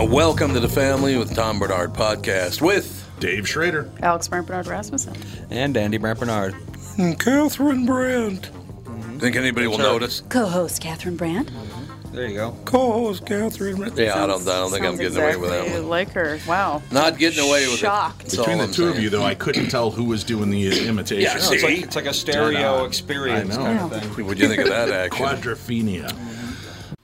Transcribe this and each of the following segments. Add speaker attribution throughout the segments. Speaker 1: Welcome to the family with Tom Bernard podcast with
Speaker 2: Dave Schrader.
Speaker 3: Alex Brant Bernard Rasmussen.
Speaker 4: and Andy Brant Bernard.
Speaker 1: Catherine Brandt. Think anybody will notice?
Speaker 3: Co-host Catherine Brand.
Speaker 4: There you go.
Speaker 1: Co-host Catherine Brandt. Yeah, I don't. I don't think I'm getting away with that one.
Speaker 3: Like her. Wow.
Speaker 1: Not getting away with it.
Speaker 3: Shocked.
Speaker 1: That's
Speaker 2: Between
Speaker 1: all
Speaker 2: the
Speaker 1: I'm
Speaker 2: two of
Speaker 1: saying.
Speaker 2: you, though, I couldn't tell who was doing the uh, imitation.
Speaker 1: Yeah,
Speaker 4: No, it's,
Speaker 1: See?
Speaker 4: like, it's like a stereo experience
Speaker 2: I know.
Speaker 4: kind of thing.
Speaker 1: What'd you think of that action?
Speaker 2: Quadrophenia.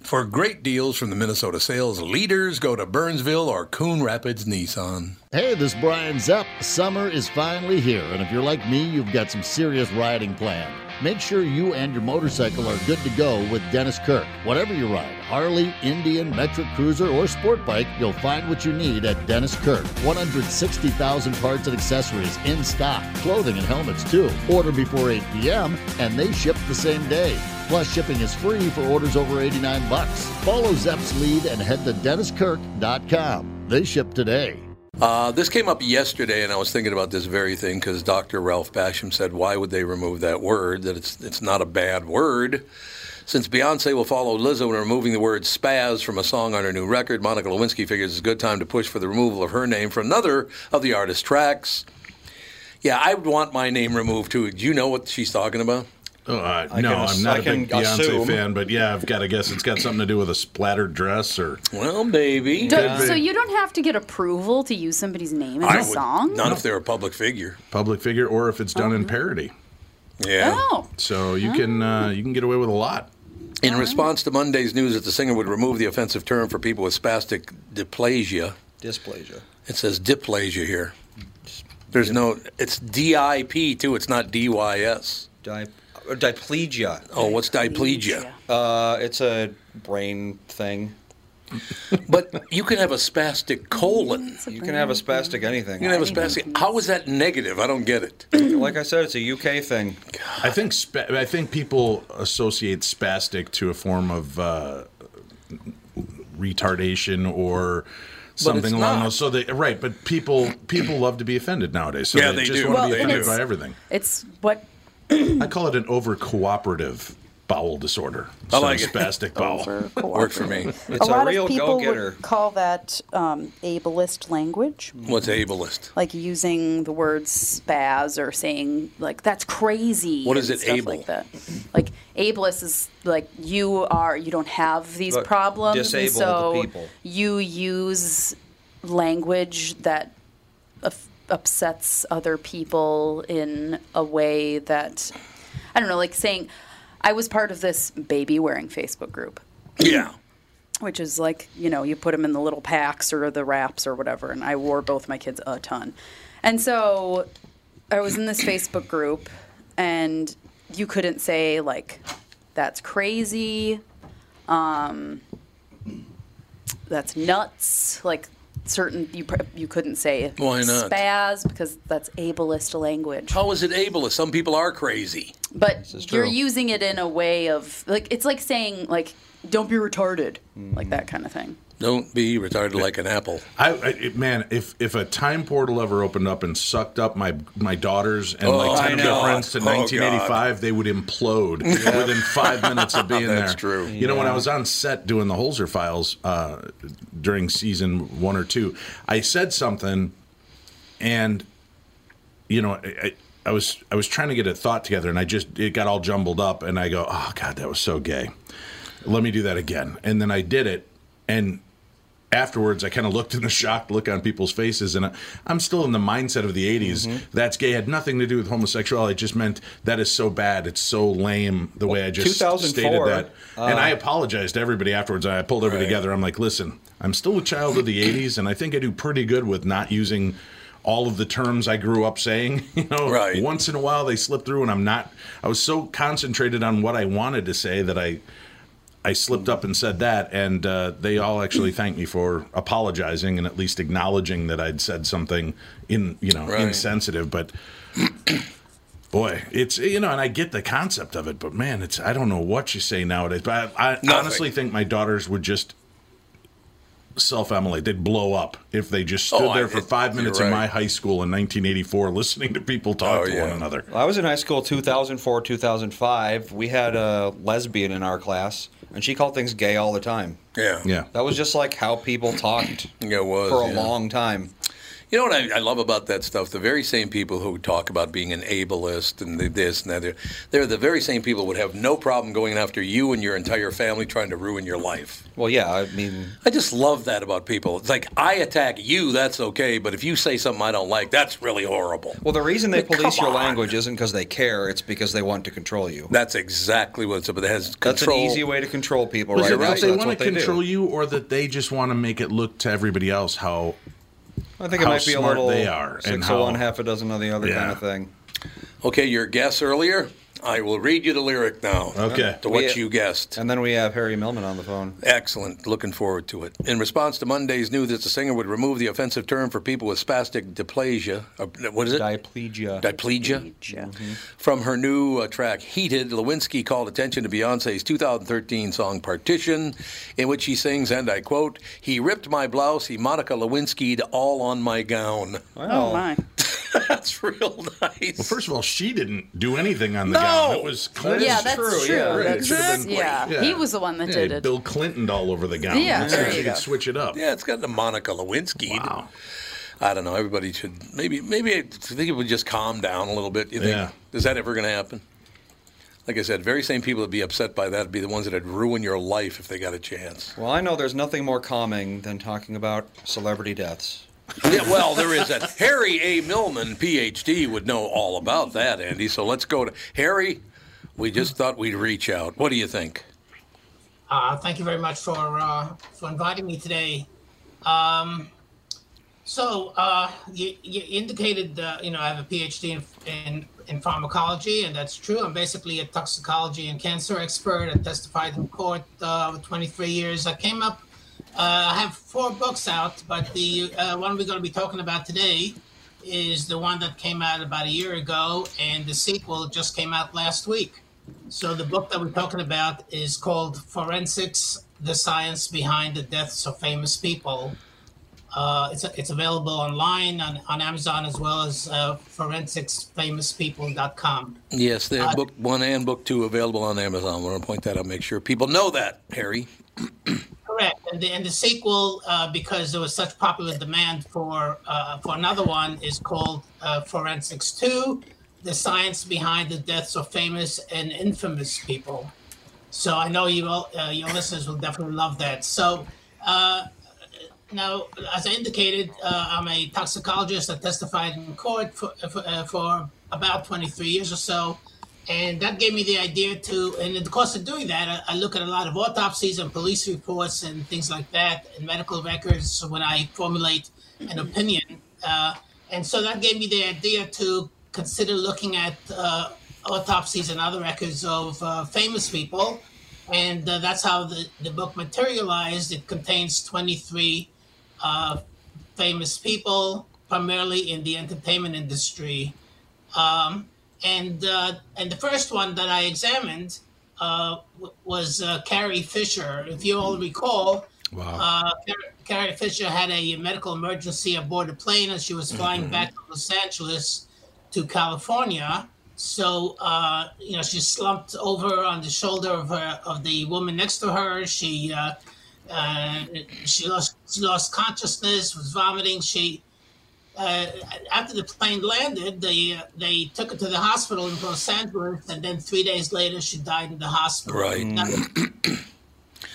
Speaker 1: For great deals from the Minnesota sales leaders, go to Burnsville or Coon Rapids Nissan.
Speaker 5: Hey, this is Brian Zepp. Summer is finally here, and if you're like me, you've got some serious riding planned. Make sure you and your motorcycle are good to go with Dennis Kirk. Whatever you ride Harley, Indian, Metric Cruiser, or Sport Bike you'll find what you need at Dennis Kirk. 160,000 parts and accessories in stock, clothing and helmets too. Order before 8 p.m., and they ship the same day. Plus, shipping is free for orders over 89 bucks. Follow Zepp's lead and head to DennisKirk.com. They ship today.
Speaker 1: Uh, this came up yesterday, and I was thinking about this very thing because Dr. Ralph Basham said, "Why would they remove that word? That it's it's not a bad word." Since Beyonce will follow Lizzo in removing the word spaz from a song on her new record, Monica Lewinsky figures it's a good time to push for the removal of her name from another of the artist's tracks. Yeah, I would want my name removed too. Do you know what she's talking about?
Speaker 2: Uh,
Speaker 4: I
Speaker 2: no,
Speaker 4: can ass-
Speaker 2: I'm not
Speaker 4: I
Speaker 2: a big
Speaker 4: can
Speaker 2: Beyonce
Speaker 4: assume.
Speaker 2: fan, but yeah, I've got to guess it's got something to do with a splattered dress or.
Speaker 1: Well, maybe.
Speaker 3: Don't- so you don't have to get approval to use somebody's name in
Speaker 1: I
Speaker 3: a
Speaker 1: would-
Speaker 3: song.
Speaker 1: Not if they're a public figure.
Speaker 2: public figure or if it's done in parody.
Speaker 1: Yeah.
Speaker 3: Oh,
Speaker 2: So you can uh, you can get away with a lot.
Speaker 1: In response to Monday's news that the singer would remove the offensive term for people with spastic diplasia,
Speaker 4: Dysplasia.
Speaker 1: it says diplasia here. There's no, it's D I P too, it's not D Y S.
Speaker 4: Di- or diplegia.
Speaker 1: Oh, what's diplegia?
Speaker 4: Uh, it's a brain thing.
Speaker 1: But you can have a spastic colon.
Speaker 4: You can have a spastic anything.
Speaker 1: You can have a spastic. How is that negative? I don't get it.
Speaker 4: like I said, it's a UK thing.
Speaker 2: I think spa- I think people associate spastic to a form of uh, retardation or something
Speaker 1: it's
Speaker 2: along
Speaker 1: not.
Speaker 2: those. So they right, but people people love to be offended nowadays. So
Speaker 1: Yeah, they
Speaker 2: just
Speaker 1: do.
Speaker 2: want
Speaker 1: Well,
Speaker 2: to be
Speaker 1: and
Speaker 2: offended
Speaker 3: it's-
Speaker 2: by everything.
Speaker 3: it's what
Speaker 2: I call it an over cooperative bowel disorder.
Speaker 1: I like it.
Speaker 2: Spastic bowel.
Speaker 1: Worked for me.
Speaker 4: It's
Speaker 3: a
Speaker 4: a
Speaker 3: lot
Speaker 4: real
Speaker 3: of people
Speaker 4: go-getter.
Speaker 3: would call that um, ableist language,
Speaker 1: What's
Speaker 4: Mm-hmm.
Speaker 1: ableist?
Speaker 3: like using the word spaz or saying like that's crazy.
Speaker 1: What
Speaker 3: and
Speaker 1: is it,
Speaker 3: stuff
Speaker 1: able?
Speaker 3: Like, that. like ableist is like you are you don't have these
Speaker 4: Look,
Speaker 3: problems, and
Speaker 4: disable the
Speaker 3: so
Speaker 4: people.
Speaker 3: you use language that of- upsets other people in a way that I don't know, like saying I was part of this baby wearing Facebook group
Speaker 1: Yeah.
Speaker 3: which is like you know you put them in the little packs or the wraps or whatever and i wore both my kids a ton and so i was in this facebook group and you couldn't say like that's crazy um, that's nuts like certain you pr- you couldn't say
Speaker 1: Why not?
Speaker 3: spaz because that's ableist language
Speaker 1: How is it ableist? Some people are crazy.
Speaker 4: is
Speaker 3: but you're
Speaker 4: true.
Speaker 3: using it in a way of like it's like saying like don't be retarded like
Speaker 1: Mm.
Speaker 3: that kind of thing
Speaker 1: Don't be retarded like an apple.
Speaker 2: I, I it- man, if if a time portal ever opened up and sucked up my my daughters and
Speaker 1: Oh,
Speaker 2: like
Speaker 1: I
Speaker 2: ten of their
Speaker 1: know.
Speaker 2: friends to
Speaker 1: Oh,
Speaker 2: 1985, they would implode within five minutes of being
Speaker 1: That's
Speaker 2: there.
Speaker 1: true.
Speaker 2: You know, when I was on set doing the Holzer files uh, during season one or two, I said something, and you know, I, I, I was I was trying to get a thought together, and I just it got all jumbled up, and I go, oh god, that was so gay. Let me do that again, and then I did it, and afterwards I kind of looked in the shocked look on people's faces, and I, I'm still in the mindset of the '80s. That's gay had nothing to do with homosexuality. It just meant that is so bad, it's so lame the way I just
Speaker 4: 2004,
Speaker 2: stated that, and I apologized to everybody afterwards. And I pulled everybody together. I'm like, listen, I'm still a child of the '80s, and I think I do pretty good with not using. All of the terms I grew up saying, you know,
Speaker 1: Right.
Speaker 2: once in a while they slip through, and I'm not. I was so concentrated on what I wanted to say that I I slipped up and said that, and uh, they all actually thanked me for apologizing and at least acknowledging that I'd said something in you know
Speaker 1: Right.
Speaker 2: insensitive. But boy, it's you know, and I get the concept of it, but man, it's I don't know what you say nowadays. But I, I
Speaker 1: Nothing.
Speaker 2: honestly think my daughters would just self-emulate; they'd blow up if they just stood
Speaker 1: Oh, I-
Speaker 2: there for
Speaker 1: it-
Speaker 2: five
Speaker 1: you're
Speaker 2: minutes
Speaker 1: right.
Speaker 2: in my high school in 1984, listening to people talk
Speaker 1: Oh,
Speaker 2: to one
Speaker 1: yeah.
Speaker 2: another.
Speaker 4: I was in high school 2004, 2005. We had a lesbian in our class, and she called things gay all the time.
Speaker 1: Yeah.
Speaker 2: Yeah,
Speaker 4: That was just like how people talked
Speaker 1: Yeah, it was,
Speaker 4: for a
Speaker 1: yeah.
Speaker 4: long time.
Speaker 1: You know what I, I love about that stuff? The very same people who talk about being an ableist and the, this and that, they're, they're the very same people who would have no problem going after you and your entire family trying to ruin your life.
Speaker 4: Well, yeah, I mean,
Speaker 1: I just love that about people. It's like, I attack you, that's okay, but if you say something I don't like, that's really horrible.
Speaker 4: well, the reason they
Speaker 1: Come
Speaker 4: police your
Speaker 1: on.
Speaker 4: language isn't because they care; it's because they want to control you.
Speaker 1: That's exactly what it's about. It has control.
Speaker 4: That's an easy way to control people,
Speaker 2: Was
Speaker 4: right?
Speaker 2: it
Speaker 4: now,
Speaker 2: that
Speaker 4: so
Speaker 2: they
Speaker 4: that's
Speaker 2: want
Speaker 4: what
Speaker 2: to
Speaker 4: they do.
Speaker 2: control you, or that they just want to make it look to everybody else how
Speaker 4: I think it
Speaker 2: how
Speaker 4: might be a
Speaker 2: smart
Speaker 4: little
Speaker 2: they are
Speaker 4: six
Speaker 2: and
Speaker 4: of
Speaker 2: how-
Speaker 4: one, half a dozen of the other
Speaker 2: Yeah.
Speaker 4: kind of thing.
Speaker 1: Okay, your guess earlier? I will read you the lyric now.
Speaker 2: Okay.
Speaker 1: To what
Speaker 4: We-
Speaker 1: you guessed.
Speaker 4: And then we have Harry Millman on the phone.
Speaker 1: Excellent. Looking forward to it. In response to Monday's news that the singer would remove the offensive term for people with spastic diplegia, uh, what is it?
Speaker 4: Diplegia.
Speaker 1: diplegia? Mm-hmm. From her new uh, track, Heated, Lewinsky called attention to Beyonce's 2013 song Partition, in which she sings, and I quote, He ripped my blouse, he Monica Lewinsky'd all on my gown.
Speaker 4: Well,
Speaker 3: Oh my!
Speaker 1: That's real nice.
Speaker 2: Well, first of all, she didn't do anything on the
Speaker 1: No!
Speaker 2: gown. It was Clinton.
Speaker 3: Yeah,
Speaker 4: is
Speaker 3: that's
Speaker 4: true,
Speaker 3: true.
Speaker 4: yeah, right.
Speaker 3: That's,
Speaker 2: It should've been-
Speaker 3: yeah.
Speaker 2: Yeah.
Speaker 3: he was the one that
Speaker 2: Yeah,
Speaker 3: did it.
Speaker 2: Bill Clinton all over the gown.
Speaker 3: Yeah,
Speaker 2: so
Speaker 3: there
Speaker 2: she
Speaker 3: you
Speaker 2: could
Speaker 3: go.
Speaker 2: switch it up.
Speaker 1: Yeah, it's got the Monica Lewinsky.
Speaker 2: Wow.
Speaker 1: I don't know. Everybody should maybe maybe I think it would just calm down a little bit. You think?
Speaker 2: Yeah.
Speaker 1: Is that ever going to happen? Like I said, very same people that'd be upset by that would be the ones that'd ruin your life if they got a chance.
Speaker 4: well, I know there's nothing more calming than talking about celebrity deaths.
Speaker 1: yeah, well, there is that. Harry A. Millman, PhD, would know all about that, Andy. So let's go to Harry. We just thought we'd reach out. What do you think?
Speaker 6: Uh, thank you very much for uh, for inviting me today. Um, so uh, you, you indicated uh, you know I have a PhD in, in in pharmacology, and that's true. I'm basically a toxicology and cancer expert. I testified in court uh, for 23 years. I came up. Uh, I have four books out, but the uh, one we're going to be talking about today is the one that came out about a year ago, and the sequel just came out last week. So the book that we're talking about is called Forensics: The Science Behind the Deaths of Famous People. Uh, it's, it's available online on, on Amazon as well as uh, forensicsfamouspeople.com.
Speaker 1: Yes, they have book one and book two available on Amazon. We're going to point that out, make sure people know that, Harry.
Speaker 6: Correct, and the, and the sequel, uh, because there was such popular demand for uh, for another one, is called uh, Forensics Two: The Science Behind the Deaths of Famous and Infamous People. So I know you all, uh, your listeners will definitely love that. So. Uh, now, as I indicated, uh, I'm a toxicologist that testified in court for, for, uh, for about 23 years or so. And that gave me the idea to, and in the course of doing that, I, I look at a lot of autopsies and police reports and things like that, and medical records when I formulate an opinion. Uh, and so that gave me the idea to consider looking at uh, autopsies and other records of uh, famous people. And uh, that's how the, the book materialized. It contains 23 uh, famous people, primarily in the entertainment industry. Um, and uh, and the first one that I examined uh, w- was uh, Carrie Fisher. If you all recall, uh, Car- Carrie Fisher had a medical emergency aboard a plane as she was flying back to Los Angeles to California. So uh, you know she slumped over on the shoulder of her, of the woman next to her. She uh, uh, she lost she lost consciousness, was vomiting. She uh, after the plane landed, they uh, they took her to the hospital in Los Angeles, and then three days later, she died in the hospital.
Speaker 1: Right.
Speaker 4: Mm.
Speaker 6: Now-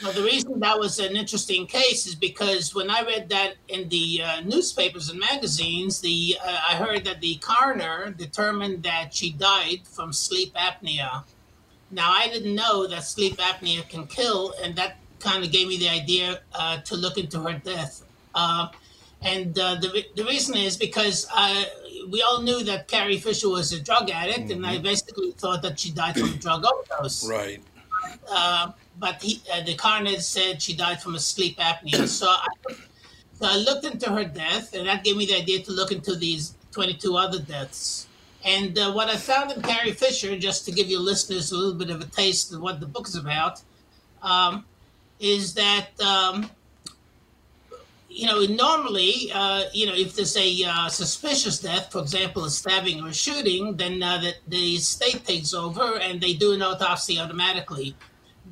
Speaker 6: now, the reason that was an interesting case is because when I read that in the uh, newspapers and magazines, the uh, I heard that the coroner determined that she died from sleep apnea. Now, I didn't know that sleep apnea can kill, and that kind of gave me the idea uh, to look into her death. Uh, and uh, the, re- the reason is because uh, we all knew that Carrie Fisher was a drug addict, and I basically thought that she died from a drug overdose.
Speaker 1: Right.
Speaker 6: Uh, but he, uh, the coroner said she died from a sleep apnea. So I, so I looked into her death, and that gave me the idea to look into these 22 other deaths. And uh, what I found in Carrie Fisher, just to give your listeners a little bit of a taste of what the book is about, um, is that um, you know normally uh, you know if there's a uh, suspicious death, for example, a stabbing or a shooting, then uh, the, the state takes over and they do an autopsy automatically.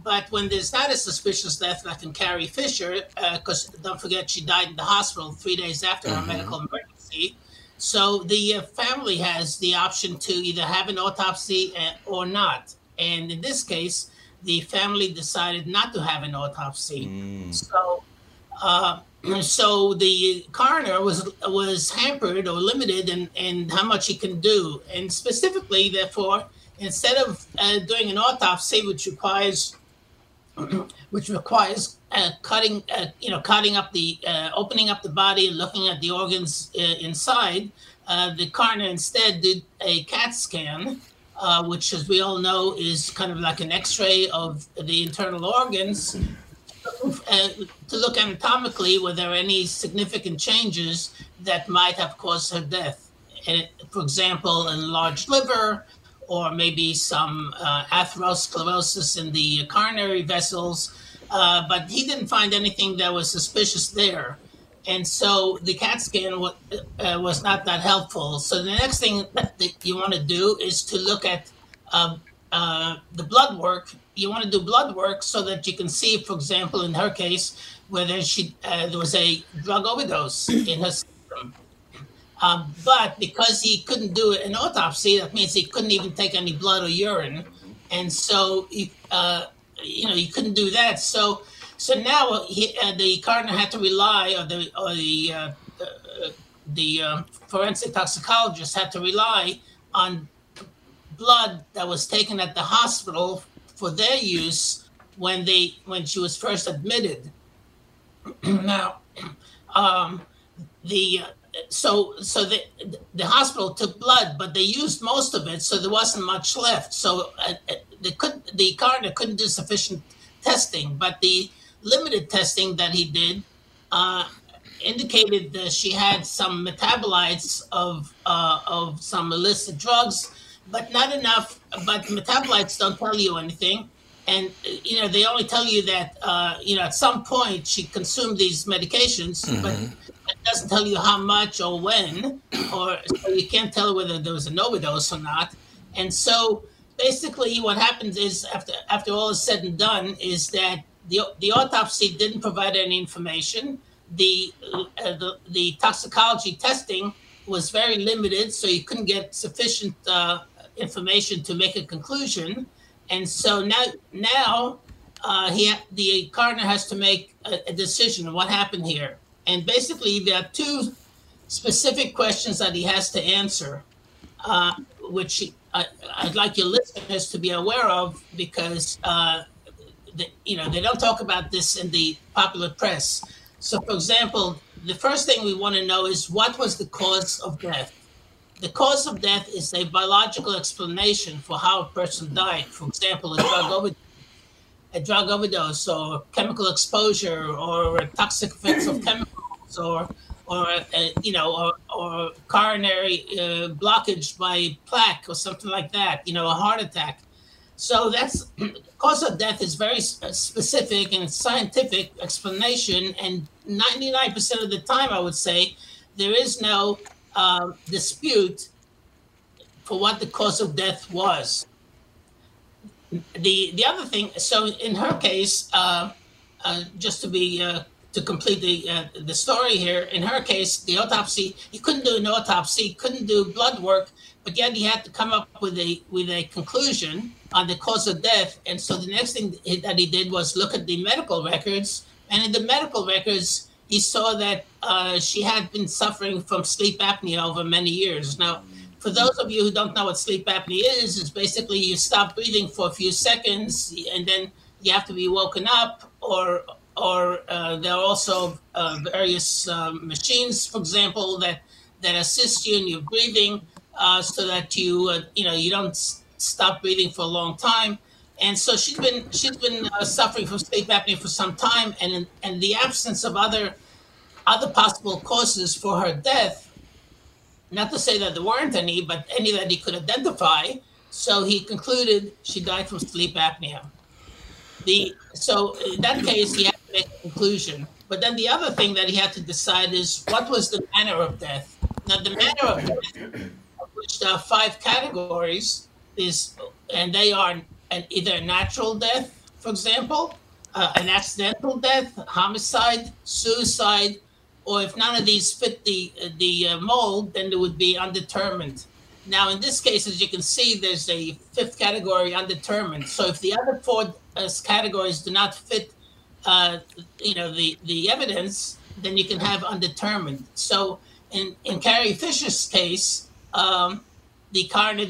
Speaker 6: But when there's not a suspicious death, like in Carrie Fisher, because don't forget she died in the hospital three days after her medical emergency. So the uh, family has the option to either have an autopsy uh, or not. And in this case, the family decided not to have an autopsy.
Speaker 1: Mm-hmm.
Speaker 6: So, uh, so the coroner was was hampered or limited in, in how much he can do. And specifically, therefore, instead of uh, doing an autopsy, which requires which requires uh, cutting, uh, you know, cutting up the, uh, opening up the body and looking at the organs uh, inside. Uh, the coroner instead did a CAT scan, uh, which, as we all know, is kind of like an X-ray of the internal organs uh, to look anatomically were there any significant changes that might have caused her death. And, for example, enlarged liver, or maybe some uh, atherosclerosis in the coronary vessels. Uh, but he didn't find anything that was suspicious there. And so the CAT scan w- uh, was not that helpful. So the next thing that that you want to do is to look at uh, uh, the blood work. You want to do blood work so that you can see, for example, in her case, whether she uh, there was a drug overdose in her system. Um, but because he couldn't do an autopsy, that means he couldn't even take any blood or urine, and so he, uh, you know he couldn't do that. So so now he, uh, the coroner had to rely, or the or the uh, uh, the uh, forensic toxicologist had to rely on blood that was taken at the hospital for their use when they when she was first admitted. now, um, the uh, so so the the hospital took blood, but they used most of it, so there wasn't much left. So uh, uh, they could the coroner couldn't do sufficient testing, but the limited testing that he did uh, indicated that she had some metabolites of uh, of some illicit drugs, but not enough. But metabolites don't tell you anything, and uh, you know they
Speaker 1: Mm-hmm.
Speaker 6: only tell you that uh, you know at some point she consumed these medications, but, but doesn't tell you how much or when, or so you can't tell whether there was an overdose or not. And so basically, what happens is after after all is said and done, is that the the autopsy didn't provide any information. The uh, the, the toxicology testing was very limited, so you couldn't get sufficient uh, information to make a conclusion. And so now now uh, he the coroner has to make a, a decision on what happened here. And basically, there are two specific questions that he has to answer, uh, which I, I'd like your listeners to be aware of because uh, the, you know they don't talk about this in the popular press. So, for example, the first thing we want to know is what was the cause of death. The cause of death is a biological explanation for how a person died. For example, a drug overdose a drug overdose or chemical exposure or a toxic effects of chemicals or or uh, you know or, or coronary uh, blockage by plaque or something like that you know a heart attack so that's cause of death is very sp- specific and scientific explanation and 99% of the time i would say there is no uh, dispute for what the cause of death was the the other thing so in her case uh, uh, just to be uh, to complete the the story here in her case the autopsy he couldn't do an autopsy couldn't do blood work but yet he had to come up with a with a conclusion on the cause of death and so the next thing that he did was look at the medical records and in the medical records he saw that uh, she had been suffering from sleep apnea over many years now for those of you who don't know what sleep apnea is, is basically you stop breathing for a few seconds and then you have to be woken up, or or uh, there are also uh, various um, machines, for example, that that assist you in your breathing, uh, so that you you know you don't s- stop breathing for a long time. And so she's been she's been uh, suffering from sleep apnea for some time, and in, and the absence of other other possible causes for her death not to say that there weren't any, but any that he could identify. So he concluded she died from sleep apnea. The so in that case he had to make a conclusion. But then the other thing that he had to decide is what was the manner of death. Now the manner of death, of which there are five categories, is and they are an, either a natural death, for example, uh, an accidental death, homicide, suicide, or if none of these fit the the uh, mold, then it would be undetermined. Now, in this case, as you can see, there's a fifth category, undetermined. So, if the other four uh, categories do not fit, uh, you know, the the evidence, then you can have undetermined. So, in in Carrie Fisher's case, um, the coroner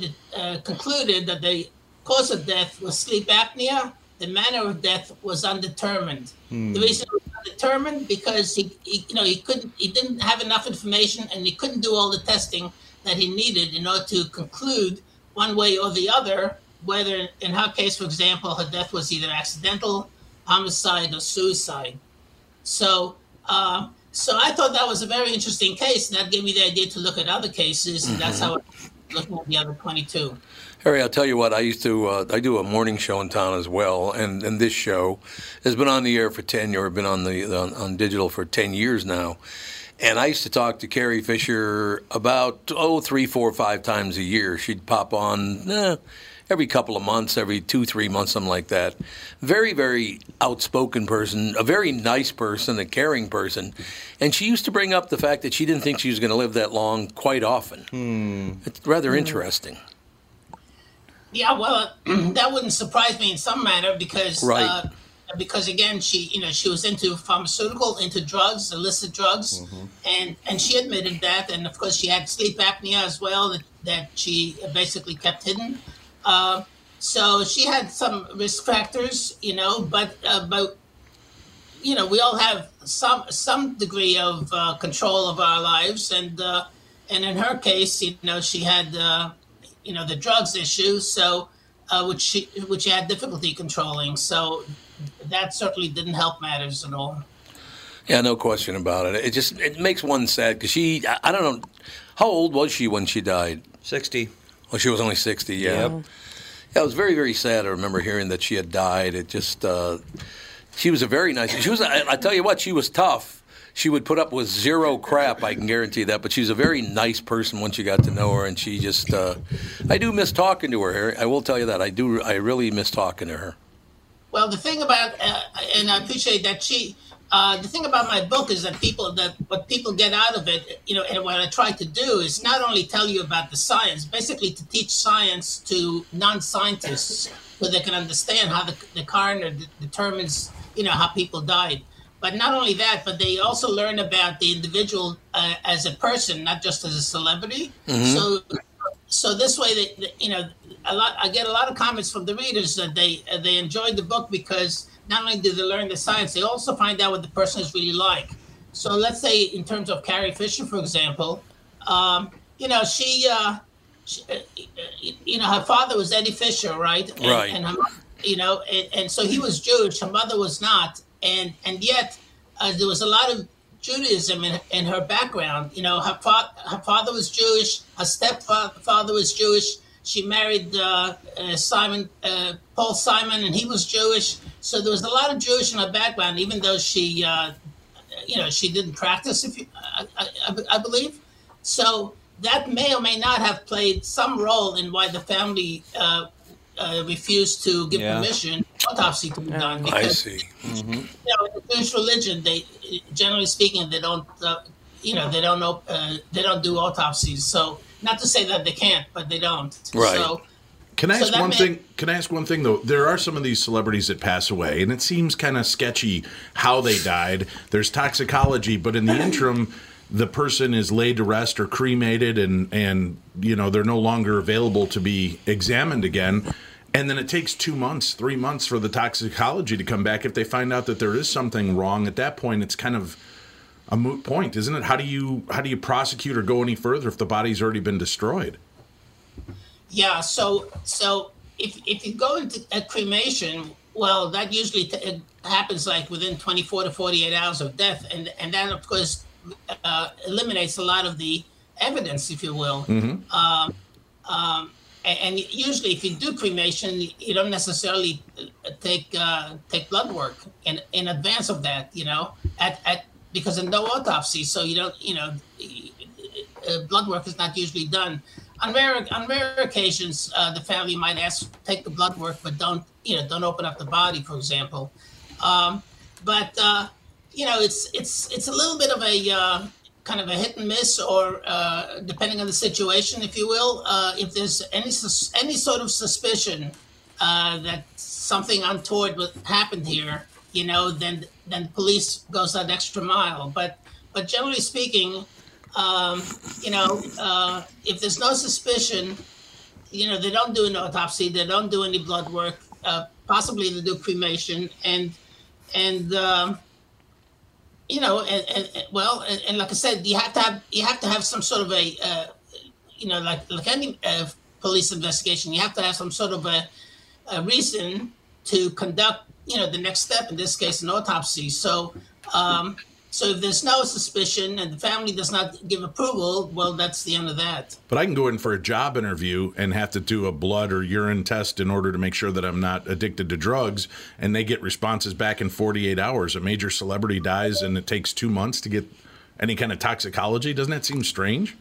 Speaker 6: concluded that the cause of death was sleep apnea. The manner of death was undetermined. Hmm. The reason determined because he, he, you know he couldn't he didn't have enough information and he couldn't do all the testing that he needed in order to conclude one way or the other whether in her case for example her death was either accidental homicide or suicide so uh, so i thought that was a very interesting case and that gave me the idea to look at other cases and mm-hmm. that's how i looked at the other 22
Speaker 1: Harry, I'll tell you what. I used to. Uh, I do a morning show in town as well, and, and this show has been on the air for ten years. Been on the on, on, digital for ten years now, and I used to talk to Carrie Fisher about oh three, four, five times a year. She'd pop on eh, every couple of months, every two, three months, something like that. Very, very outspoken person, a very nice person, a caring person, and she used to bring up the fact that she didn't think she was going to live that long quite often. Hmm. It's rather hmm. interesting.
Speaker 6: Yeah, well, that wouldn't surprise me in some manner because
Speaker 1: right.
Speaker 6: uh, because again, she you know she was into pharmaceutical, into drugs, illicit drugs, mm-hmm. and and she admitted that, and of course she had sleep apnea as well that, that she basically kept hidden. Uh, so she had some risk factors, you know, but uh, but you know we all have some some degree of uh, control of our lives, and uh, and in her case, you know, she had uh, you know the drugs issue, so uh, which she, which she had difficulty controlling. So that certainly didn't help matters at all.
Speaker 1: Yeah, no question about it. It just it makes one sad because she I, I, don't know how old was she when she died.
Speaker 4: Sixty.
Speaker 1: Well, she was only sixty. Yeah. Yeah, yeah it was very very sad. I remember hearing that she had died. It just uh, she was a very nice. She was. I, I tell you what, she was tough she would put up with zero crap. I can guarantee that. But she's a very nice person once you got to know her, and she just uh, I do miss talking to her. I will tell you that I do. I really miss talking to her.
Speaker 6: Well, the thing about uh, and I appreciate that she. Uh, the thing about my book is that people that what people get out of it, you know, and what I try to do is not only tell you about the science, basically to teach science to non-scientists so they can understand how the, the coroner d- determines, you know, how people died. But not only that, but they also learn about the individual uh, as a person, not just as a celebrity.
Speaker 7: Mhm.
Speaker 6: So so this way that that, you know a lot i get a lot of comments from the readers that they uh, they enjoyed the book because not only do they learn the science they also find out what the person is really like so let's say in terms of carrie fisher for example um, you know she, uh, she uh, you know her father was eddie fisher right and,
Speaker 1: Right.
Speaker 6: and her, you know and, and so he was jewish her mother was not and and yet uh, there was a lot of Judaism in, in her background. You know, her, fa- her father was Jewish, her stepfather was Jewish. She married uh, uh, Simon, uh, Paul Simon, and he was Jewish. So there was a lot of Jewish in her background, even though she, uh, you know, she didn't practice. If you, I, I- I- I believe, so that may or may not have played some role in why the family uh, uh, refused to give
Speaker 1: Yeah.
Speaker 6: permission autopsy to be done.
Speaker 1: I
Speaker 6: because-
Speaker 1: see. hmm
Speaker 6: you know, in the Jewish religion, they generally speaking, they don't, uh, you know, they don't know, uh, they don't do autopsies. So not to say that they can't, but they don't.
Speaker 2: Right.
Speaker 6: So,
Speaker 2: Can I
Speaker 6: So
Speaker 2: ask
Speaker 6: that
Speaker 2: one
Speaker 6: meant-
Speaker 2: thing? Can I ask one thing though? There are some of these celebrities that pass away, and it seems kind of sketchy how they died. There's toxicology, but in the interim, the person is laid to rest or cremated, and and you know they're no longer available to be examined again. And then it takes two months, three months for the toxicology to come back. If they find out that there is something wrong at that point, it's kind of a moot point, isn't it? How do you how do you prosecute or go any further if the body's already been destroyed?
Speaker 6: yeah. So, so if, if you go into a cremation, well, that usually t- it happens like within 24 to 48 hours of death. And, and that of course, uh, eliminates a lot of the evidence, if you will.
Speaker 7: Mhm.
Speaker 6: Um, um, a- and, usually, if you do cremation, you don't necessarily uh, take uh, take blood work in, in advance of that, you know, at, at because there's no autopsy, so you don't, you know, uh, blood work is not usually done. On rare on rare occasions, uh, the family might ask take the blood work, but don't you know don't open up the body, for example. Um, but uh, you know, it's it's it's a little bit of a uh, kind of a hit and miss, or uh, depending on the situation, if you will. Uh, if there's any sus- any sort of suspicion uh, that something untoward was, happened here, you know, then then police goes that extra mile. But but generally speaking, um, you know, uh, if there's no suspicion, you know, they don't do an autopsy, they don't do any blood work, uh, possibly they do cremation, and and um, you know, and, and and- well, and, and like I said, you have to have you have to have some sort of a uh, you know, like like any uh, police investigation, you have to have some sort of a, a reason to conduct you know the next step. In this case, an autopsy. So. Um, so if there's no suspicion and the family does not give approval, well, that's the end of that.
Speaker 2: But I can go in for a job interview and have to do a blood or urine test in order to make sure that I'm not addicted to drugs. And they get responses back in 48 hours. A major celebrity dies and it takes two months to get any kind of toxicology. Doesn't that seem strange?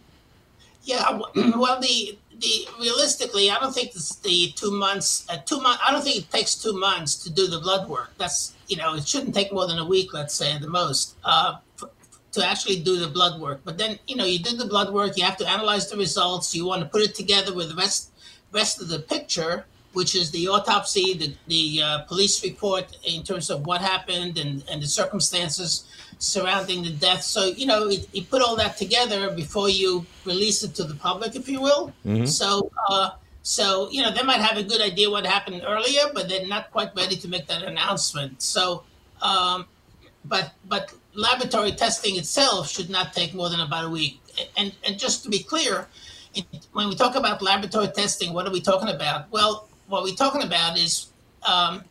Speaker 6: Yeah, w- well, the the realistically, I don't think this, the two months, uh, two month. I don't think it takes two months to do the blood work. That's you know, it shouldn't take more than a week, let's say, at the most, uh, f- to actually do the blood work. But then you know, you do the blood work, you have to analyze the results. You want to put it together with the rest rest of the picture, which is the autopsy, the the uh, police report in terms of what happened and and the circumstances surrounding the death. So you know, it, you put all that together before you release it to the public, if you will.
Speaker 7: Mhm.
Speaker 6: So. Uh, so you know they might have a good idea what happened earlier, but they're not quite ready to make that announcement. So, um, but but laboratory testing itself should not take more than about a week. And and just to be clear, it- when we talk about laboratory testing, what are we talking about? Well, what we're talking about is um,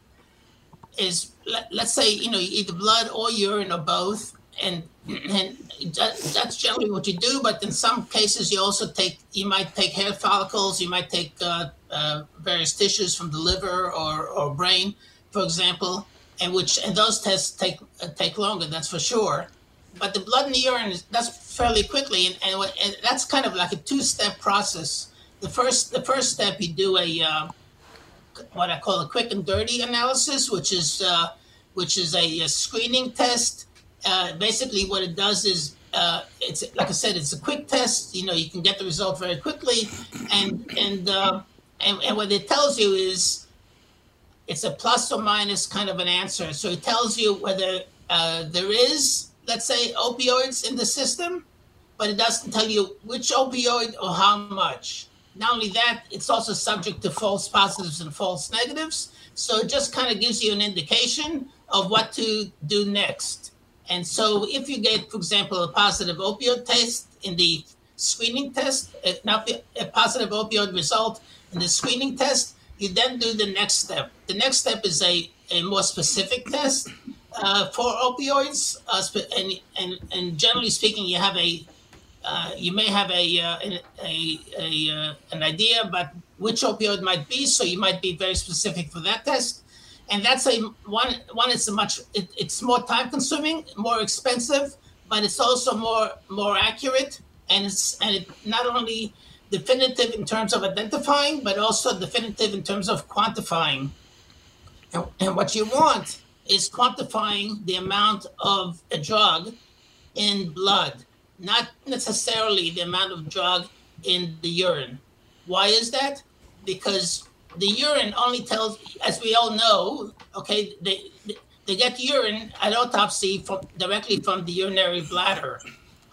Speaker 6: is let, let's say you know either blood or urine or both, and and that, that's generally what you do. But in some cases, you also take you might take hair follicles, you might take uh, uh, various tissues from the liver or or brain, for example, and which and those tests take uh, take longer. That's for sure. but the blood and the urine is, that's fairly quickly, and, and, what- and that's kind of like a two-step process. The first, the first step, you do a uh, what I call a quick and dirty analysis, which is uh, which is a, uh screening test. Uh, basically, what it does is uh, it's like I said, it's a quick test. You know, you can get the result very quickly, and and uh, and, and what it tells you is it's a plus or minus kind of an answer. So it tells you whether uh, there is, let's say, opioids in the system, but it doesn't tell you which opioid or how much. Not only that, it's also subject to false positives and false negatives. So it just kind of gives you an indication of what to do next. And so if you get, for example, a positive opioid test in the screening test, a, not the- a positive opioid result in the screening test, you then do the next step. The next step is a, a more specific test uh, for opioids. Uh, spe- and, and, and generally speaking, you have a uh, you may have a, uh, an, a, a uh, an idea about which opioid might be, so you might be very specific for that test. And that's a one one. It's a much it, it's more time consuming, more expensive, but it's also more more accurate, and it's and it not only definitive in terms of identifying, but also definitive in terms of quantifying. And, and what you want is quantifying the amount of a drug in blood, not necessarily the amount of drug in the urine. Why is that? Because the urine only tells, as we all know, okay, they, they get urine at autopsy from, directly from the urinary bladder.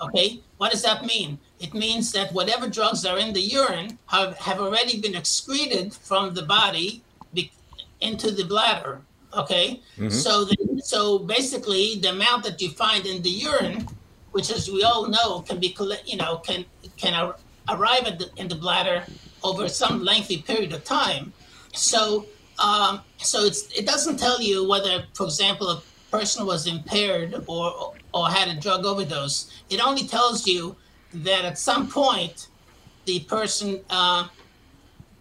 Speaker 6: Okay, what does that mean? It means that whatever drugs are in the urine have, have already been excreted from the body be, into the bladder. Okay,
Speaker 7: Mhm.
Speaker 6: so the, so basically, the amount that you find in the urine, which as we all know can be colle- you know can can ar- arrive at the, in the bladder over some lengthy period of time. So um, so it's it doesn't tell you whether, for example, a person was impaired or or had a drug overdose. It only tells you that at some point the person uh,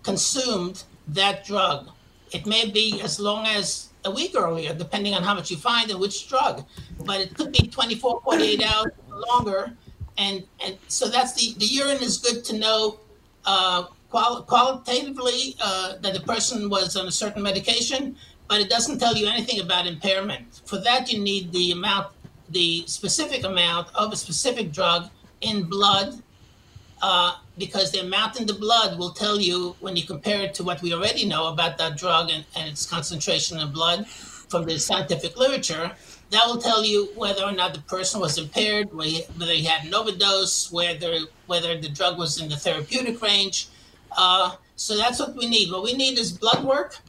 Speaker 6: consumed that drug. It may be as long as a week earlier, depending on how much you find and which drug, but it could be 24, 48 hours or longer. And, and so that's the, the urine is good to know uh, qual- qualitatively uh, that the person was on a certain medication, but it doesn't tell you anything about impairment. For that, you need the amount, the specific amount of a specific drug in blood uh, because the amount in the blood will tell you when you compare it to what we already know about that drug and, and its concentration in blood from the scientific literature. That will tell you whether or not the person was impaired, whether he- whether he had an overdose, whether whether the drug was in the therapeutic range. Uh, so that's what we need. What we need is blood work,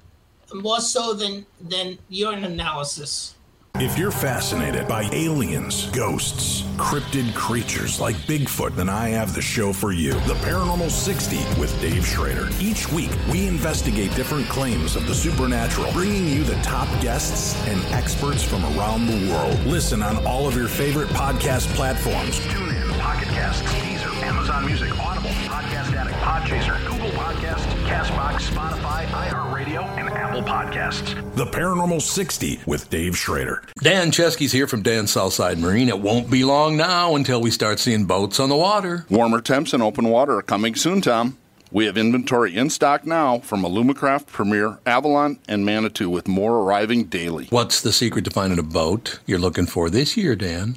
Speaker 6: more so than than urine analysis.
Speaker 8: If you're fascinated by aliens, ghosts, cryptid creatures like Bigfoot, then I have the show for you The Paranormal 60 with Dave Schrader. Each week, we investigate different claims of the supernatural, bringing you the top guests and experts from around the world. Listen on all of your favorite podcast platforms.
Speaker 9: TuneIn, Pocket Casts, Deezer, Amazon Music, Audible, Podcast Addict, Podchaser, Google Podcasts, Castbox, Spotify, iHeartRadio, and Apple Podcasts.
Speaker 8: The Paranormal 60 with Dave Schrader.
Speaker 1: Dan Chesky's here from Dan's Southside Marine. It won't be long now until we start seeing boats on the water.
Speaker 10: Warmer temps and open water are coming soon, Tom. We have inventory in stock now from Alumacraft, Premier, Avalon, and Manitou, with more arriving daily.
Speaker 1: What's the secret to finding a boat you're looking for this year, Dan?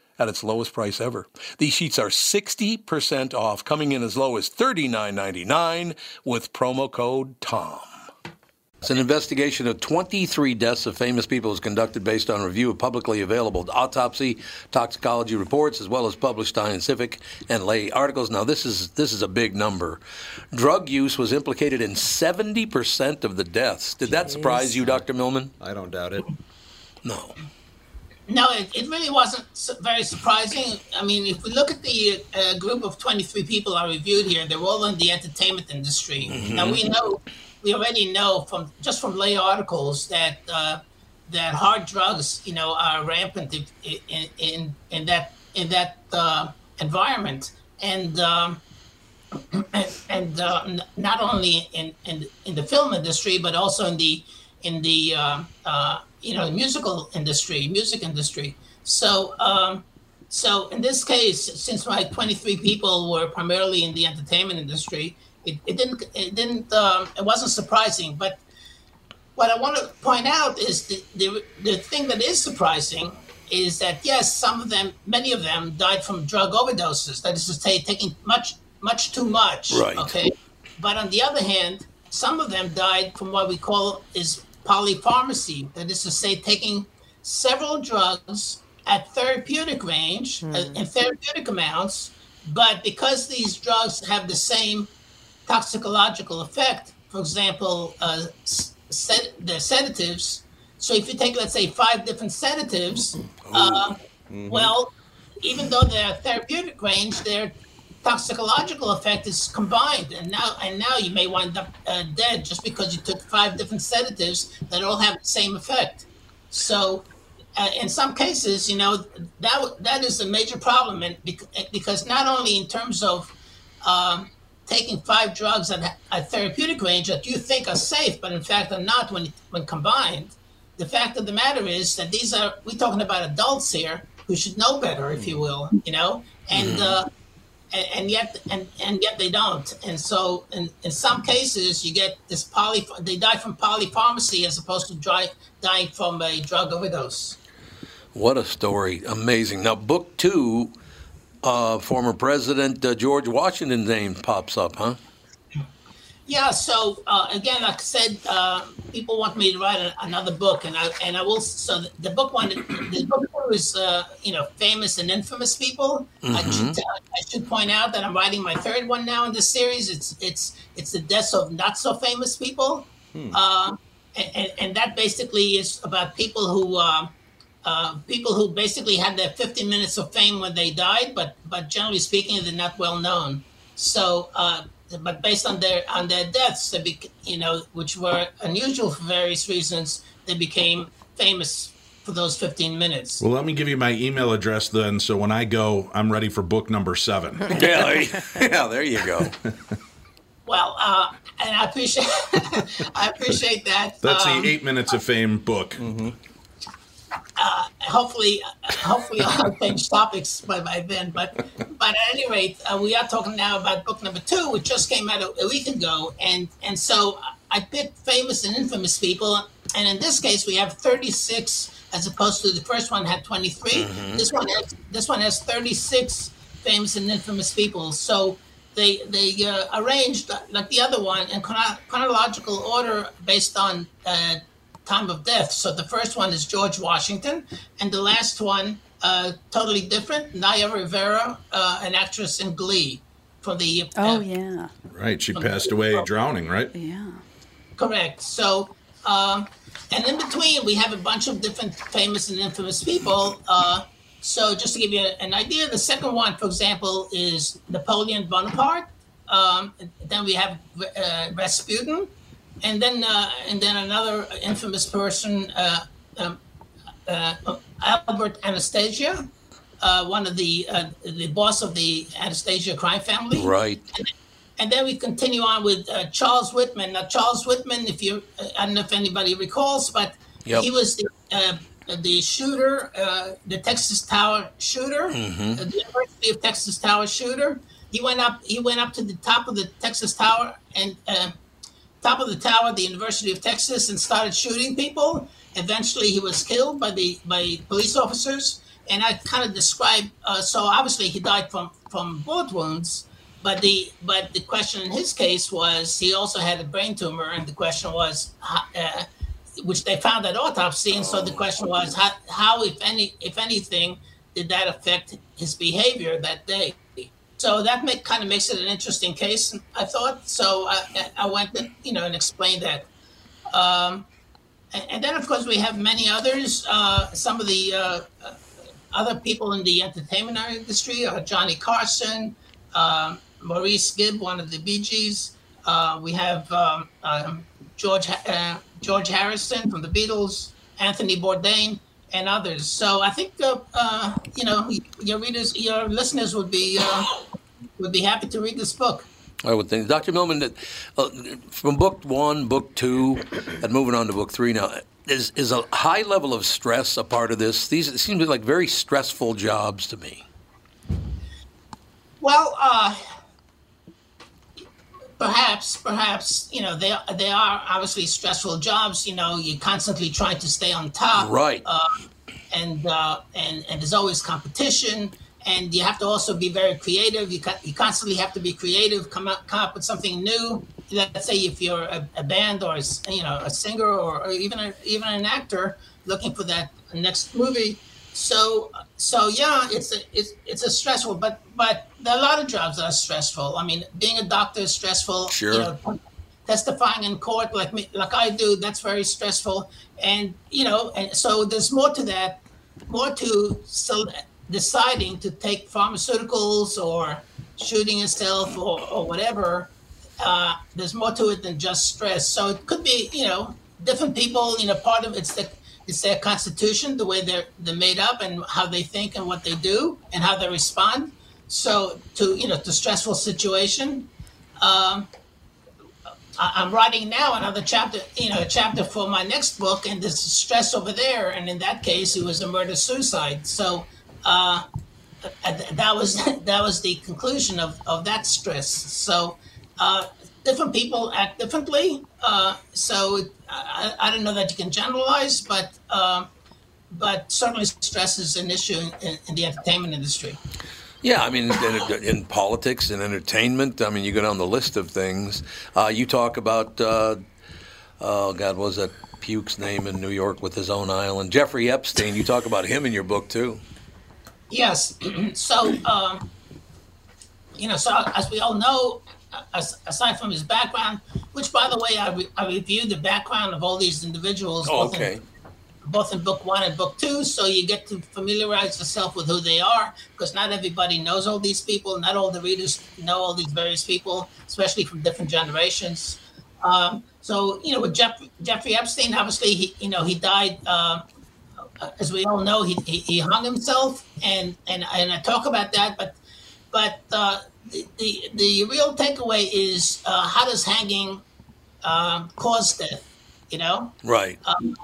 Speaker 1: at its lowest price ever. These sheets are 60% off, coming in as low as $39.99 with promo code TOM. It's an investigation of 23 deaths of famous people is conducted based on review of publicly available autopsy, toxicology reports, as well as published scientific and lay articles. Now, this is this is a big number. Drug use was implicated in 70% of the deaths. Did that surprise you, Dr. Millman?
Speaker 4: I don't doubt it.
Speaker 1: No.
Speaker 6: No, it, it really wasn't su- very surprising. I mean, if we look at the uh, group of 23 people I reviewed here, they're all in the entertainment industry.
Speaker 11: Mhm.
Speaker 6: Now we know, we already know from just from lay articles that uh, that hard drugs, you know, are rampant in in, in, in that in that uh, environment, and um, and, and uh, n- not only in, in in the film industry, but also in the in the uh, uh, you know musical industry, music industry. So um, so in this case, since my 23 people were primarily in the entertainment industry, it, it didn't it didn't um, it wasn't surprising. But what I want to point out is the, the the thing that is surprising is that yes, some of them, many of them, died from drug overdoses. That is to say, taking much much too much.
Speaker 11: Right.
Speaker 6: Okay. But on the other hand, some of them died from what we call is polypharmacy. That is to say, taking several drugs at therapeutic range uh, and therapeutic amounts, but because these drugs have the same toxicological effect, for example, uh, s- sed- the sedatives. So if you take, let's say, five different sedatives, uh, well, even though they're therapeutic range, their toxicological effect is combined, and now and now you may wind up uh, dead just because you took five different sedatives that all have the same effect. So, uh, in some cases, you know that that is a major problem, and bec- because not only in terms of um, taking five drugs at a therapeutic range that you think are safe, but in fact are not when when combined. The fact of the matter is that these are we're talking about adults here who should know better, if you will, you know, and uh, and, and yet and, and yet they don't. And so in, in some cases you get this poly they die from polypharmacy as opposed to dry, dying from a drug overdose.
Speaker 1: What a story. Amazing. Now, book two, uh, former President uh, George Washington's name pops up, huh?
Speaker 6: Yeah. So uh, again, like I said, uh, people want me to write a, another book, and I and I will. So the, the book one, the book one is uh, you know famous and infamous people. I, should, uh,
Speaker 11: Mhm.
Speaker 6: I should point out that I'm writing my third one now in this series. It's it's it's the deaths of not so famous people,
Speaker 11: Hmm.
Speaker 6: uh, and, and and that basically is about people who. Uh, uh, people who basically had their 50 minutes of fame when they died, but but generally speaking, they're not well known. So, uh, but based on their on their deaths, they bec you know, which were unusual for various reasons, they became famous for those 15 minutes.
Speaker 2: Well, let me give you my email address then, so when I go, I'm ready for book number seven.
Speaker 6: Yeah,
Speaker 1: yeah, there you go.
Speaker 6: Well, uh, and I appreciate I appreciate that.
Speaker 2: That's
Speaker 6: Um,
Speaker 2: the eight minutes of fame book.
Speaker 1: Mm-hmm.
Speaker 6: uh, hopefully, hopefully I'll change topics by, by then. But but at any rate, uh, we are talking now about book number two, which just came out a, a week ago, and and so I picked famous and infamous people, and in this case, we have 36 as opposed to the first one had 23.
Speaker 9: Mhm.
Speaker 6: This one has this one has 36 famous and infamous people. So they they uh, arranged uh, like the other one in chrono- chronological order based on uh, time of death. So the first one is George Washington, and the last one uh, totally different. Naya Rivera, uh, an actress in Glee, for the uh,
Speaker 12: Oh yeah.
Speaker 2: Right. She passed away drowning, right?
Speaker 12: Yeah.
Speaker 6: Correct. So, um, and in between, we have a bunch of different famous and infamous people. Uh, so, just to give you an idea, the second one, for example, is Napoleon Bonaparte. Um, then we have uh, Rasputin, and then uh, and then another infamous person, uh, um, uh, Albert Anastasia, uh, one of the uh, the boss of the Anastasia crime family.
Speaker 1: Right.
Speaker 6: And then we continue on with uh, Charles Whitman. Now, Charles Whitman, if you, uh, I don't know if anybody recalls, but
Speaker 1: Yep.
Speaker 6: he was the, uh, the shooter, uh, the Texas Tower shooter,
Speaker 1: Mhm.
Speaker 6: uh, the University of Texas Tower shooter. He went up. He went up to the top of the Texas Tower and uh, top of the tower, the University of Texas, and started shooting people. Eventually, he was killed by the by police officers. And I kind of described. Uh, so obviously, he died from from bullet wounds. But the but the question in his case was he also had a brain tumor, and the question was, ho- uh, which they found at autopsy, and so the question was how, how if any if anything did that affect his behavior that day. So that make, kind of makes it an interesting case, I thought. So I, I went, you know, and explained that. Um, and, and then, of course, we have many others. Uh, some of the uh, uh, other people in the entertainment industry are Johnny Carson, um Maurice Gibb, one of the Bee Gees. Uh, we have um, um, George Ha- uh, George Harrison from the Beatles, Anthony Bourdain, and others. So I think uh, uh, you know your readers, your listeners would be uh, would be happy to read this book.
Speaker 1: I would think, Doctor Millman, that, uh, from book one, book two, and moving on to book three now, is is a high level of stress a part of this? These it seems like very stressful jobs to me.
Speaker 6: Well, uh, perhaps, perhaps you know they they are obviously stressful jobs. You know, you're constantly trying to stay on top,
Speaker 1: Right.
Speaker 6: Uh, and uh, and and there's always competition, and you have to also be very creative. You co- you constantly have to be creative, come up come up with something new. Let's say if you're a, a band or a s you know a singer or, or even a, even an actor looking for that next movie. So so yeah, it's a it's it's a stressful, but but there are a lot of jobs that are stressful. I mean, being a doctor is stressful.
Speaker 9: Sure.
Speaker 6: You know, testifying in court like me like I do, that's very stressful. And you know, and so there's more to that, more to so deciding to take pharmaceuticals or shooting yourself or, or whatever. Uh, there's more to it than just stress. So it could be, you know, different people. You know, part of it's the it's their constitution, the way they're they're made up, and how they think, and what they do, and how they respond. So to you know, to stressful situation. Um, I- I'm writing now another chapter, you know, a chapter for my next book, and there's stress over there. And in that case, it was a murder suicide. So uh, uh, th- that was that was the conclusion of, of that stress. So uh, different people act differently. Uh, so it, I, I I don't know that you can generalize, but uh, but certainly stress is an issue in, in the entertainment industry.
Speaker 1: Yeah, I mean, in, in politics and entertainment, I mean, you go down the list of things. Uh, you talk about, uh, oh God, what was that Puke's name in New York with his own island? Jeffrey Epstein. You talk about him in your book too.
Speaker 6: Yes. so, um, you know, so as we all know, as, aside from his background, which by the way, I, re- I reviewed the background of all these individuals,
Speaker 1: Oh,
Speaker 6: both,
Speaker 1: okay.
Speaker 6: in, both in book one and book two, so you get to familiarize yourself with who they are, because not everybody knows all these people, not all the readers know all these various people, especially from different generations. Um, so, you know, with Jeff, Jeffrey Epstein, obviously, he, you know, he died. Uh, as we all know, he, he, he hung himself, and, and and I talk about that. But but uh, the, the the real takeaway is uh, how does hanging um, cause death? You know,
Speaker 1: Right.
Speaker 6: um,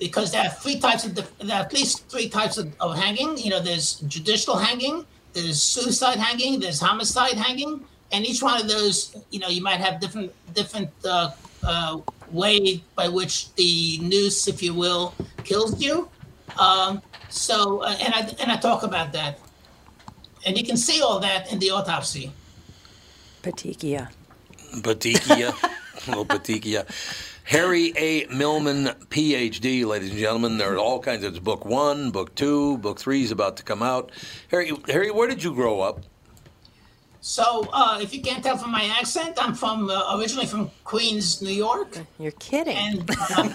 Speaker 6: because there are three types of def- there are at least three types of, of hanging. You know, there's judicial hanging, there's suicide hanging, there's homicide hanging, and each one of those, you know, you might have different different uh, uh, way by which the noose, if you will, kills you. Um, so, uh, and I and I talk about that, and you can see all that in the autopsy.
Speaker 12: Patikia.
Speaker 1: Batikia. little Batikia. Harry A. Millman, PhD, ladies and gentlemen. There are all kinds of it's book one, book two, book three is about to come out. Harry, Harry, where did you grow up?
Speaker 6: So, uh, if you can't tell from my accent, I'm from uh, originally from Queens, New York. You're kidding. And, uh,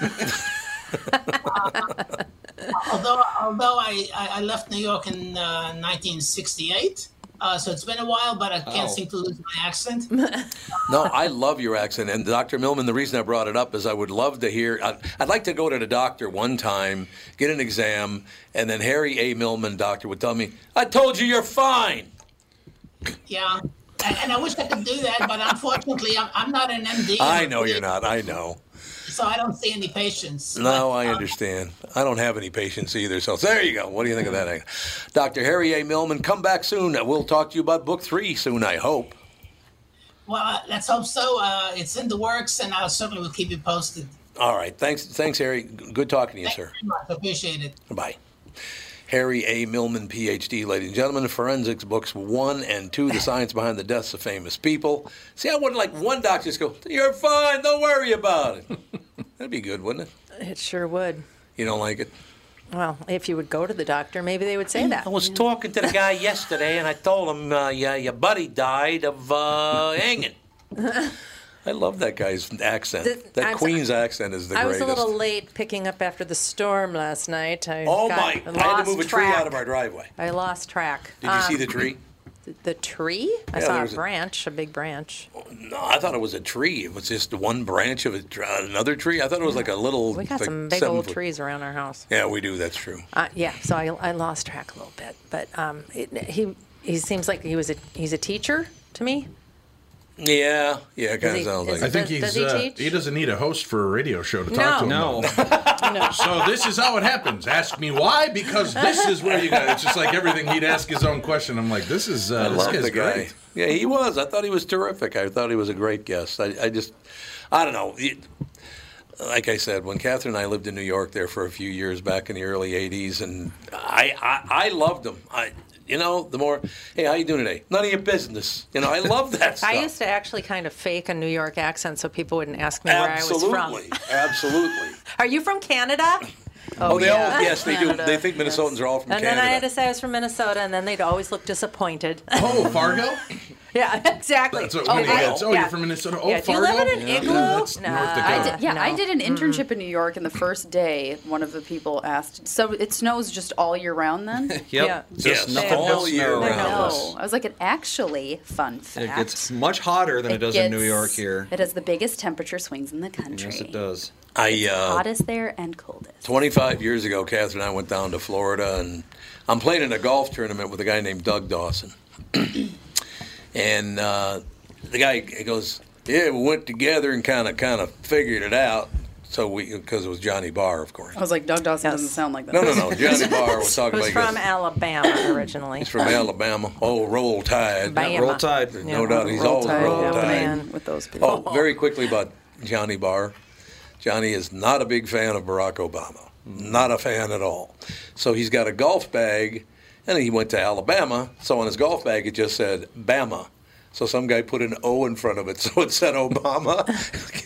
Speaker 6: although although I, I I left New York in uh, 1968, uh, so it's been a while, but I
Speaker 1: Wow.
Speaker 6: can't seem to lose my accent.
Speaker 1: No, I love your accent. And Dr. Millman, the reason I brought it up is I would love to hear. I'd, I'd like to go to the doctor one time, get an exam, and then Harry A. Millman, doctor, would tell me, I told you you're fine.
Speaker 6: yeah. And, and I wish I could do that, but unfortunately, I'm, I'm not an MD.
Speaker 1: I know you're not. I know.
Speaker 6: So I don't see any patients.
Speaker 1: No, I understand. I don't have any patience either. So there you go. What do you think of that? Dr. Harry A. Millman, come back soon. We'll talk to you about book three soon, I hope.
Speaker 6: Well, uh, let's hope so. Uh, it's in the works, and I certainly will keep you posted.
Speaker 1: All right. Thanks, thanks, Harry. G- Good talking to you, sir.
Speaker 6: Very much. Appreciate it.
Speaker 1: Bye. Harry A. Millman, PhD, ladies and gentlemen, Forensics Books 1 and 2, The Science Behind the Deaths of Famous People. See, I wouldn't like one doctor just go, You're fine, don't worry about it. That'd be good, wouldn't it?
Speaker 11: It sure would.
Speaker 1: You don't like it?
Speaker 11: Well, if you would go to the doctor, maybe they would say that.
Speaker 13: I was talking to the guy yesterday, and I told him, uh, yeah, your buddy died of uh, hanging.
Speaker 1: I love that guy's accent.
Speaker 11: The-
Speaker 1: that
Speaker 11: I'm so-
Speaker 1: Queen's accent is the
Speaker 11: I was
Speaker 1: greatest.
Speaker 11: a little late picking up after the storm last night. I
Speaker 1: oh,
Speaker 11: got-
Speaker 1: my.
Speaker 11: I
Speaker 1: I had
Speaker 11: lost
Speaker 1: to move a
Speaker 11: track.
Speaker 1: tree out of our driveway.
Speaker 11: I lost track.
Speaker 1: Did you see
Speaker 11: Um,
Speaker 1: the tree?
Speaker 11: th- The tree? I
Speaker 1: Yeah,
Speaker 11: saw
Speaker 1: there
Speaker 11: a
Speaker 1: was a- Oh,
Speaker 11: branch, a big branch.
Speaker 1: No, I thought it was a tree. It was just one branch of a, tr- another tree. I thought it was like a little.
Speaker 11: We got
Speaker 1: like
Speaker 11: some big
Speaker 1: seven
Speaker 11: old
Speaker 1: foot-
Speaker 11: trees around our house.
Speaker 1: Yeah, we do. That's true.
Speaker 11: Uh, yeah, so I, I lost track a little bit, but um, it, he he seems like he was a he's a teacher to me.
Speaker 1: Yeah, yeah, it
Speaker 11: Does
Speaker 1: kind of
Speaker 11: he-
Speaker 1: sounds like.
Speaker 11: is-
Speaker 2: I think
Speaker 11: does-
Speaker 2: he's
Speaker 11: does he
Speaker 2: uh,
Speaker 11: teach?
Speaker 2: he doesn't need a host for a radio show to talk
Speaker 4: No.
Speaker 2: to him. No. so this is how it happens. Ask me why because this is where you got. It's just like everything. He'd ask his own question. I'm like, this is. Uh,
Speaker 1: I
Speaker 2: this
Speaker 1: love
Speaker 2: guy's
Speaker 1: the guy.
Speaker 2: Great.
Speaker 1: Yeah, he was. I thought he was terrific. I thought he was a great guest. I, I just, I don't know. It- like I said, when Catherine and I lived in New York there for a few years back in the early '80s, and I, I, I loved him. I, you know, the more, hey, how you doing today? None of your business. You know, I love that stuff.
Speaker 11: I used to actually kind of fake a New York accent so people wouldn't ask me
Speaker 1: absolutely,
Speaker 11: where I was from.
Speaker 1: absolutely.
Speaker 11: Are you from Canada?
Speaker 1: Oh, they
Speaker 11: yeah.
Speaker 1: all yes, they do.
Speaker 11: Canada,
Speaker 1: They think Minnesotans are all from
Speaker 11: and
Speaker 1: Canada.
Speaker 11: then I had to say I was from Minnesota, and then they'd always look disappointed.
Speaker 2: Oh, Fargo?
Speaker 11: yeah, exactly.
Speaker 2: That's what when he
Speaker 11: I-
Speaker 2: gets, oh,
Speaker 11: yeah.
Speaker 2: you're from Minnesota. Oh,
Speaker 11: Yeah, do you
Speaker 2: Fargo.
Speaker 11: live in an
Speaker 2: Yeah,
Speaker 11: igloo?
Speaker 2: that's
Speaker 11: Nah,
Speaker 2: North
Speaker 3: I
Speaker 2: Dakota.
Speaker 3: did, yeah, I
Speaker 12: No.
Speaker 3: did an internship in New York, and the first day, one of the people asked, "So it snows just all year round, then?"
Speaker 4: Yep. Just
Speaker 3: Yeah.
Speaker 4: Yes. nothing but
Speaker 3: All
Speaker 4: snow
Speaker 3: year
Speaker 4: around
Speaker 3: No.
Speaker 4: us.
Speaker 3: I was like, "It actually, fun fact,
Speaker 4: It gets much hotter than it, does in New
Speaker 3: gets-
Speaker 4: York here.
Speaker 3: It has the biggest temperature swings in the country.
Speaker 4: Yes, it does.
Speaker 1: I
Speaker 4: Oh.
Speaker 1: uh,
Speaker 3: Hottest there and coldest.
Speaker 1: 25 years ago, Catherine and I went down to Florida, and I'm playing in a golf tournament with a guy named Doug Dawson. and uh, the guy he goes, "Yeah, we went together and kind of kind of figured it out." So we, because it was Johnny Barr, of course.
Speaker 3: I was like, Doug Dawson doesn't sound like that.
Speaker 1: No, no, no. Johnny Barr was talking about.
Speaker 11: Who's
Speaker 1: he
Speaker 11: from
Speaker 1: goes,
Speaker 11: Alabama originally?
Speaker 1: He's from Alabama. Oh, Roll Tide.
Speaker 11: Bama. Roll Tide.
Speaker 1: There's
Speaker 11: Yeah.
Speaker 1: No doubt. He's
Speaker 11: Roll
Speaker 1: always
Speaker 11: Tide,
Speaker 1: Roll
Speaker 11: yeah.
Speaker 1: Tide.
Speaker 11: Man,
Speaker 3: with those
Speaker 1: people. Oh, very quickly about Johnny Barr. Johnny is not a big fan of Barack Obama.
Speaker 11: Mm-hmm.
Speaker 1: Not a fan at all. So he's got a golf bag, and he went to Alabama. So on his golf bag, it just said Bama. So some guy put an O in front of it, so it said Obama.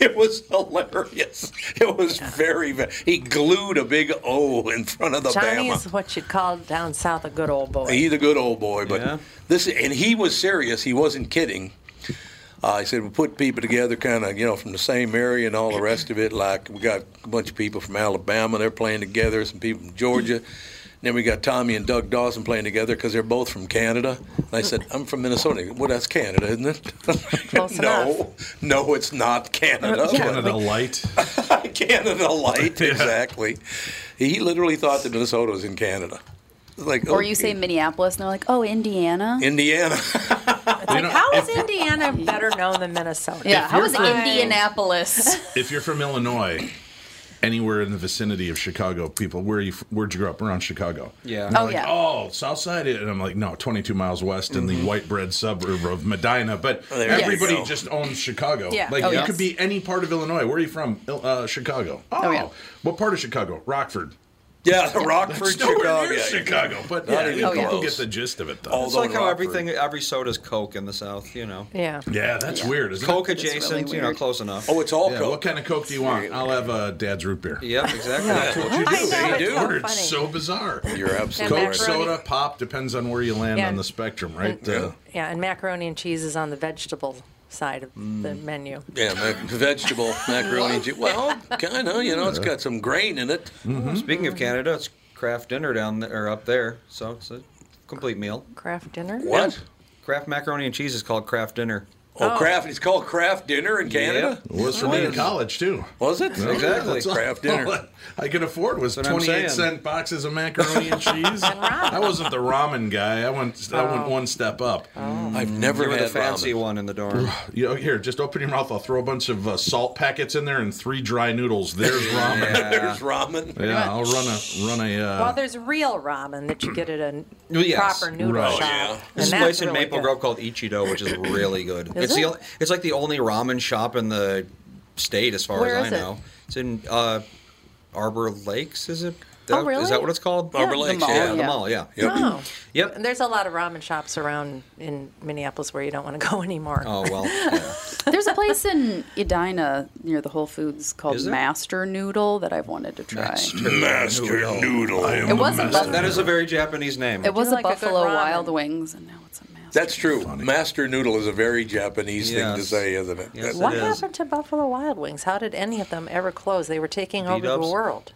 Speaker 1: it was hilarious. It was very, very. He glued a big O in front of the
Speaker 11: Johnny
Speaker 1: Bama.
Speaker 11: is what you'd call down south a good old boy.
Speaker 1: He's a good old boy, but this and he was serious. He wasn't kidding. Uh, he said we put people together, kind of you know, from the same area and all the rest of it. Like we got a bunch of people from Alabama, they're playing together. Some people from Georgia. And then we got Tommy and Doug Dawson playing together because they're both from Canada. And I said, I'm from Minnesota. He goes, Well, that's Canada, isn't it?
Speaker 11: Close
Speaker 1: no, no, it's not Canada.
Speaker 2: Canada Light.
Speaker 1: Canada Light, exactly. He literally thought that Minnesota was in Canada. Like,
Speaker 3: Or you
Speaker 1: okay.
Speaker 3: say Minneapolis, and they're like, "Oh, Indiana."
Speaker 1: Indiana.
Speaker 11: How is Indiana better known than Minnesota?
Speaker 3: Yeah, how is
Speaker 11: I-
Speaker 3: Indianapolis?
Speaker 2: If you're from Illinois anywhere in the vicinity of Chicago, people, where you, f- where'd you grow up? Around Chicago.
Speaker 4: Yeah.
Speaker 2: And they're
Speaker 4: Oh,
Speaker 2: like,
Speaker 4: yeah.
Speaker 2: Oh, South Side. And I'm like, no, 22 miles west in the
Speaker 4: Mhm.
Speaker 2: white bread suburb of Medina. But
Speaker 4: Oh, there you
Speaker 2: everybody
Speaker 4: go.
Speaker 2: just owns Chicago.
Speaker 4: Yeah.
Speaker 2: Like
Speaker 4: Oh,
Speaker 2: you
Speaker 4: yes.
Speaker 2: could be any part of Illinois. Where are you from? Il- Uh, Chicago. Oh, what part of Chicago? Rockford.
Speaker 1: Yeah,
Speaker 2: That's
Speaker 1: Rockford,
Speaker 2: nowhere
Speaker 1: Chicago.
Speaker 2: near
Speaker 1: Yeah, yeah.
Speaker 2: Chicago, but
Speaker 1: Not
Speaker 2: yeah,
Speaker 1: even
Speaker 2: people
Speaker 1: close.
Speaker 2: get the gist of it though.
Speaker 4: it's like how everything, every soda's Coke in the South, you know.
Speaker 11: Yeah.
Speaker 2: Yeah, that's
Speaker 4: Yeah.
Speaker 2: weird. Isn't
Speaker 4: Coke
Speaker 2: it?
Speaker 4: adjacent, you know, close enough.
Speaker 1: Oh, it's all
Speaker 2: Yeah,
Speaker 4: Coke.
Speaker 2: What kind of Coke do you want? I'll have uh, Dad's root beer.
Speaker 4: Yep, exactly.
Speaker 2: That's what you do.
Speaker 4: I know,
Speaker 2: They
Speaker 4: it's
Speaker 2: do.
Speaker 4: so
Speaker 2: Order. It's
Speaker 4: funny.
Speaker 2: so bizarre.
Speaker 1: You're
Speaker 11: absolutely
Speaker 2: Coke,
Speaker 11: right.
Speaker 2: soda, pop depends on where you land
Speaker 11: Yeah.
Speaker 2: on the spectrum, right?
Speaker 4: Mm-hmm.
Speaker 2: Uh,
Speaker 11: Yeah, and macaroni and cheese is on the vegetable side of
Speaker 2: Mm.
Speaker 11: the menu.
Speaker 1: Yeah, mac- vegetable macaroni. and cheese. Well, kind of. You know, it's got some grain in it.
Speaker 2: Mm-hmm.
Speaker 4: Speaking of Canada, it's craft dinner down there, or up there, so it's a complete meal.
Speaker 11: Craft dinner?
Speaker 4: What? Craft macaroni and cheese is called craft dinner.
Speaker 1: Oh, craft. It's called craft dinner in Canada.
Speaker 4: It was for me in
Speaker 2: college too.
Speaker 1: Was it
Speaker 2: Yeah,
Speaker 1: exactly
Speaker 2: that's all-
Speaker 1: craft dinner?
Speaker 2: I can afford was
Speaker 1: That's what I'm
Speaker 2: 28
Speaker 1: saying.
Speaker 2: cent boxes of macaroni and cheese. I wasn't the ramen guy. I went I went
Speaker 4: Oh.
Speaker 2: one step up.
Speaker 1: I've never
Speaker 4: you were
Speaker 1: had
Speaker 4: the fancy
Speaker 1: ramen.
Speaker 4: one in the dorm.
Speaker 2: You know, here, just open your mouth. I'll throw a bunch of uh, salt packets in there and three dry noodles. There's ramen.
Speaker 4: Yeah.
Speaker 1: There's ramen.
Speaker 2: Yeah, I'll run a run a. Uh,
Speaker 11: well, there's real ramen that you get at a
Speaker 4: Well, yes.
Speaker 11: proper noodle shop.
Speaker 4: There's a
Speaker 11: and that's
Speaker 4: place in
Speaker 11: really
Speaker 4: Maple
Speaker 11: good.
Speaker 4: Grove called Ichido, which is really good.
Speaker 11: Is
Speaker 4: it's
Speaker 11: it?
Speaker 4: the only, it's like the only ramen shop in the state, as far
Speaker 11: Where
Speaker 4: as
Speaker 11: is
Speaker 4: I
Speaker 11: it?
Speaker 4: know. It's in uh, Arbor Lakes, is it? That-
Speaker 11: Oh, really?
Speaker 4: Is that what it's called?
Speaker 11: Yeah, Arbor the Lakes, mall,
Speaker 4: the
Speaker 11: yeah.
Speaker 4: mall, yeah.
Speaker 11: Oh.
Speaker 4: Yep.
Speaker 11: And there's a lot of ramen shops around in Minneapolis where you don't want to go anymore.
Speaker 4: Oh well.
Speaker 3: There's a place in Edina near the Whole Foods
Speaker 4: Is
Speaker 3: called
Speaker 4: there?
Speaker 3: Master Noodle that I've wanted to try.
Speaker 1: Master Noodle.
Speaker 3: am It was a the master.
Speaker 4: That is a very Japanese name.
Speaker 3: It was
Speaker 11: like
Speaker 3: a
Speaker 11: a good
Speaker 3: Buffalo
Speaker 11: ramen.
Speaker 3: Wild Wings, and now it's
Speaker 1: That's true. Master noodle is a very Japanese thing to say, isn't it? That-
Speaker 11: what happened to Buffalo Wild Wings? How did any of them ever close? They were taking over the
Speaker 4: B-dubs?
Speaker 11: world.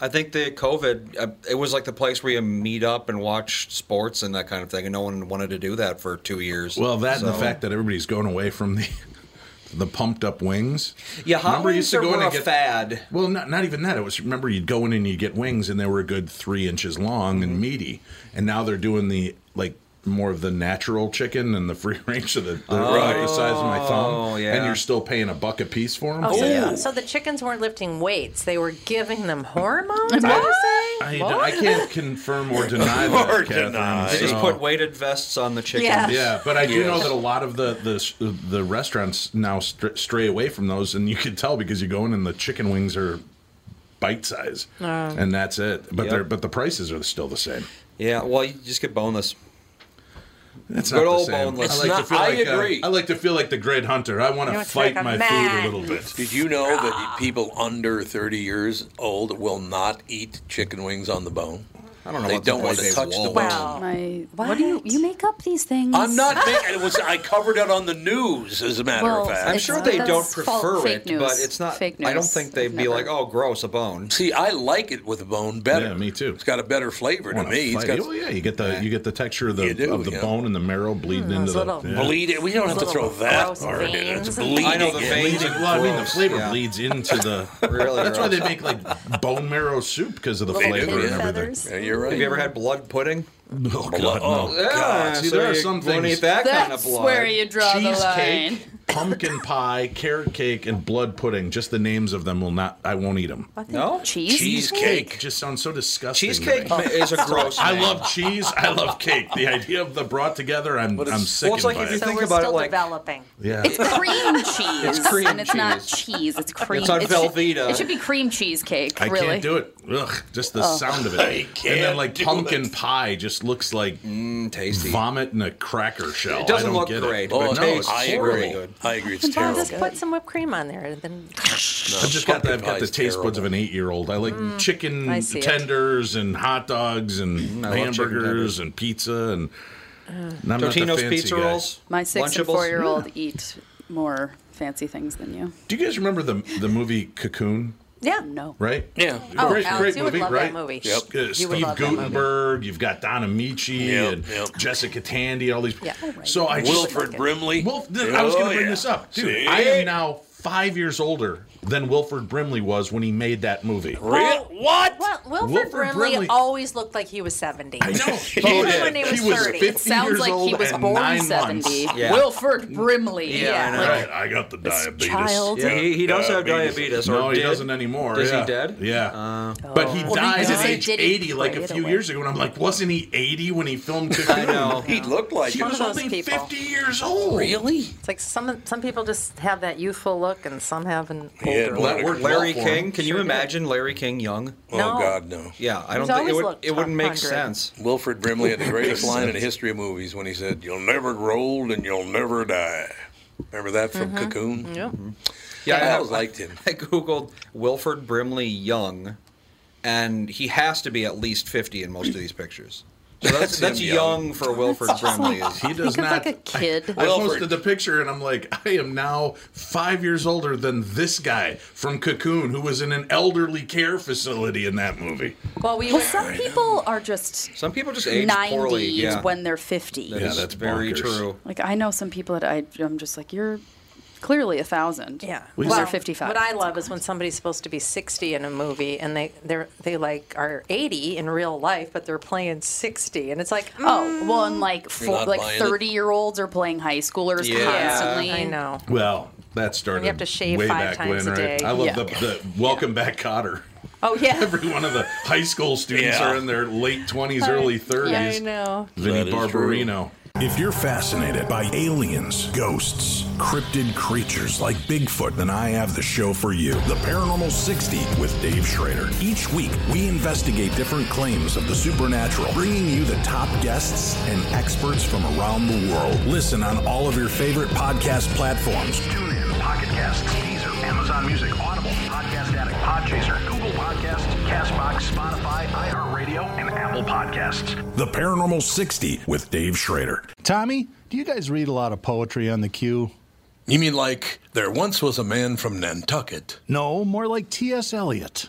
Speaker 4: I think the COVID, uh, it was like the place where you meet up and watch sports and that kind of thing, and no one wanted to do that for two years.
Speaker 2: Well, that and the
Speaker 4: So-
Speaker 2: fact that everybody's going away from the the pumped up wings.
Speaker 4: Yeah, hot
Speaker 2: Remember you
Speaker 4: wings
Speaker 2: used to
Speaker 4: are-
Speaker 2: go in
Speaker 4: were
Speaker 2: and
Speaker 4: a
Speaker 2: get-
Speaker 4: fad.
Speaker 2: Well, not not even that. It was remember you'd go in and you'd get wings and they were a good three inches long
Speaker 4: Mm-hmm.
Speaker 2: and meaty. And now they're doing the like more of the natural chicken and the free range of the, the,
Speaker 4: Oh,
Speaker 2: the size of my thumb.
Speaker 4: yeah.
Speaker 2: And you're still paying a buck a piece for them.
Speaker 11: Oh, so, so the chickens weren't lifting weights; they were giving them hormones. What?
Speaker 2: I-
Speaker 11: are you saying?
Speaker 2: I,
Speaker 11: What?
Speaker 2: I can't confirm or deny that.
Speaker 4: Or
Speaker 2: Catherine,
Speaker 4: deny. They just
Speaker 2: so-
Speaker 4: put weighted vests on the chickens.
Speaker 2: Yeah, but I do
Speaker 4: Yes.
Speaker 2: know that a lot of the the, the restaurants now str- stray away from those, and you can tell because you go in and the chicken wings are bite size,
Speaker 4: Oh.
Speaker 2: and that's it. But
Speaker 4: Yep.
Speaker 2: they're but the prices are still the same.
Speaker 4: Yeah, well, you just get boneless.
Speaker 2: It's
Speaker 4: Good
Speaker 2: not
Speaker 4: old
Speaker 2: the same.
Speaker 4: boneless. It's
Speaker 2: I, like to
Speaker 4: not-
Speaker 2: feel
Speaker 4: I
Speaker 2: like, uh,
Speaker 4: agree.
Speaker 2: I like to feel like the great hunter. I want
Speaker 4: You
Speaker 2: to
Speaker 4: know, it's
Speaker 2: fight
Speaker 4: like a
Speaker 2: my food a
Speaker 4: man.
Speaker 2: little bit.
Speaker 1: Did you know that the people under 30 years old will not eat chicken wings on the bone? I
Speaker 4: don't know
Speaker 1: They
Speaker 4: what the
Speaker 1: don't want
Speaker 4: boy
Speaker 1: to
Speaker 4: says,
Speaker 1: touch the
Speaker 4: whoa.
Speaker 1: bone.
Speaker 3: Wow. My, what? do you you make up these things?
Speaker 1: I'm not making it. Was I covered it on the news? As a matter
Speaker 3: Well,
Speaker 1: of fact,
Speaker 4: I'm
Speaker 3: It's-
Speaker 4: sure they
Speaker 3: that's
Speaker 4: don't
Speaker 3: fault-
Speaker 4: prefer
Speaker 3: fake
Speaker 4: it,
Speaker 3: news.
Speaker 4: but it's not.
Speaker 3: Fake
Speaker 4: I don't
Speaker 3: news.
Speaker 4: think they'd
Speaker 3: I've
Speaker 4: be
Speaker 3: never-
Speaker 4: like, "Oh, gross, a bone."
Speaker 1: See, I like it with a bone better.
Speaker 2: Yeah, me too.
Speaker 1: It's got a better flavor to
Speaker 2: Wanna
Speaker 1: me. It's
Speaker 2: fight.
Speaker 1: got
Speaker 2: oh yeah, you get the you get the texture of the
Speaker 1: You do,
Speaker 2: of the
Speaker 1: yeah.
Speaker 2: bone and the marrow
Speaker 3: Hmm,
Speaker 2: bleeding into the yeah.
Speaker 1: bleed it. We don't have to throw that part in. It's bleeding.
Speaker 2: I know the
Speaker 1: it.
Speaker 2: veins. Well, I mean, the flavor bleeds into the.
Speaker 4: Really
Speaker 2: That's why
Speaker 4: gross.
Speaker 2: they make like bone marrow soup because of the
Speaker 4: Little
Speaker 2: flavor
Speaker 4: pig
Speaker 2: and
Speaker 4: feathers.
Speaker 2: everything.
Speaker 4: Yeah, you're right. Have you ever had blood pudding?
Speaker 2: Oh
Speaker 4: Blood-
Speaker 2: god,
Speaker 4: oh,
Speaker 2: no.
Speaker 4: God.
Speaker 2: See,
Speaker 4: So
Speaker 2: there are
Speaker 4: you
Speaker 2: some
Speaker 4: won't
Speaker 2: things.
Speaker 4: eat that kind of That's blood. where
Speaker 3: you draw the
Speaker 2: Cheesecake,
Speaker 3: line.
Speaker 2: pumpkin pie, carrot cake, and blood pudding. Just the names of them will not. I won't eat them.
Speaker 3: What the- No? cheesecake?
Speaker 2: Cheesecake just sounds so disgusting. to
Speaker 4: Cheesecake
Speaker 2: me.
Speaker 4: is a gross
Speaker 2: I
Speaker 4: name.
Speaker 2: love cheese. I love cake. The idea of the brought together, I'm I'm sick.
Speaker 4: well, it's like
Speaker 2: by
Speaker 4: if you
Speaker 2: it.
Speaker 4: think So we're about it, still like-
Speaker 11: developing.
Speaker 2: Yeah.
Speaker 3: It's cream cheese.
Speaker 2: It's cream
Speaker 3: and it's not
Speaker 2: cheese.
Speaker 3: cheese. It's cream.
Speaker 2: on
Speaker 3: it
Speaker 2: Velveeta.
Speaker 3: Should, it should be cream cheesecake.
Speaker 2: I
Speaker 3: really.
Speaker 2: can't do it. Ugh, just the
Speaker 3: Oh.
Speaker 2: sound of it.
Speaker 3: I
Speaker 2: and
Speaker 4: can't
Speaker 2: then like
Speaker 4: do Mm,
Speaker 2: pumpkin pie just looks like
Speaker 4: tasty
Speaker 2: vomit in a cracker shell.
Speaker 4: It doesn't
Speaker 2: I don't
Speaker 4: look
Speaker 2: get
Speaker 4: great,
Speaker 2: It.
Speaker 4: but
Speaker 2: But
Speaker 4: it
Speaker 2: no,
Speaker 4: tastes
Speaker 2: it's
Speaker 4: really
Speaker 2: horrible.
Speaker 4: good.
Speaker 1: Oh, I agree.
Speaker 11: Come on, just put some whipped cream on there, and then
Speaker 2: I just got that got the
Speaker 1: pie's
Speaker 2: taste buds of an eight year old. I like
Speaker 11: Mm,
Speaker 2: chicken
Speaker 11: I see it.
Speaker 2: tenders and hot dogs and
Speaker 4: Mm, I love chicken
Speaker 2: hamburgers
Speaker 4: tenders.
Speaker 2: and pizza and. and I'm not the
Speaker 4: Totino's
Speaker 2: fancy
Speaker 4: pizza
Speaker 2: guy.
Speaker 4: rolls.
Speaker 3: My six
Speaker 4: Lunchables?
Speaker 3: and four year old eat more fancy things than you.
Speaker 2: Do you guys remember the the movie Cocoon?
Speaker 11: Yeah.
Speaker 3: No.
Speaker 2: Right?
Speaker 3: Yeah.
Speaker 11: Oh, Alex, you would love that movie.
Speaker 2: Yep.
Speaker 11: You
Speaker 2: Uh,
Speaker 11: would
Speaker 2: Steve
Speaker 11: love that movie.
Speaker 2: Gutenberg, you've got Don Amici
Speaker 1: Yep,
Speaker 2: and Jessica Tandy, all these.
Speaker 11: Yeah. Oh, right.
Speaker 2: So I just,
Speaker 1: Wilfred Brimley.
Speaker 2: Wolf, th- I was
Speaker 1: Oh,
Speaker 2: going to bring
Speaker 1: yeah.
Speaker 2: this up, dude.
Speaker 1: See?
Speaker 2: I am now five years older than Wilford Brimley was when he made that movie.
Speaker 1: Really?
Speaker 13: What?
Speaker 11: Well, Wilford,
Speaker 13: Wilford
Speaker 11: Brimley,
Speaker 13: Brimley-
Speaker 11: always looked like he was 70.
Speaker 13: I know. He
Speaker 11: Even
Speaker 13: did.
Speaker 11: when he was
Speaker 13: He was
Speaker 11: 30.
Speaker 13: 50
Speaker 3: Sounds
Speaker 13: years
Speaker 3: like he
Speaker 13: old
Speaker 3: was
Speaker 13: and
Speaker 3: born
Speaker 13: nine
Speaker 3: 70.
Speaker 13: months. Yeah.
Speaker 3: Wilford Brimley. Yeah.
Speaker 4: I know.
Speaker 3: like-
Speaker 2: I got the diabetes.
Speaker 3: child.
Speaker 4: Yeah, he, he does have diabetes. Or
Speaker 2: no, he
Speaker 4: did.
Speaker 2: doesn't anymore.
Speaker 4: Is
Speaker 2: yeah.
Speaker 4: he dead? Uh,
Speaker 2: Yeah. but he
Speaker 3: Oh.
Speaker 4: Well,
Speaker 2: died
Speaker 4: because
Speaker 2: at
Speaker 4: they
Speaker 2: age
Speaker 4: didn't
Speaker 2: 80 like
Speaker 4: put
Speaker 2: a
Speaker 4: it
Speaker 2: few
Speaker 4: away.
Speaker 2: years ago. And I'm like, wasn't he 80 when he filmed Cocoon? I know.
Speaker 1: he looked like
Speaker 2: he
Speaker 11: One
Speaker 2: was
Speaker 11: of those
Speaker 2: only
Speaker 11: people.
Speaker 2: 50 years old.
Speaker 11: It's like some some people just have that youthful look and some have an older
Speaker 4: Well,
Speaker 11: look.
Speaker 4: Larry King. Can you imagine Larry King young?
Speaker 11: Oh, No. God,
Speaker 1: no.
Speaker 4: Yeah, I don't
Speaker 11: He's
Speaker 4: think
Speaker 11: always
Speaker 4: it would.
Speaker 11: looked
Speaker 4: It wouldn't make
Speaker 11: 100.
Speaker 4: sense.
Speaker 1: Wilfred Brimley had the greatest
Speaker 4: Makes
Speaker 1: line in the
Speaker 4: sense.
Speaker 1: history of movies when he said, "You'll never grow old and you'll never die." Remember that from
Speaker 4: Mhm.
Speaker 1: Cocoon?
Speaker 11: Yep.
Speaker 4: Yeah,
Speaker 1: I
Speaker 4: I
Speaker 1: always
Speaker 4: have-
Speaker 1: liked him.
Speaker 4: I googled Wilford Brimley young, and he has to be at least fifty in most of these pictures. So that's,
Speaker 2: That's
Speaker 4: that's
Speaker 2: him
Speaker 4: young.
Speaker 2: young.
Speaker 4: for Wilford Brimley. Is
Speaker 2: He does not.
Speaker 3: kid.
Speaker 2: I posted the picture and I'm like, I am now five years older than this guy from Cocoon who was in an elderly care facility in that movie.
Speaker 3: Well, we some people are just
Speaker 4: Some people just
Speaker 2: age
Speaker 3: 90s
Speaker 2: poorly, yeah.
Speaker 3: when they're 50.
Speaker 2: That Yeah, is that's
Speaker 4: very
Speaker 2: bonkers.
Speaker 4: true.
Speaker 3: Like I know some people that I, I'm just like you're clearly a thousand.
Speaker 11: Yeah,
Speaker 3: well, they're 55.
Speaker 11: What I love is when somebody's supposed to be 60 in a movie and they they they like are 80 in real life, but they're playing 60, and it's like
Speaker 3: Oh, well, and like
Speaker 11: You're
Speaker 3: four,
Speaker 11: not
Speaker 3: like
Speaker 11: buying it?
Speaker 3: 30 year olds are playing high schoolers
Speaker 2: Yeah.
Speaker 3: constantly.
Speaker 2: I
Speaker 11: know.
Speaker 2: Well, that started
Speaker 11: to shave
Speaker 2: way
Speaker 11: five
Speaker 2: back
Speaker 11: times
Speaker 2: when,
Speaker 11: a
Speaker 2: right?
Speaker 11: day.
Speaker 2: I love
Speaker 11: Yeah.
Speaker 2: the, the Welcome Back Cotter.
Speaker 11: Oh yeah.
Speaker 2: Every one of the high school students
Speaker 8: Yeah.
Speaker 2: are in their late 20s,
Speaker 8: I-
Speaker 2: early
Speaker 8: I
Speaker 2: 30s.
Speaker 11: know.
Speaker 2: Vinnie Barbarino.
Speaker 8: If you're fascinated by aliens, ghosts, cryptid creatures like Bigfoot, then I have the show for you The Paranormal 60 with Dave Schrader. Each week, we investigate different claims of the supernatural, bringing you the top guests and experts from around the world. Listen on all of your favorite podcast platforms.
Speaker 9: Tune in, Pocket Cast, Deezer, Amazon Music, Audible, Podcast Addict, Podchaser, Google Podcast, Castbox, Spotify, iHeartRadio, and Apple Podcasts.
Speaker 8: The Paranormal 60 with Dave Schrader.
Speaker 14: Tommy, do you guys read a lot of poetry on the queue?
Speaker 1: You mean like there once was a man from Nantucket?
Speaker 14: No, more like T.S. Eliot.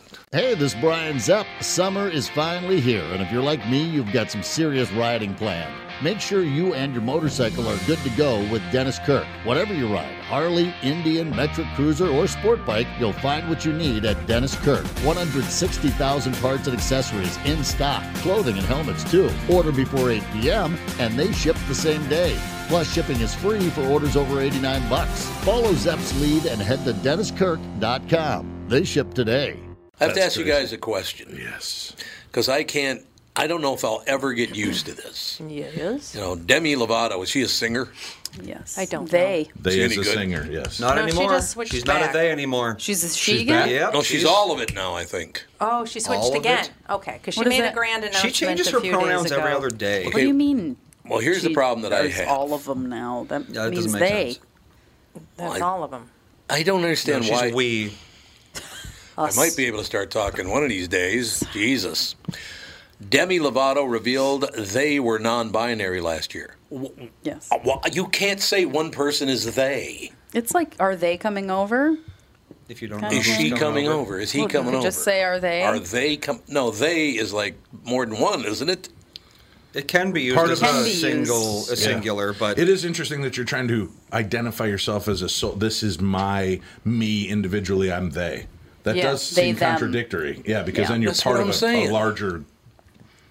Speaker 5: Hey, this is Brian Zepp. Summer is finally here, and if you're like me, you've got some serious riding planned. Make sure you and your motorcycle are good to go with Dennis Kirk. Whatever you ride Harley, Indian, Metric Cruiser, or Sport Bike you'll find what you need at Dennis Kirk. 160,000 parts and accessories in stock, clothing and helmets too. Order before 8 p.m., and they ship the same day. Plus, shipping is free for orders over 89 bucks. Follow Zepp's lead and head to DennisKirk.com. They ship today.
Speaker 1: I have to ask you guys a question. Yes. Because I can't, I don't know if I'll ever get used to this.
Speaker 11: Yes.
Speaker 1: You know, Demi Lovato, was she a singer?
Speaker 3: Yes.
Speaker 11: I don't.
Speaker 3: They.
Speaker 2: They
Speaker 4: She
Speaker 2: is
Speaker 4: any
Speaker 2: a
Speaker 4: good?
Speaker 2: singer, yes.
Speaker 4: Not
Speaker 11: No, she
Speaker 4: anymore.
Speaker 11: just switched
Speaker 4: she's not
Speaker 11: back.
Speaker 4: a they anymore.
Speaker 3: She's a
Speaker 11: she She's again? back?
Speaker 4: Yep,
Speaker 1: no, she's, all of it now. I think.
Speaker 11: Oh, she switched
Speaker 1: All of
Speaker 11: again.
Speaker 1: it?
Speaker 11: Okay, because she
Speaker 3: What is
Speaker 11: made a
Speaker 3: that?
Speaker 11: grand
Speaker 3: She
Speaker 11: announcement.
Speaker 4: changes
Speaker 11: a
Speaker 4: her
Speaker 11: few
Speaker 4: pronouns
Speaker 11: days ago.
Speaker 4: every other day.
Speaker 3: What do you mean?
Speaker 1: Well, here's the
Speaker 3: She
Speaker 1: problem that I
Speaker 3: does
Speaker 1: have.
Speaker 3: All of them now. That
Speaker 1: Yeah, that doesn't
Speaker 3: means
Speaker 1: make
Speaker 3: they.
Speaker 1: sense.
Speaker 11: That's
Speaker 1: Well, I-
Speaker 11: all of them.
Speaker 1: I don't understand
Speaker 4: No, she's
Speaker 1: why
Speaker 4: a we.
Speaker 1: I might be able to start talking one of these days. Jesus. Demi Lovato revealed they were non-binary last year.
Speaker 3: Yes.
Speaker 1: Well, you can't say one person is they.
Speaker 3: It's like, are they coming over?
Speaker 4: If you don't,
Speaker 3: Kind
Speaker 1: Is
Speaker 3: of
Speaker 1: she
Speaker 3: like-
Speaker 1: coming over? Is he
Speaker 3: Well, you
Speaker 1: coming
Speaker 3: could
Speaker 1: over?
Speaker 3: Just say, are they?
Speaker 1: Are they com- No, they is like more than one, isn't it?
Speaker 4: It can be used
Speaker 2: Part
Speaker 4: as
Speaker 2: of
Speaker 4: a
Speaker 2: it.
Speaker 4: single, a
Speaker 2: Yeah.
Speaker 4: singular, but
Speaker 2: It is interesting that you're trying to identify yourself as a soul. This is my me individually. I'm they. That
Speaker 3: Yeah,
Speaker 2: does
Speaker 3: they,
Speaker 2: seem
Speaker 3: them.
Speaker 2: contradictory. Yeah, because
Speaker 3: Yeah.
Speaker 2: then you're
Speaker 1: That's
Speaker 2: part
Speaker 1: what
Speaker 2: of
Speaker 1: I'm
Speaker 2: a, a
Speaker 1: saying.
Speaker 2: larger.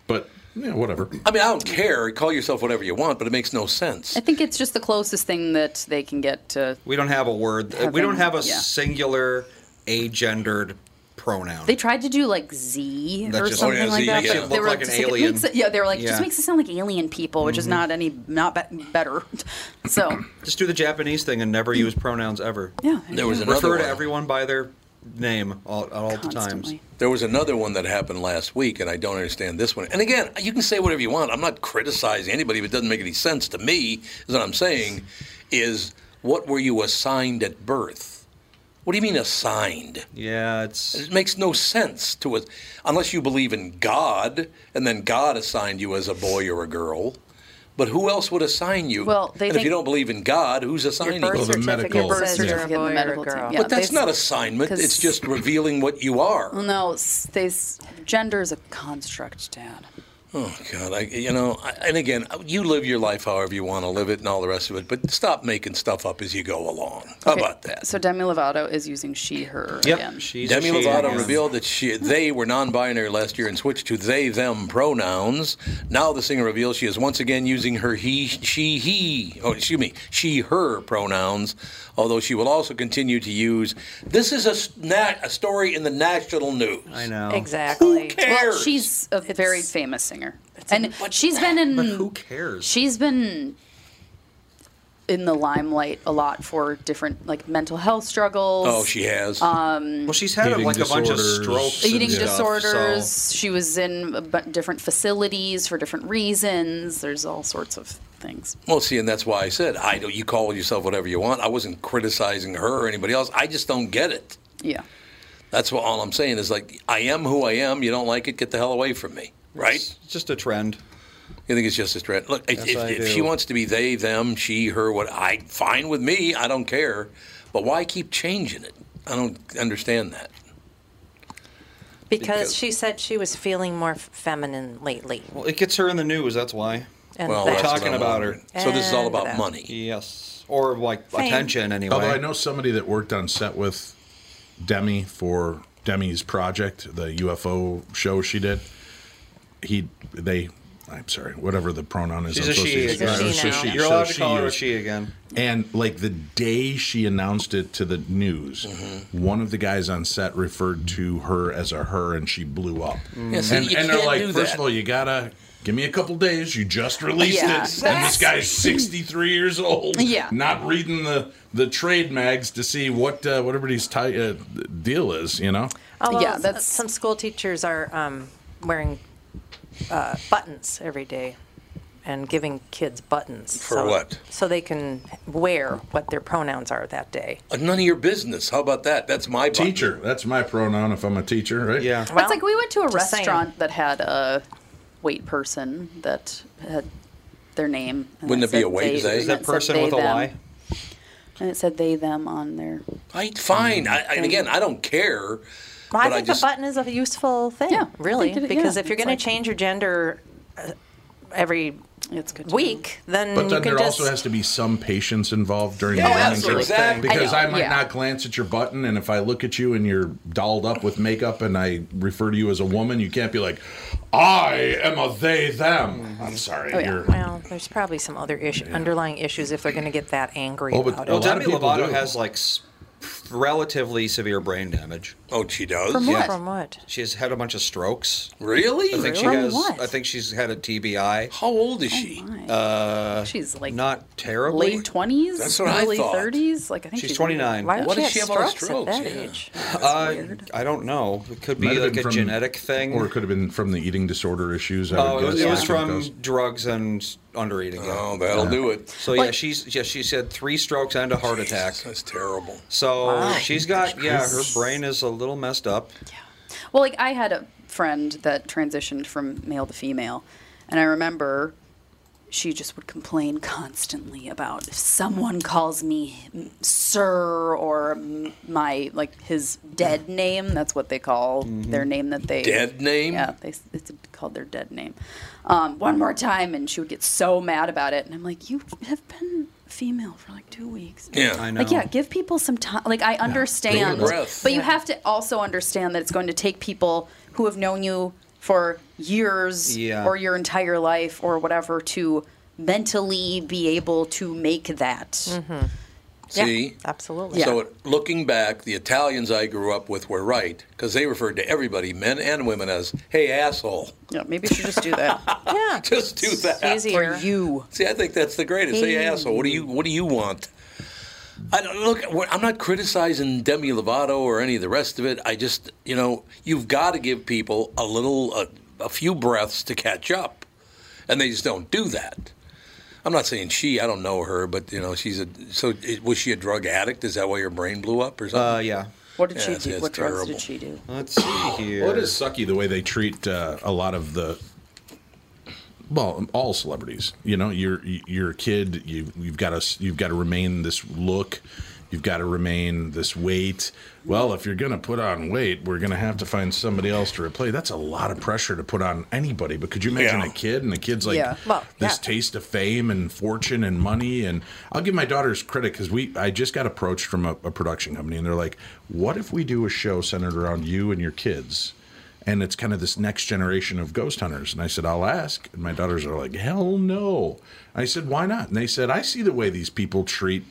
Speaker 2: But yeah, whatever.
Speaker 1: I mean, I don't care. Call yourself whatever you want, but it makes no sense.
Speaker 3: I think it's just the closest thing that they can get to.
Speaker 4: we don't have a word. we
Speaker 3: Having-
Speaker 4: don't have a
Speaker 3: yeah.
Speaker 4: singular, agendered pronoun.
Speaker 3: They tried to do like Z
Speaker 4: That
Speaker 3: or
Speaker 4: just-
Speaker 3: something
Speaker 4: Oh, yeah,
Speaker 3: like
Speaker 4: Z,
Speaker 3: that.
Speaker 4: yeah.
Speaker 3: but
Speaker 4: It
Speaker 3: they
Speaker 4: looked
Speaker 3: were
Speaker 4: like an
Speaker 3: just It
Speaker 4: alien.
Speaker 3: makes it, yeah, they were like,
Speaker 4: Yeah.
Speaker 3: just makes it sound like alien people, which is
Speaker 4: Mhm.
Speaker 3: not any not be- better. So
Speaker 4: Just do the Japanese thing and never use pronouns ever.
Speaker 3: Yeah,
Speaker 1: There was another
Speaker 4: refer to
Speaker 1: one.
Speaker 4: everyone by their name all, at all times.
Speaker 1: There was another one that happened last week, and I don't understand this one. And again, you can say whatever you want. I'm not criticizing anybody, but it doesn't make any sense to me. Is what I'm saying is what were you assigned at birth? What do you mean assigned?
Speaker 4: Yeah, it's
Speaker 1: it makes no sense to us unless you believe in God, and then God assigned you as a boy or a girl. But who else would assign you?
Speaker 3: Well, they
Speaker 1: and if
Speaker 3: think-
Speaker 1: you don't believe in God, who's assigning
Speaker 3: birth
Speaker 1: you?
Speaker 3: certificate Your birth says you're a certificate in the boy or a medical team. girl. Yeah,
Speaker 1: but that's
Speaker 3: they've-
Speaker 1: not assignment.
Speaker 3: 'cause-
Speaker 1: It's just revealing what you are.
Speaker 3: Well, no, s- they, s- gender is a construct, Dad.
Speaker 1: Oh God! I, you know, I, and again, you live your life however you want to live it, and all the rest of it. But stop making stuff up as you go along. How
Speaker 3: Okay,
Speaker 1: about that?
Speaker 3: So Demi Lovato is using she, her again.
Speaker 1: Demi Lovato revealed that she they were non-binary last year and switched to they them pronouns. Now the singer reveals she is once again using her he she he oh excuse me she her pronouns, although she will also continue to use. This is a s- na a story in the national news. I
Speaker 4: know
Speaker 11: Exactly.
Speaker 3: Well, she's a very famous singer, and she's been in. But who
Speaker 4: cares?
Speaker 3: She's been in the limelight a lot for different like mental health struggles.
Speaker 1: Oh, she has.
Speaker 3: Um,
Speaker 4: well, she's had like a bunch of strokes, and
Speaker 3: eating
Speaker 4: stuff,
Speaker 3: disorders.
Speaker 4: so-
Speaker 3: She was in a bu- different facilities for different reasons. There's all sorts of things.
Speaker 1: Well, see, and that's why I said I don't. You call yourself whatever you want. I wasn't criticizing her or anybody else. I just don't get it.
Speaker 3: Yeah.
Speaker 1: That's what all I'm saying is like I am who I am. You don't like it, get the hell away from me. Right? It's
Speaker 4: just a trend.
Speaker 1: You think it's just a trend? Look, if,
Speaker 4: Yes, I
Speaker 1: if, if
Speaker 4: do.
Speaker 1: she wants to be they, them, she, her, what I fine with me. I don't care. But why keep changing it? I don't understand that.
Speaker 11: Because she said she was feeling more f- feminine lately.
Speaker 4: Well, it gets her in the news. That's why.
Speaker 11: And
Speaker 4: well, we're
Speaker 11: that's-
Speaker 4: talking about her.
Speaker 1: So this is all
Speaker 11: And
Speaker 1: about
Speaker 11: that.
Speaker 1: money.
Speaker 4: Yes, or like
Speaker 11: Fame.
Speaker 4: attention anyway.
Speaker 2: Although I know somebody that worked on set with Demi for Demi's project, the UFO show she did. He, they, I'm sorry, whatever the pronoun is.
Speaker 4: She's
Speaker 2: I'm
Speaker 4: a
Speaker 2: supposed
Speaker 4: she.
Speaker 2: to use.
Speaker 4: again.
Speaker 2: Yeah, it's a she.
Speaker 4: You're
Speaker 2: So
Speaker 4: allowed to call her a
Speaker 2: used-
Speaker 4: she again.
Speaker 2: And like the day she announced it to the news,
Speaker 1: Mm-hmm.
Speaker 2: one of the guys on set referred to her as a her, and she blew up.
Speaker 1: Yeah, see,
Speaker 2: and
Speaker 1: you
Speaker 2: and they're
Speaker 1: can't
Speaker 2: like,
Speaker 1: do
Speaker 2: first
Speaker 1: that."
Speaker 2: of all, you gotta give me a couple days. You just released
Speaker 3: Yeah,
Speaker 2: it, and this
Speaker 3: that's-
Speaker 2: guy's sixty three years old.
Speaker 3: Yeah.
Speaker 2: not reading the the trade mags to see what uh, what everybody's ti uh, deal is. You know,
Speaker 11: Oh, well,
Speaker 3: Yeah,
Speaker 11: yeah, that's some school teachers are um, wearing uh, buttons every day and giving kids buttons
Speaker 1: For what?
Speaker 11: So they can wear what their pronouns are that day.
Speaker 1: Uh, None of your business. How about that? That's my button.
Speaker 2: teacher. That's my pronoun if I'm a teacher, right?
Speaker 4: Yeah.
Speaker 3: It's like we went to a
Speaker 11: just saying.
Speaker 3: restaurant that had a wait person that had their name. and
Speaker 1: Wouldn't it be
Speaker 3: said
Speaker 1: a wait
Speaker 3: they-
Speaker 1: they?
Speaker 3: and
Speaker 1: Is that
Speaker 3: it said
Speaker 1: person
Speaker 3: they,
Speaker 1: with a
Speaker 3: them.
Speaker 1: Y?
Speaker 3: And it said they them on there.
Speaker 1: I, fine.
Speaker 4: Mm-hmm.
Speaker 1: I, I- and again, I don't care.
Speaker 11: Well, I
Speaker 1: but
Speaker 11: think
Speaker 1: I just
Speaker 11: a button is a useful thing, really,
Speaker 3: think it-
Speaker 11: because
Speaker 3: yeah,
Speaker 11: if you're
Speaker 3: it's
Speaker 11: going
Speaker 3: like-
Speaker 11: to change your gender uh, every week, then
Speaker 2: But
Speaker 11: Mm, you
Speaker 2: then
Speaker 11: can
Speaker 2: there
Speaker 11: just.
Speaker 2: also has to be some patience involved during the
Speaker 11: Yeah,
Speaker 2: running
Speaker 11: absolutely.
Speaker 2: thing,
Speaker 11: Exactly.
Speaker 2: because
Speaker 11: I
Speaker 2: I,
Speaker 11: know,
Speaker 2: might
Speaker 11: yeah.
Speaker 2: not glance at your button, and if I look at you and you're dolled up with makeup, and I refer to you as a woman, you can't be like, "I am a they them." I'm sorry, you're.
Speaker 11: Oh, Well, there's probably some other issue, underlying issues if they're going to get that angry
Speaker 2: Oh, but
Speaker 11: about
Speaker 2: a
Speaker 4: Well,
Speaker 11: it.
Speaker 2: lot
Speaker 4: Demi
Speaker 2: of people
Speaker 4: Lovato
Speaker 2: do.
Speaker 4: has like s- relatively severe brain damage.
Speaker 1: Oh, she does.
Speaker 11: From what? From what?
Speaker 4: She's had a bunch of strokes.
Speaker 1: Really?
Speaker 4: I think she
Speaker 11: Really?
Speaker 4: has.
Speaker 11: From what? Oh,
Speaker 4: I think she's had a TBI.
Speaker 1: How old is she?
Speaker 4: Uh,
Speaker 3: She's like
Speaker 4: not terribly.
Speaker 3: late twenties,
Speaker 4: That's what I
Speaker 3: early
Speaker 4: thought.
Speaker 3: thirties. Like I think
Speaker 4: She's
Speaker 3: she's
Speaker 4: 29. Why would
Speaker 3: What
Speaker 4: she
Speaker 3: is
Speaker 4: have strokes at that
Speaker 3: age?
Speaker 4: Uh, I don't know. It could be
Speaker 2: Might have
Speaker 4: like
Speaker 2: been
Speaker 4: a
Speaker 2: from-
Speaker 4: genetic thing.
Speaker 2: Or it could have been from the eating disorder issues. I
Speaker 4: Oh,
Speaker 2: would
Speaker 4: it was,
Speaker 2: guess.
Speaker 4: it was
Speaker 2: Yeah.
Speaker 4: from drugs and under eating. Oh,
Speaker 1: that'll do it.
Speaker 4: So yeah, she's yeah she's had three strokes and a heart attack.
Speaker 1: That's terrible.
Speaker 4: So
Speaker 3: Wow.
Speaker 4: she's got yeah, her
Speaker 3: Jesus.
Speaker 4: brain is a little messed up.
Speaker 3: Well, like I had a friend that transitioned from male to female, and I remember she just would complain constantly about if someone calls me m- sir or m- my like his dead name. That's what they call their name that they
Speaker 1: Dead name?
Speaker 3: Yeah, they, s- it's called their dead name. Um, one more time, and she would get so mad about it, and I'm like, you have been female for like two weeks.
Speaker 1: Yeah, I
Speaker 3: Like yeah, give people some time. Like I understand,
Speaker 1: Take a breath.
Speaker 3: but you have to also understand that it's going to take people who have known you for years
Speaker 4: Yeah.
Speaker 3: or your entire life or whatever to mentally be able to make that.
Speaker 1: See?
Speaker 11: absolutely.
Speaker 1: So, it- looking back, the Italians I grew up with were right because they referred to everybody, men and women, as "hey asshole."
Speaker 3: Yeah, maybe you should just do that.
Speaker 11: yeah,
Speaker 1: just do that
Speaker 3: easier. for you.
Speaker 1: See, I think that's the greatest. Hey,
Speaker 3: Hey.
Speaker 1: asshole, what do you what do you want? I don't, look, we're- I'm not criticizing Demi Lovato or any of the rest of it. I just, you know, you've got to give people a little, a, a few breaths to catch up, and they just don't do that. I'm not saying she. I don't know her, but you know, she's a. So, it- was she a drug addict? Is that why your brain blew up or something?
Speaker 4: Uh, yeah.
Speaker 3: What did
Speaker 1: Yeah,
Speaker 3: she
Speaker 1: see,
Speaker 3: do?
Speaker 1: that's
Speaker 3: What drugs
Speaker 1: terrible.
Speaker 3: did she do?
Speaker 4: Let's see here.
Speaker 2: Well, it is sucky the way they treat uh, a lot of the. Well, all celebrities. You know, you're you're a kid. You you've got to you've got to remain this look. You've got to remain this weight. Well, if you're going to put on weight, we're going to have to find somebody else to replace. That's a lot of pressure to put on anybody. But could you imagine a kid and the kid's like
Speaker 11: Yeah. Well,
Speaker 2: this
Speaker 11: yeah.
Speaker 2: taste of fame and fortune and money? And I'll give my daughters credit because we I just got approached from a, a production company and they're like, "What if we do a show centered around you and your kids?" And it's kind of this next generation of ghost hunters. And I said, I'll ask. And my daughters are like, hell no. I said, why not? And they said, I see the way these people treat,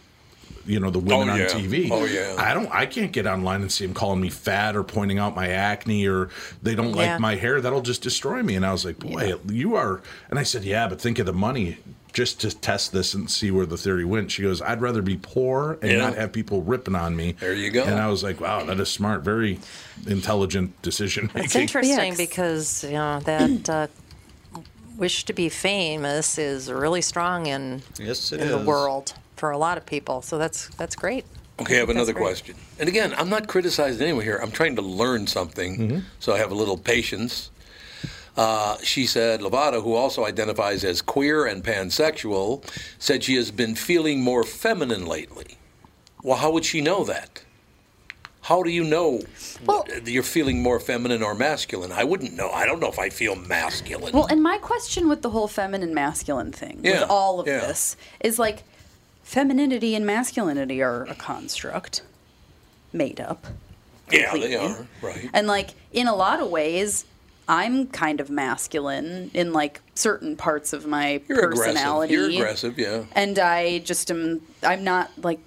Speaker 2: you know, the women
Speaker 1: Oh, yeah.
Speaker 2: on TV.
Speaker 1: Oh, yeah.
Speaker 2: I don't, I can't get online and see them calling me fat or pointing out my acne or they don't
Speaker 1: Yeah.
Speaker 2: like my hair. That'll just destroy me. And I was like, boy, you are. And I said, yeah, but think of the money just to test this and see where the theory went. She goes, I'd rather be poor and
Speaker 1: Yeah.
Speaker 2: not have people ripping on me. There
Speaker 1: you go.
Speaker 2: And I was like, wow, that is smart. Very intelligent decision making.
Speaker 11: It's interesting because you know that uh, wish to be famous is really strong in
Speaker 4: yes,
Speaker 1: it
Speaker 11: in the
Speaker 1: is.
Speaker 11: world for a lot of people. So that's that's great.
Speaker 1: Okay, I have
Speaker 11: think
Speaker 1: another
Speaker 11: that's great.
Speaker 1: question. And again, I'm not criticizing anyone here. I'm trying to learn something, so I have a little patience. Uh, she said Lovato, who also identifies as queer and pansexual, said she has been feeling more feminine lately. Well, how would she know that? How do you know that you're feeling more feminine or masculine? I wouldn't know. I don't know if I feel masculine.
Speaker 3: Well, and my question with the whole feminine masculine thing,
Speaker 1: Yeah,
Speaker 3: with all of
Speaker 1: yeah.
Speaker 3: this, is like femininity and masculinity are a construct made up.
Speaker 1: yeah, they are right.
Speaker 3: And like in a lot of ways, I'm kind of masculine in like certain parts of my
Speaker 1: You're aggressive.
Speaker 3: personality.
Speaker 1: You're aggressive. Yeah.
Speaker 3: And I just am I'm not like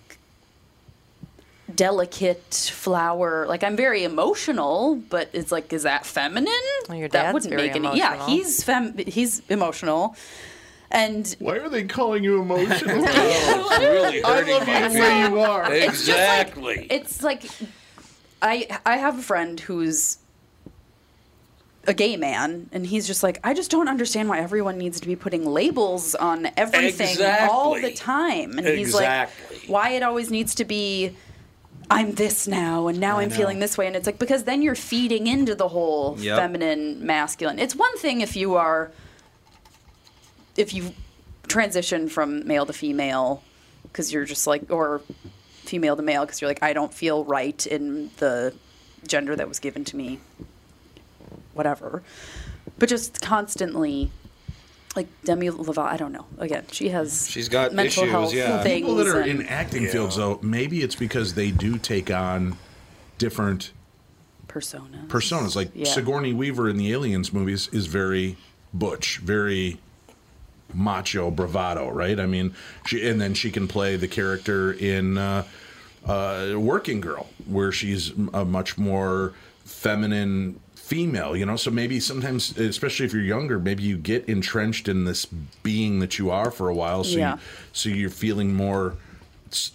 Speaker 3: delicate flower. Like I'm very emotional, but it's like is that feminine?
Speaker 11: your
Speaker 3: that
Speaker 11: dad's
Speaker 3: wouldn't
Speaker 11: very
Speaker 3: make any Yeah,
Speaker 11: emotional.
Speaker 3: he's fem he's emotional. And
Speaker 2: why are they calling you emotional?
Speaker 1: it's really hurting
Speaker 3: love
Speaker 1: my
Speaker 3: you the
Speaker 1: feelings.
Speaker 3: way you are. It's just like-
Speaker 1: Exactly.
Speaker 3: it's like I I have a friend who's a gay man and he's just like I just don't understand why everyone needs to be putting labels on everything all the
Speaker 1: Exactly.
Speaker 3: time and he's
Speaker 1: Exactly.
Speaker 3: like why it always needs to be I'm this now and now
Speaker 1: I
Speaker 3: I'm
Speaker 1: know.
Speaker 3: feeling this way and it's like because then you're feeding into the whole
Speaker 11: Yep.
Speaker 3: feminine masculine. It's one thing if you are if you transition from male to female because you're just like or female to male because you're like i don't feel right in the gender that was given to me whatever but just constantly like demi lovato i don't know again she has
Speaker 4: She's got
Speaker 3: mental
Speaker 4: issues,
Speaker 3: health
Speaker 4: yeah.
Speaker 3: things
Speaker 2: People that are
Speaker 3: and-
Speaker 2: in acting fields, though, maybe it's because they do take on different
Speaker 3: persona
Speaker 2: personas. Like
Speaker 3: Yeah.
Speaker 2: Sigourney Weaver in the Aliens movies is very butch, very macho bravado, right? I mean, she and then she can play the character in uh, uh, Working Girl, where she's a much more feminine female, you know? So maybe sometimes, especially if you're younger, maybe you get entrenched in this being that you are for a while. So,
Speaker 12: Yeah.
Speaker 2: you, so you're feeling more s-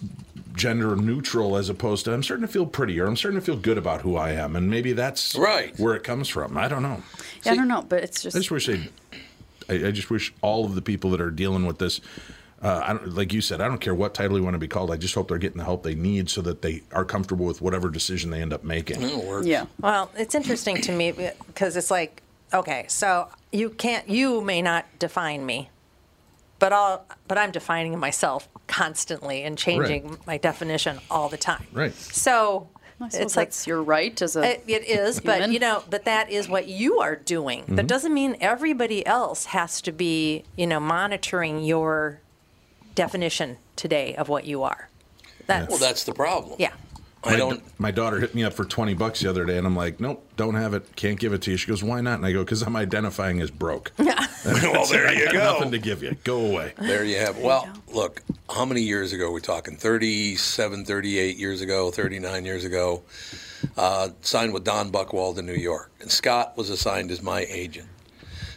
Speaker 2: gender neutral as opposed to I'm starting to feel pretty or I'm starting to feel good about who I am. And maybe that's right where it comes from. I don't know.
Speaker 12: Yeah, I don't know, but it's just.
Speaker 2: I just wish they. I, I just wish all of the people that are dealing with this. Uh, I don't, like you said, I don't care what title you want to be called. I just hope they're getting the help they need so that they are comfortable with whatever decision they end up making.
Speaker 11: Yeah. Well, it's interesting to me because it's like, okay, so you can't, you may not define me, but I'll, but I'm defining myself constantly and changing my definition all the time.
Speaker 2: Right.
Speaker 11: So
Speaker 12: I suppose
Speaker 11: it's like
Speaker 12: that's your right as a.
Speaker 11: it, it is, but you know, but that is what you are doing. That
Speaker 12: Mhm.
Speaker 11: doesn't mean everybody else has to be, you know, monitoring your definition today of what you are. That's
Speaker 1: Well, that's the problem.
Speaker 11: yeah.
Speaker 2: I don't. My daughter hit me up for twenty bucks the other day, and I'm like, "Nope, don't have it. Can't give it to you." She goes, "Why not?" And I go, "Because I'm identifying as broke."
Speaker 1: well, there
Speaker 2: I
Speaker 1: you
Speaker 2: got
Speaker 1: go.
Speaker 2: Nothing to give you. Go away.
Speaker 1: There you have. Well, look, how many years ago we're talking? 37, 38 years ago, 39 years ago. Uh, signed with Don Buckwald in New York, and Scott was assigned as my agent.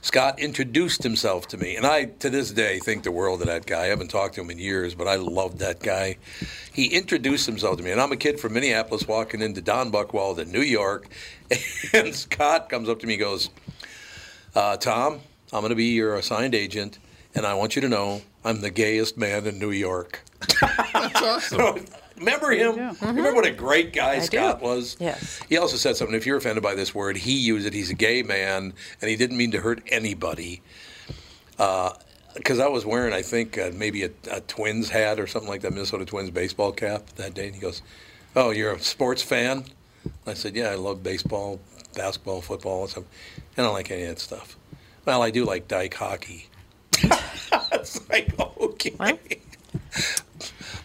Speaker 1: Scott introduced himself to me, and I to this day think the world of that guy. I haven't talked to him in years, but I loved that guy. He introduced himself to me, and I'm a kid from Minneapolis walking into Don Buckwald in New York, and Scott comes up to me, and goes, uh, Tom, I'm going to be your assigned agent, and I want you to know I'm the gayest man in New York.
Speaker 2: That's awesome.
Speaker 1: Remember him? Remember what a great guy Scott was?
Speaker 11: Yes.
Speaker 1: He also said something if you're offended by this word, he used it. He's a gay man, and he didn't mean to hurt anybody. Because Uh, I was wearing, I think, uh, maybe a, a Twins hat or something like that, Minnesota Twins baseball cap that day. And he goes, Oh, you're a sports fan? I said, Yeah, I love baseball, basketball, football, and stuff. I don't like any of that stuff. Well, I do like dyke hockey. it's like, okay.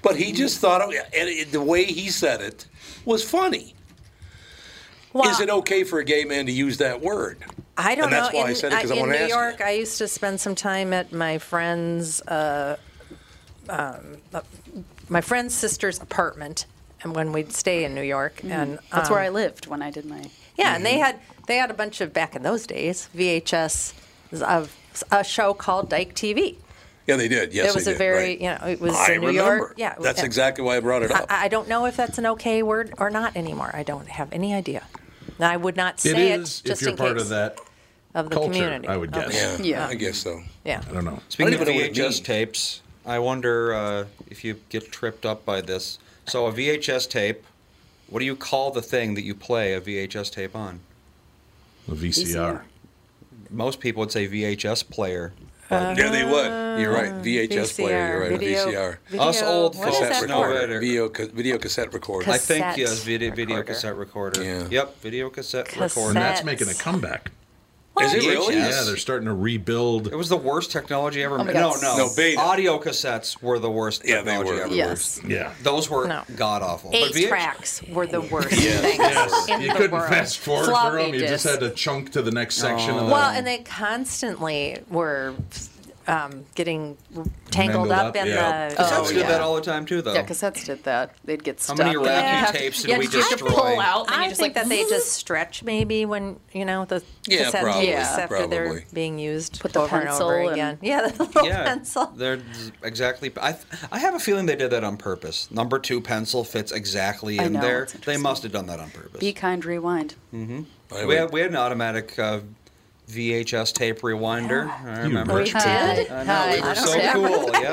Speaker 1: But he just thought, oh, and it, the way he said it was funny. Is it okay for a gay man to use that word?
Speaker 11: I don't
Speaker 1: And that's
Speaker 11: know.
Speaker 1: why I
Speaker 11: in uh,
Speaker 1: said it, 'cause I
Speaker 11: in
Speaker 1: wanna
Speaker 11: New
Speaker 1: ask you.
Speaker 11: York, I used to spend some time at my friend's uh, um, uh, my friend's sister's apartment, and when we'd stay in New York,
Speaker 3: Mm.
Speaker 11: and
Speaker 12: Mm-hmm. that's where
Speaker 11: um,
Speaker 12: I mm-hmm. lived when I did my.
Speaker 11: Yeah,
Speaker 4: Mm-hmm.
Speaker 11: and they had they had a bunch of back in those days VHS of a show called Dyke TV.
Speaker 1: Yeah, they did. Yes,
Speaker 11: it was
Speaker 1: they
Speaker 11: a
Speaker 1: did,
Speaker 11: very
Speaker 1: right.
Speaker 11: you know it was
Speaker 1: I
Speaker 11: in New
Speaker 1: remember.
Speaker 11: York. Yeah, it was-
Speaker 1: that's
Speaker 11: yeah.
Speaker 1: exactly why I brought it up.
Speaker 11: I, I don't know if that's an okay word or not anymore. I don't have any idea. And I would not
Speaker 2: It
Speaker 11: say it,
Speaker 2: is
Speaker 11: just
Speaker 2: if you're
Speaker 11: in
Speaker 2: part
Speaker 11: case
Speaker 2: of that
Speaker 11: of the
Speaker 2: culture.
Speaker 11: community.
Speaker 2: I would
Speaker 11: of
Speaker 2: guess.
Speaker 11: the-
Speaker 1: guess so.
Speaker 11: Yeah.
Speaker 2: I don't know.
Speaker 4: Speaking of
Speaker 1: I don't even know what it
Speaker 4: VHS tapes, I wonder uh, if you get tripped up by this. So a VHS tape, what do you call the thing that you play a VHS tape on?
Speaker 2: A VCR.
Speaker 4: Most people would say VHS player.
Speaker 1: yeah, they would. You're
Speaker 11: Ah,
Speaker 1: right. VHS player. You're right. a
Speaker 4: VCR.
Speaker 1: VCR.
Speaker 4: Us old folks know it.
Speaker 1: recorder. Video, ca- video cassette recorder.
Speaker 4: I think yes, video, video cassette recorder. Yep, video cassette recorder.
Speaker 2: And that's making a comeback.
Speaker 4: Is it really?
Speaker 2: Yeah, they're starting to rebuild.
Speaker 4: It was the worst technology ever.
Speaker 2: Oh my
Speaker 4: made. no,
Speaker 2: God.
Speaker 4: no,
Speaker 2: No, beta.
Speaker 4: Audio cassettes were the worst
Speaker 1: Yeah, they
Speaker 4: technology
Speaker 1: were
Speaker 4: ever.
Speaker 1: the Yes. worst.
Speaker 2: Yeah,
Speaker 4: those were
Speaker 11: No.
Speaker 4: god awful.
Speaker 11: Eight tracks were the worst
Speaker 4: Yes.
Speaker 11: things
Speaker 4: Yes.
Speaker 11: in
Speaker 2: you
Speaker 11: the
Speaker 2: couldn't
Speaker 11: world.
Speaker 2: fast forward
Speaker 11: Floppy
Speaker 2: through them. You just
Speaker 11: disks.
Speaker 2: had to chunk to the next section. Of the,
Speaker 11: Well, and they constantly were um, getting tangled
Speaker 2: Mangled
Speaker 11: up,
Speaker 2: up,
Speaker 11: in
Speaker 2: yeah.
Speaker 11: the.
Speaker 4: Cassettes
Speaker 11: oh,
Speaker 4: did
Speaker 11: yeah.
Speaker 4: that all the time too, though.
Speaker 12: Yeah, cassettes did that. They'd get
Speaker 4: How
Speaker 12: stuck.
Speaker 4: many
Speaker 12: and
Speaker 4: Iraqi
Speaker 12: you'd have-
Speaker 4: tapes did
Speaker 12: yeah,
Speaker 4: we
Speaker 12: you'd have to
Speaker 4: destroy?
Speaker 12: pull out. then
Speaker 11: I
Speaker 12: you just
Speaker 11: think
Speaker 12: like,
Speaker 11: that they just stretch maybe when you know the
Speaker 1: Yeah,
Speaker 11: cassette
Speaker 1: probably,
Speaker 11: tapes after they're
Speaker 1: probably.
Speaker 11: being used
Speaker 12: the
Speaker 11: over and
Speaker 12: pencil
Speaker 11: over
Speaker 12: and-
Speaker 11: again. Yeah, the little
Speaker 4: Yeah.
Speaker 11: pencil.
Speaker 4: They're z- exactly. I th- I have a feeling they did that on purpose. Number two pencil fits exactly
Speaker 12: I
Speaker 4: in
Speaker 12: know,
Speaker 4: there.
Speaker 12: it's
Speaker 4: They must have done that on purpose.
Speaker 12: Be kind, rewind.
Speaker 4: hmm
Speaker 1: I
Speaker 4: We
Speaker 1: would-
Speaker 4: had we had an automatic uh, VHS tape rewinder. I remember.
Speaker 12: rich We had? people.
Speaker 4: I know, Uh, we
Speaker 12: I
Speaker 4: were
Speaker 12: don't
Speaker 4: so
Speaker 12: remember.
Speaker 4: cool. Yeah.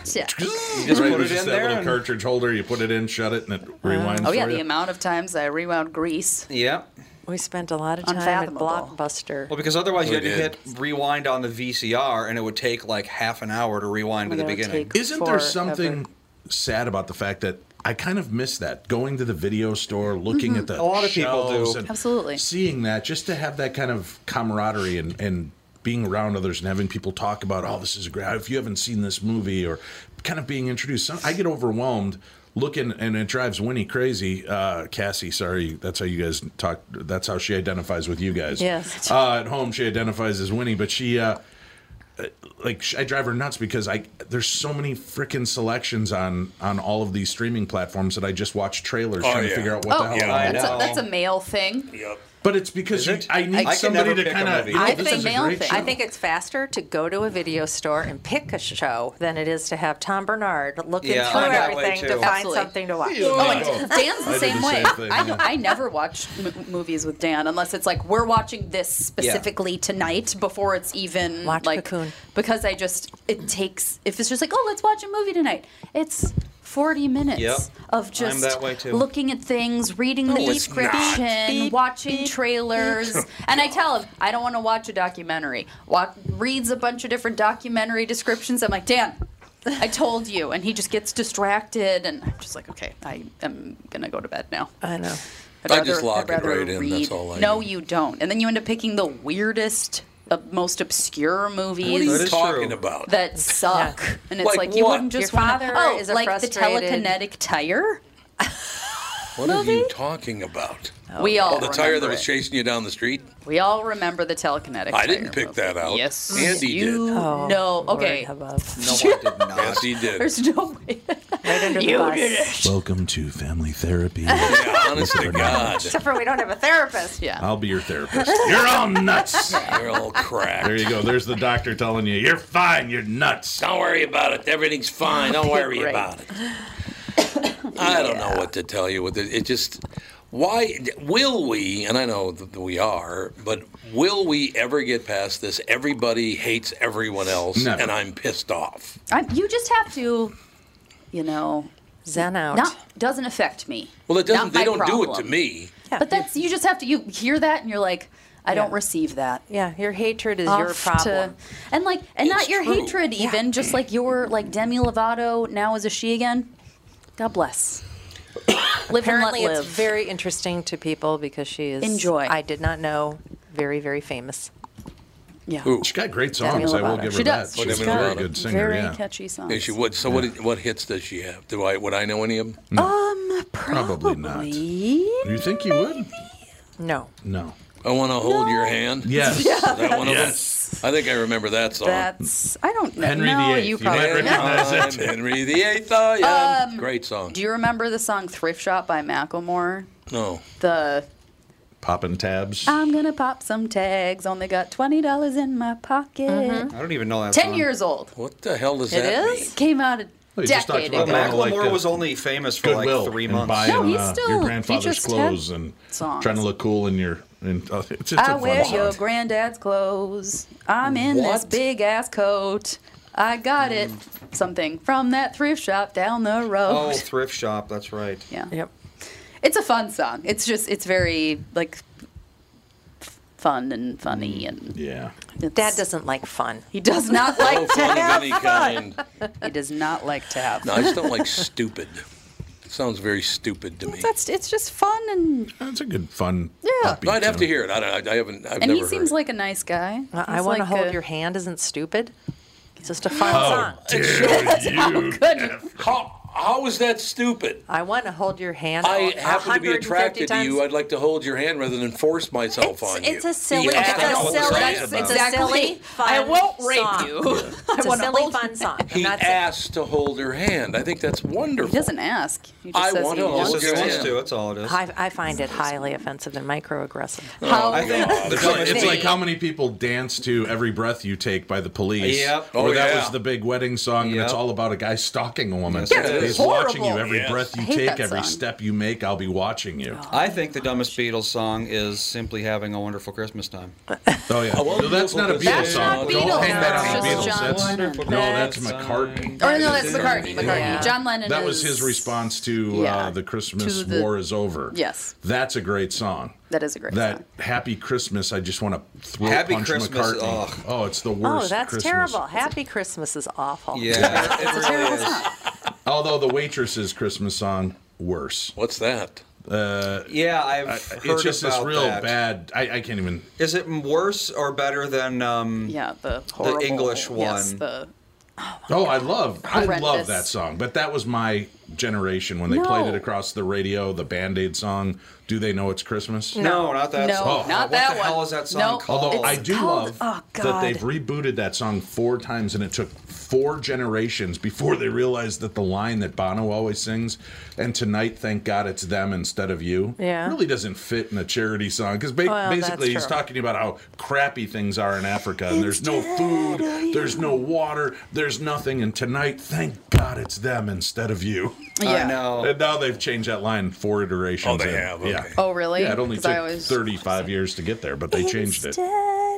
Speaker 12: Hot.
Speaker 4: You just
Speaker 2: Right,
Speaker 4: put
Speaker 2: it
Speaker 4: it
Speaker 2: was just
Speaker 4: in
Speaker 2: that
Speaker 4: there
Speaker 2: little
Speaker 4: and-
Speaker 2: cartridge holder. You put it in, shut it, and it rewinds.
Speaker 12: Oh yeah,
Speaker 2: for
Speaker 12: the
Speaker 2: you.
Speaker 12: amount of times I rewound grease.
Speaker 4: Yeah.
Speaker 11: We spent a lot of time at Blockbuster.
Speaker 4: Well, because otherwise you
Speaker 2: Oh,
Speaker 11: We
Speaker 4: had to hit rewind on the VCR, and it would take like half an hour to rewind to the beginning.
Speaker 2: Isn't there something sad about the fact that I kind of miss that going to the video store, looking
Speaker 12: Mhm.
Speaker 2: at the
Speaker 4: Mm-hmm. A lot of people do.
Speaker 2: shelves and
Speaker 12: Absolutely.
Speaker 2: seeing that just to have that kind of camaraderie and and being around others and having people talk about oh this is great if you haven't seen this movie or kind of being introduced. Some, I get overwhelmed. Looking and it drives Winnie crazy, uh, Cassie. Sorry, that's how you guys talk. That's how she identifies with you guys.
Speaker 11: Yes.
Speaker 2: Uh, at home, she identifies as Winnie, but she uh, like sh- I drive her nuts because I there's so many freaking selections on on all of these streaming platforms that I just watch trailers
Speaker 1: Oh,
Speaker 2: trying
Speaker 1: yeah.
Speaker 2: to figure out what the hell. I'm
Speaker 3: that's, a,
Speaker 2: watching.
Speaker 3: that's a male thing.
Speaker 1: Yep.
Speaker 2: But it's because you, I
Speaker 3: I
Speaker 2: need
Speaker 3: can
Speaker 2: somebody
Speaker 3: never
Speaker 2: to
Speaker 3: pick a
Speaker 2: kind of.
Speaker 3: movie.
Speaker 2: You know,
Speaker 3: I
Speaker 2: this
Speaker 3: think
Speaker 2: is a
Speaker 3: male
Speaker 2: great
Speaker 3: thing.
Speaker 2: show.
Speaker 11: I think it's faster to go to a video store and pick a show than it is to have Tom Bernard looking
Speaker 2: Yeah,
Speaker 11: through
Speaker 2: I'm that way
Speaker 11: everything to
Speaker 2: too.
Speaker 11: find
Speaker 3: Absolutely.
Speaker 11: something to watch.
Speaker 3: Oh, and Dan's the
Speaker 11: I do
Speaker 3: same
Speaker 11: the
Speaker 3: way.
Speaker 11: same thing,
Speaker 3: I,
Speaker 11: yeah.
Speaker 3: I never watch m- movies with Dan unless it's like we're watching this specifically tonight before it's even like because I just it takes if it's just like oh let's watch a movie tonight it's. 40 minutes
Speaker 12: Yep.
Speaker 3: of
Speaker 12: I'm
Speaker 3: just
Speaker 12: that way too.
Speaker 3: looking at things, reading the
Speaker 12: No, it's not.
Speaker 3: description, watching trailers. and I tell him, I don't want to watch a documentary. Wa reads a bunch of different documentary descriptions. I'm like, Dan, I told you. And he just gets distracted. And I'm just like, okay, I am going to go to bed now.
Speaker 11: I know.
Speaker 3: I'd
Speaker 1: I
Speaker 3: rather-
Speaker 1: just lock
Speaker 3: I'd
Speaker 1: it
Speaker 3: rather
Speaker 1: right in. That's
Speaker 3: read.
Speaker 1: all I
Speaker 3: No,
Speaker 1: do.
Speaker 3: you don't. And then you end up picking the weirdest, uh, most obscure movies.
Speaker 1: What are you talking about?
Speaker 3: That suck. And it's
Speaker 1: Like
Speaker 3: like, you
Speaker 1: what?
Speaker 3: wouldn't just
Speaker 11: Your
Speaker 3: wanna-
Speaker 11: father
Speaker 3: oh,
Speaker 11: is a
Speaker 3: like the
Speaker 11: frustrated-
Speaker 3: telekinetic tire.
Speaker 1: What are you talking about?
Speaker 3: We all
Speaker 1: Oh, the tire that
Speaker 3: remember
Speaker 1: was
Speaker 3: it.
Speaker 1: chasing you down the street.
Speaker 3: We all remember the telekinetic
Speaker 1: I
Speaker 3: tire.
Speaker 1: didn't pick that out. Yes, Andy
Speaker 3: you
Speaker 11: Oh.
Speaker 1: did.
Speaker 3: know. Okay.
Speaker 1: Yes, he did.
Speaker 3: There's no way.
Speaker 11: You
Speaker 3: did it.
Speaker 2: Welcome to family therapy.
Speaker 1: yeah, honest
Speaker 2: Oh,
Speaker 1: to God.
Speaker 11: Except for we don't have a therapist.
Speaker 3: Yeah.
Speaker 2: I'll be your therapist. You're all nuts.
Speaker 1: You're all cracked.
Speaker 2: There you go. There's the doctor telling you you're fine. You're nuts.
Speaker 1: Don't worry about it. Everything's fine. Don't worry about it. I don't know what to tell you. With it, it just why will we? And I know that we are, but will we ever get past this? Everybody hates everyone else,
Speaker 3: Never.
Speaker 1: and I'm pissed off.
Speaker 3: I, you just have to, you know,
Speaker 11: zen out.
Speaker 3: Not doesn't affect me.
Speaker 1: Well, it doesn't.
Speaker 3: Not
Speaker 1: They
Speaker 3: my
Speaker 1: don't do it to
Speaker 3: problem.
Speaker 1: me.
Speaker 3: But that's you just have to. You hear that and you're like, I don't receive that.
Speaker 11: Yeah, your hatred is
Speaker 3: Off
Speaker 11: your
Speaker 3: to-
Speaker 11: problem.
Speaker 3: and like, and
Speaker 11: It's
Speaker 3: not your
Speaker 11: true.
Speaker 3: hatred even. Just like your like Demi Lovato now is a she again. God bless. Live and let
Speaker 11: Apparently,
Speaker 3: live.
Speaker 11: it's very interesting to people because she is.
Speaker 3: Enjoy.
Speaker 11: I did not know. Very, very famous.
Speaker 3: Yeah.
Speaker 2: She got great
Speaker 11: Demi
Speaker 2: songs. I will
Speaker 11: Lovato.
Speaker 2: give her
Speaker 11: She
Speaker 2: that.
Speaker 11: does.
Speaker 1: Oh,
Speaker 2: She's
Speaker 1: Demi
Speaker 2: a very
Speaker 1: Lovato.
Speaker 2: good singer.
Speaker 3: Very
Speaker 2: yeah.
Speaker 3: catchy songs.
Speaker 1: Yeah, she would. So what? What hits does she have? Do I? Would I know any of them?
Speaker 3: Um,
Speaker 2: probably, not. You think you would?
Speaker 11: No.
Speaker 2: No.
Speaker 1: I want to hold your hand.
Speaker 2: Yes.
Speaker 1: Is
Speaker 2: Yeah,
Speaker 1: that one
Speaker 2: yes.
Speaker 1: of them? I think I remember that song.
Speaker 3: That's I don't know.
Speaker 1: Henry
Speaker 3: no,
Speaker 1: VIII.
Speaker 3: you probably
Speaker 1: I'm Henry VIII. Oh, yeah.
Speaker 3: Um,
Speaker 1: Great song.
Speaker 3: Do you remember the song "Thrift Shop" by Macklemore?
Speaker 1: no.
Speaker 3: The
Speaker 2: Popping tabs.
Speaker 3: I'm gonna pop some tags. Only got twenty dollars in my pocket.
Speaker 4: I don't even know that.
Speaker 3: Ten
Speaker 4: song.
Speaker 3: years old.
Speaker 1: What the hell does
Speaker 3: It
Speaker 4: that
Speaker 3: is. Came out a
Speaker 4: Well, you just
Speaker 3: decade
Speaker 4: talked
Speaker 3: ago.
Speaker 4: about uh, Macklemore was only famous for
Speaker 2: Goodwill
Speaker 4: like three
Speaker 2: and
Speaker 4: months.
Speaker 2: buying,
Speaker 3: No, he's
Speaker 2: uh,
Speaker 3: still-
Speaker 2: your
Speaker 3: he
Speaker 2: grandfather's
Speaker 3: just had
Speaker 2: clothes and
Speaker 3: songs.
Speaker 2: trying to look cool in your. And, uh, it's just
Speaker 3: I
Speaker 2: a
Speaker 3: wear
Speaker 2: fun
Speaker 3: your
Speaker 2: song.
Speaker 3: granddad's clothes. I'm in this
Speaker 2: What?
Speaker 3: big ass coat. I got it.
Speaker 1: Hmm.
Speaker 3: Something from that thrift shop down the road.
Speaker 4: Oh, thrift shop. That's right.
Speaker 3: Yeah. Yep.
Speaker 1: Oh.
Speaker 3: It's a fun song. It's just it's very like f- fun and
Speaker 1: Hmm.
Speaker 3: funny and
Speaker 2: yeah.
Speaker 3: Dad
Speaker 11: doesn't like fun.
Speaker 3: He does not like
Speaker 1: No
Speaker 3: to
Speaker 1: fun of
Speaker 3: have
Speaker 1: any
Speaker 3: fun.
Speaker 1: kind.
Speaker 3: He does not like to have.
Speaker 1: No, I just don't like stupid. It sounds very stupid to me.
Speaker 3: That's it's just fun and.
Speaker 2: That's a good fun.
Speaker 3: Yeah.
Speaker 1: No, I'd have to hear it. I, don't, I, I haven't. I've
Speaker 3: and
Speaker 1: never
Speaker 3: he seems like a nice guy.
Speaker 11: I
Speaker 3: He's
Speaker 11: want to
Speaker 3: like
Speaker 11: hold
Speaker 3: a-
Speaker 11: your hand. Isn't stupid. It's just a fun
Speaker 1: How
Speaker 11: song. Oh,
Speaker 3: good.
Speaker 1: How, how is that stupid?
Speaker 11: I want to hold your hand.
Speaker 1: I happen to be
Speaker 11: 150
Speaker 1: attracted to
Speaker 11: times.
Speaker 1: you. I'd like to hold your hand rather than force myself on you.
Speaker 11: It's a silly.
Speaker 1: Yeah,
Speaker 11: It's
Speaker 1: I know
Speaker 11: a
Speaker 1: what the
Speaker 11: silly.
Speaker 1: song's
Speaker 11: It's
Speaker 1: about.
Speaker 11: a silly. Fun
Speaker 3: I won't rape
Speaker 11: song.
Speaker 3: you. Yeah. I
Speaker 11: It's a
Speaker 3: wanna
Speaker 11: silly
Speaker 3: hold
Speaker 11: fun song.
Speaker 1: He
Speaker 11: I'm not
Speaker 1: asked to hold her hand. I think that's wonderful.
Speaker 3: He doesn't ask. He just
Speaker 1: I
Speaker 3: says
Speaker 1: want
Speaker 3: he
Speaker 1: to hold
Speaker 3: wants
Speaker 1: your
Speaker 3: to.
Speaker 1: hand.
Speaker 4: to, that's all it
Speaker 11: I, I find it highly offensive and microaggressive.
Speaker 3: How-
Speaker 4: I think
Speaker 2: It's like, it's like how many people dance to "Every Breath You Take" by the Police.
Speaker 4: Yep.
Speaker 2: Or
Speaker 4: Oh,
Speaker 2: that
Speaker 4: yeah.
Speaker 2: was the big wedding song, and it's
Speaker 4: Yep.
Speaker 2: all about a guy stalking a woman.
Speaker 4: Yes, it is.
Speaker 2: He's watching you.
Speaker 4: Horrible.
Speaker 2: Every
Speaker 4: Yes.
Speaker 2: breath
Speaker 4: I
Speaker 2: you
Speaker 4: hate
Speaker 2: take,
Speaker 4: that
Speaker 2: every
Speaker 4: song.
Speaker 2: step you make, I'll be watching you.
Speaker 4: I think the dumbest Beatles song is simply having a wonderful Christmas time.
Speaker 2: Oh yeah, no, that's not a Beatles
Speaker 4: That's
Speaker 2: song.
Speaker 4: not
Speaker 2: Don't
Speaker 4: Beatles.
Speaker 2: hang that on the
Speaker 4: That's
Speaker 2: Beatles.
Speaker 4: just John
Speaker 2: That's, no,
Speaker 4: Lennon.
Speaker 2: that's McCartney.
Speaker 3: Or no, that's McCartney. McCartney.
Speaker 2: Yeah.
Speaker 3: John Lennon.
Speaker 2: That was
Speaker 3: is-
Speaker 2: his response to uh,
Speaker 3: Yeah.
Speaker 2: the Christmas
Speaker 3: To the-
Speaker 2: War is over.
Speaker 3: Yes.
Speaker 2: that's a great song.
Speaker 3: That is a great
Speaker 2: That Happy Christmas, I just want to throw
Speaker 4: Happy
Speaker 2: punch
Speaker 4: Christmas,
Speaker 2: McCartney.
Speaker 4: ugh.
Speaker 2: Oh, it's the worst.
Speaker 11: Oh, that's
Speaker 2: Christmas.
Speaker 11: terrible. Happy Christmas is awful.
Speaker 2: Yeah,
Speaker 11: it's a terrible song.
Speaker 2: Although the waitress's Christmas song worse.
Speaker 1: What's that?
Speaker 2: Uh,
Speaker 4: Yeah, I've
Speaker 2: I-
Speaker 4: heard
Speaker 2: it's just this
Speaker 4: about
Speaker 2: real
Speaker 4: that.
Speaker 2: bad. I, I can't even.
Speaker 4: Is it worse or better than um,
Speaker 3: yeah the,
Speaker 4: English one?
Speaker 3: Yes, the
Speaker 2: Oh, I love, I love
Speaker 3: Horrendous.
Speaker 2: that song. But that was my generation when they played
Speaker 15: No.
Speaker 2: it across the radio, the Band Aid song. Do they know it's Christmas?
Speaker 16: No, No. not that No, song. not What the that hell one. is that song Nope. called?
Speaker 2: Although I
Speaker 16: It's
Speaker 2: do
Speaker 16: called-
Speaker 2: love
Speaker 16: oh,
Speaker 2: that
Speaker 16: God.
Speaker 2: they've rebooted that song four times, and it took four generations before they realized that the line that Bono always sings, "And tonight, thank God, it's them instead of you,"
Speaker 11: Yeah.
Speaker 2: really doesn't fit in a charity song because
Speaker 11: Well, that's
Speaker 2: basically he's
Speaker 11: true.
Speaker 2: talking about how crappy things are in Africa, and there's no food,
Speaker 3: oh,
Speaker 2: there's no water, there's nothing, and tonight, thank God, it's them instead of you.
Speaker 3: I Yeah.
Speaker 16: know.
Speaker 2: And now they've changed that line four iterations.
Speaker 14: Oh, they
Speaker 2: in.
Speaker 14: have,
Speaker 2: Yeah.
Speaker 14: okay.
Speaker 3: Oh, really?
Speaker 2: Yeah, it only
Speaker 3: 'Cause I
Speaker 2: took
Speaker 3: always-
Speaker 2: 35 years to get there, but they changed it.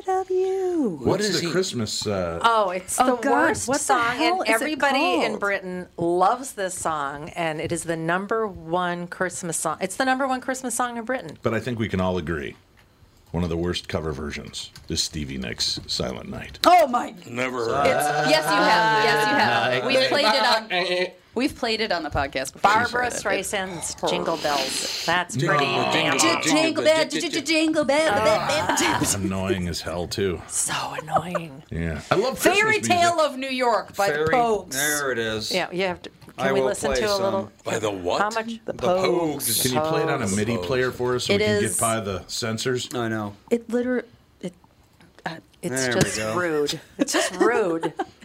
Speaker 11: of you.
Speaker 2: What's the Christmas? Uh,
Speaker 11: Oh, it's
Speaker 3: Oh,
Speaker 11: the
Speaker 3: God,
Speaker 11: worst
Speaker 3: what the
Speaker 11: song,
Speaker 3: hell is
Speaker 11: and
Speaker 3: it
Speaker 11: everybody in
Speaker 3: called?
Speaker 11: Britain loves this song, and it is the number one Christmas song. It's the number one Christmas song in Britain.
Speaker 2: But I think we can all agree, one of the worst cover versions is Stevie Nicks' "Silent Night."
Speaker 3: Oh my!
Speaker 14: Never
Speaker 2: heard.
Speaker 3: It's, yes, you have. Yes, you have.
Speaker 2: Night.
Speaker 3: We've played it on. We've played it on the podcast. Before
Speaker 11: Barbara Streisand's Jingle Bells. That's
Speaker 2: Jingle
Speaker 11: pretty
Speaker 2: bell,
Speaker 11: damn
Speaker 2: jingle bell, jingle bell,
Speaker 3: jingle bell.
Speaker 2: annoying as hell too.
Speaker 11: So annoying.
Speaker 2: Yeah, I love Christmas
Speaker 3: Fairy
Speaker 2: music.
Speaker 3: Tale of New York by the
Speaker 2: Fairy-
Speaker 3: Pogues.
Speaker 16: There it is.
Speaker 11: Yeah, you have to. Can
Speaker 16: I
Speaker 11: we
Speaker 16: will
Speaker 11: listen
Speaker 16: play
Speaker 11: to a
Speaker 16: some.
Speaker 11: little?
Speaker 14: By the what?
Speaker 11: How much? The, Pogues.
Speaker 2: Can you play it on a
Speaker 11: Pogues.
Speaker 2: MIDI player for us so
Speaker 11: It
Speaker 2: we can
Speaker 11: is-
Speaker 2: get by the sensors?
Speaker 16: I know.
Speaker 11: It literally. It, uh, it's
Speaker 17: There we
Speaker 11: just
Speaker 17: go.
Speaker 11: rude. It's just rude.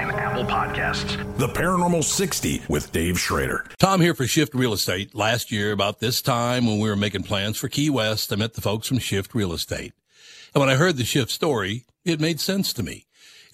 Speaker 9: and Apple Podcasts.
Speaker 17: The Paranormal 60 with Dave Schrader.
Speaker 1: Tom here for Shift Real Estate. Last year, about this time when we were making plans for Key West, I met the folks from Shift Real Estate. And when I heard the Shift story, it made sense to me.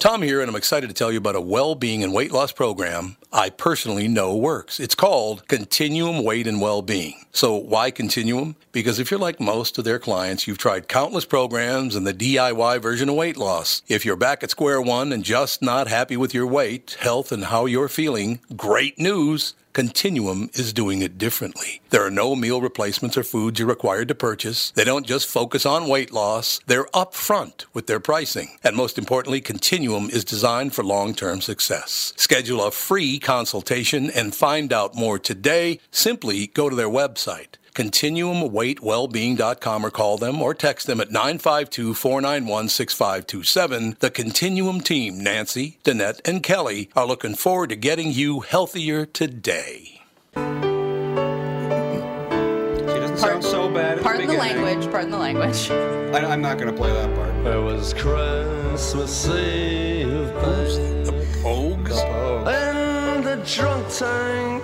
Speaker 1: Tom here, and I'm excited to tell you about a well being and weight loss program I personally know works. It's called Continuum Weight and Well Being. So, why Continuum? Because if you're like most of their clients, you've tried countless programs and the DIY version of weight loss. If you're back at square one and just not happy with your weight, health, and how you're feeling, great news. Continuum is doing it differently. There are no meal replacements or foods you're required to purchase. They don't just focus on weight loss, they're upfront with their pricing. And most importantly, Continuum is designed for long term success. Schedule a free consultation and find out more today. Simply go to their website. ContinuumWeightWellbeing.com or call them or text them at 952 491 6527. The Continuum team, Nancy, Danette, and Kelly, are looking forward to getting you healthier today.
Speaker 16: She doesn't sound so bad. At
Speaker 15: Pardon
Speaker 16: the
Speaker 15: the
Speaker 16: beginning.
Speaker 15: language. Pardon the language.
Speaker 16: I, I'm not going to play that part.
Speaker 4: It was Christmas Eve. The
Speaker 14: Pogues?
Speaker 4: And the drunk tank.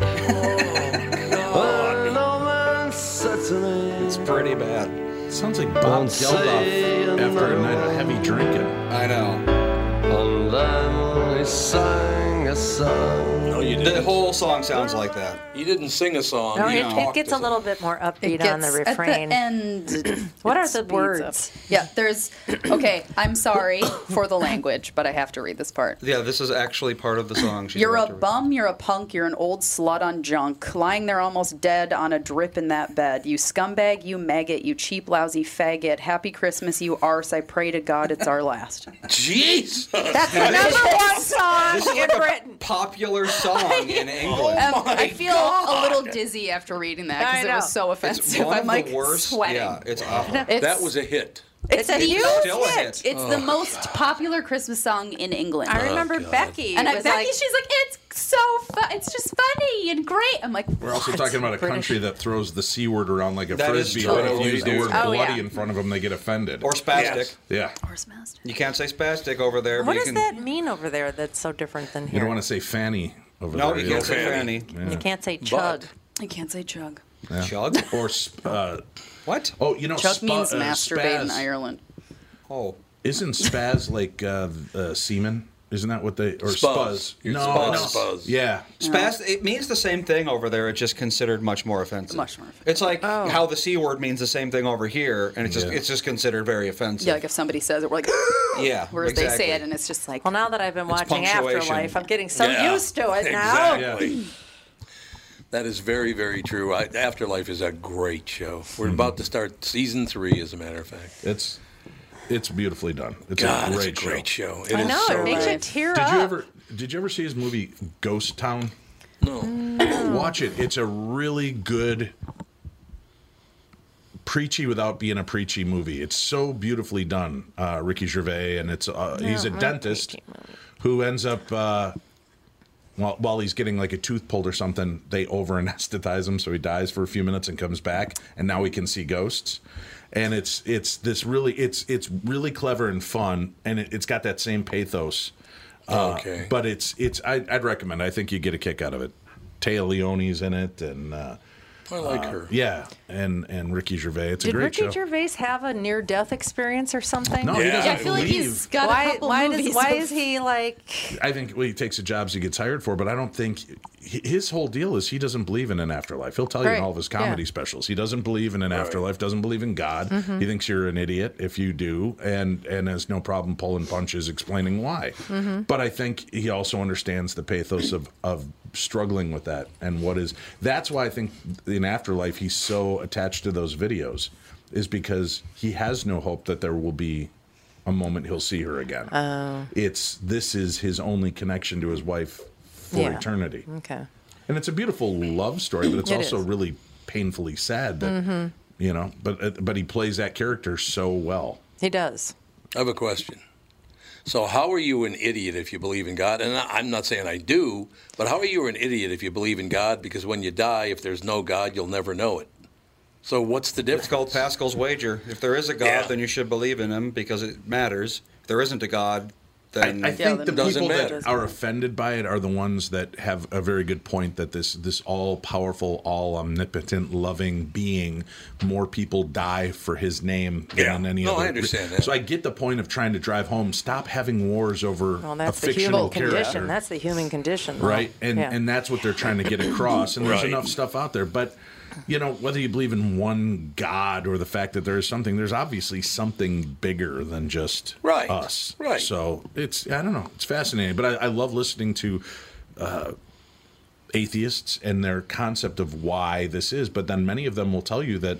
Speaker 18: It's
Speaker 4: pretty bad.
Speaker 2: Sounds like
Speaker 18: Bob
Speaker 2: Geldof after a night of heavy drinking.
Speaker 4: I know.
Speaker 18: And then he sang a song.
Speaker 4: No, you didn't. The whole song sounds like that.
Speaker 1: You didn't sing a song.
Speaker 11: No,
Speaker 4: you
Speaker 11: it, it
Speaker 4: talked
Speaker 11: gets
Speaker 4: to
Speaker 11: a little bit more upbeat
Speaker 12: It
Speaker 11: on the
Speaker 12: gets- at the
Speaker 11: refrain.
Speaker 12: end,
Speaker 11: what
Speaker 12: it
Speaker 11: are the
Speaker 12: speeds
Speaker 11: words?
Speaker 12: up. Yeah, there's. Okay, I'm sorry for the language, but I have to read this part.
Speaker 4: Yeah, this is actually part of the song. She's
Speaker 12: You're
Speaker 4: about
Speaker 12: a bum, you're a punk, you're an old slut on junk, lying there almost dead on a drip in that bed. You scumbag, you maggot, you cheap, lousy faggot. Happy Christmas, you arse. I pray to God it's our last.
Speaker 1: Jesus.
Speaker 11: That's the number one song
Speaker 4: This is
Speaker 11: in
Speaker 4: like a
Speaker 11: Britain.
Speaker 4: popular song in England.
Speaker 12: Um, I feel a little dizzy after reading that
Speaker 11: I
Speaker 12: because it was
Speaker 11: know.
Speaker 12: so
Speaker 11: It's
Speaker 12: offensive.
Speaker 4: one
Speaker 12: I'm
Speaker 4: of
Speaker 12: like
Speaker 4: the worst.
Speaker 12: sweating.
Speaker 1: Uh,
Speaker 4: Yeah, it's awful.
Speaker 12: It's- That was
Speaker 1: a hit.
Speaker 12: It's, a huge
Speaker 4: still a
Speaker 12: hit.
Speaker 4: hit.
Speaker 12: It's
Speaker 4: Oh,
Speaker 12: the most popular Christmas song in England.
Speaker 11: I remember Oh, God. Becky
Speaker 12: And I,
Speaker 11: was
Speaker 12: Becky,
Speaker 11: like-
Speaker 12: she's like, it's so fun. It's just funny and great. I'm like,
Speaker 2: We're also
Speaker 12: "What?"
Speaker 2: talking about a country that throws the c word around like a
Speaker 4: That is
Speaker 2: frisbee.
Speaker 4: true.
Speaker 2: But if you use the word
Speaker 12: Oh,
Speaker 2: bloody
Speaker 12: yeah.
Speaker 2: in front of them, they get offended.
Speaker 4: Or spastic.
Speaker 2: Yeah.
Speaker 12: Or spastic.
Speaker 4: You can't say spastic over there.
Speaker 11: What
Speaker 4: but you
Speaker 11: does
Speaker 4: can,
Speaker 11: that mean over there? That's so different than
Speaker 2: You
Speaker 11: here.
Speaker 2: don't want to say fanny over
Speaker 4: No,
Speaker 2: there.
Speaker 4: you
Speaker 2: either.
Speaker 4: can't say fanny.
Speaker 2: Yeah.
Speaker 11: You can't say chug.
Speaker 12: I can't say chug.
Speaker 2: Yeah.
Speaker 4: Chug
Speaker 2: or sp- uh,
Speaker 4: what?
Speaker 2: Oh, you know,
Speaker 12: chug
Speaker 2: spa-
Speaker 12: means
Speaker 2: uh,
Speaker 12: masturbate in
Speaker 2: spaz.
Speaker 12: Ireland.
Speaker 4: Oh,
Speaker 2: Isn't spaz like uh, uh, semen? Isn't that what they or
Speaker 4: Spuzz.
Speaker 2: spuzz?
Speaker 4: You're
Speaker 2: No,
Speaker 4: spuzz.
Speaker 2: no.
Speaker 4: Spuzz.
Speaker 2: Yeah,
Speaker 4: Spaz, it means the same thing over there. It's just considered much more offensive. Much more. It's like
Speaker 12: Oh.
Speaker 4: how the c word means the same thing over here, and it's just it's just considered very offensive.
Speaker 12: Yeah, like if somebody says it, we're like,
Speaker 4: Yeah,
Speaker 12: whereas they
Speaker 4: exactly.
Speaker 12: say it, and it's just like.
Speaker 11: Well, now that I've been
Speaker 4: It's
Speaker 11: watching
Speaker 4: punctuation.
Speaker 11: Afterlife, I'm getting so
Speaker 1: Yeah.
Speaker 11: used to it now.
Speaker 1: Exactly. That is very, very true. I, Afterlife is a great show. We're about to start season three, as a matter of fact.
Speaker 2: It's it's beautifully done. It's
Speaker 1: God,
Speaker 2: a
Speaker 1: it's a
Speaker 2: great,
Speaker 1: great show. It
Speaker 11: I
Speaker 1: is
Speaker 11: know,
Speaker 1: so
Speaker 11: it makes you
Speaker 1: good.
Speaker 11: tear
Speaker 2: did
Speaker 11: up.
Speaker 2: you ever did you ever see his movie Ghost Town?
Speaker 1: No.
Speaker 2: Watch it. It's a really good preachy without being a preachy movie. It's so beautifully done. Uh, Ricky Gervais, and it's uh, he's a
Speaker 11: Mm-mm.
Speaker 2: dentist who ends up. Uh, while, while he's getting like a tooth pulled or something, they over anesthetize him, so he dies for a few minutes and comes back, and now he can see ghosts. And it's it's this really it's it's really clever and fun, and it, it's got that same pathos. Uh,
Speaker 1: Okay.
Speaker 2: but it's it's I, I'd recommend. it. I think you get a kick out of it. Taya Leone's in it, and uh,
Speaker 1: I like
Speaker 2: uh,
Speaker 1: her.
Speaker 2: Yeah, and and Ricky Gervais. It's a
Speaker 11: Did
Speaker 2: great
Speaker 11: Ricky
Speaker 2: show.
Speaker 11: Gervais have a near-death experience or something?
Speaker 2: No, he Yeah. doesn't I feel like leave. he's
Speaker 12: got a
Speaker 11: why,
Speaker 12: couple
Speaker 11: why
Speaker 12: movies
Speaker 11: Does, why
Speaker 12: of-
Speaker 11: is he like?
Speaker 2: I think well, he takes the jobs he gets hired for, but I don't think hi- his whole deal is he doesn't believe in an afterlife. He'll tell you in
Speaker 11: Right,
Speaker 2: all of his
Speaker 11: yeah.
Speaker 2: comedy specials he doesn't believe in an afterlife, doesn't believe in God.
Speaker 11: Mhm.
Speaker 2: He thinks you're an idiot if you do, and and has no problem pulling punches explaining why.
Speaker 12: Mm-hmm.
Speaker 8: Mhm.
Speaker 2: But I think he also understands the pathos of of struggling with that and what is. That's why I think in afterlife he's so attached to those videos, is because he has no hope that there will be a moment he'll see her again
Speaker 11: Oh,
Speaker 2: it's this is his only connection to his wife for
Speaker 11: Yeah.
Speaker 2: eternity.
Speaker 11: okay.
Speaker 2: And it's a beautiful love story, but it's
Speaker 11: It
Speaker 2: also
Speaker 11: is.
Speaker 2: really painfully sad that
Speaker 11: hmm
Speaker 2: you know, but uh, but he plays that character so well.
Speaker 11: He does.
Speaker 1: I have a question. So, how are you an idiot if you believe in God? And I- I'm not saying I do, but how are you an idiot if you believe in God? Because when you die, if there's no God, you'll never know it. So, what's the difference?
Speaker 4: It's called Pascal's wager. If there is a God, then you should believe in him because it matters. If there isn't a God, then
Speaker 2: I think the
Speaker 4: doesn't
Speaker 2: people
Speaker 4: matter.
Speaker 2: that are offended by it are the ones that have a very good point that this this all powerful, all omnipotent, loving being, more people die for his name than in any
Speaker 1: No,
Speaker 2: other.
Speaker 1: I understand that.
Speaker 2: So I get the point of trying to drive home. Stop having wars over
Speaker 11: Well,
Speaker 2: a
Speaker 11: that's the
Speaker 2: fictional
Speaker 11: human
Speaker 2: character.
Speaker 11: condition. That's the human condition, though.
Speaker 2: right and
Speaker 11: Yeah.
Speaker 2: and that's what they're trying to get across and there's
Speaker 8: Right.
Speaker 2: enough stuff out there but you know whether you believe in one god or the fact that there is something there's obviously something bigger than just
Speaker 1: Right.
Speaker 2: us
Speaker 1: Right.
Speaker 2: so it's i don't know it's fascinating but i, I love listening to uh, atheists and their concept of why this is but then many of them will tell you that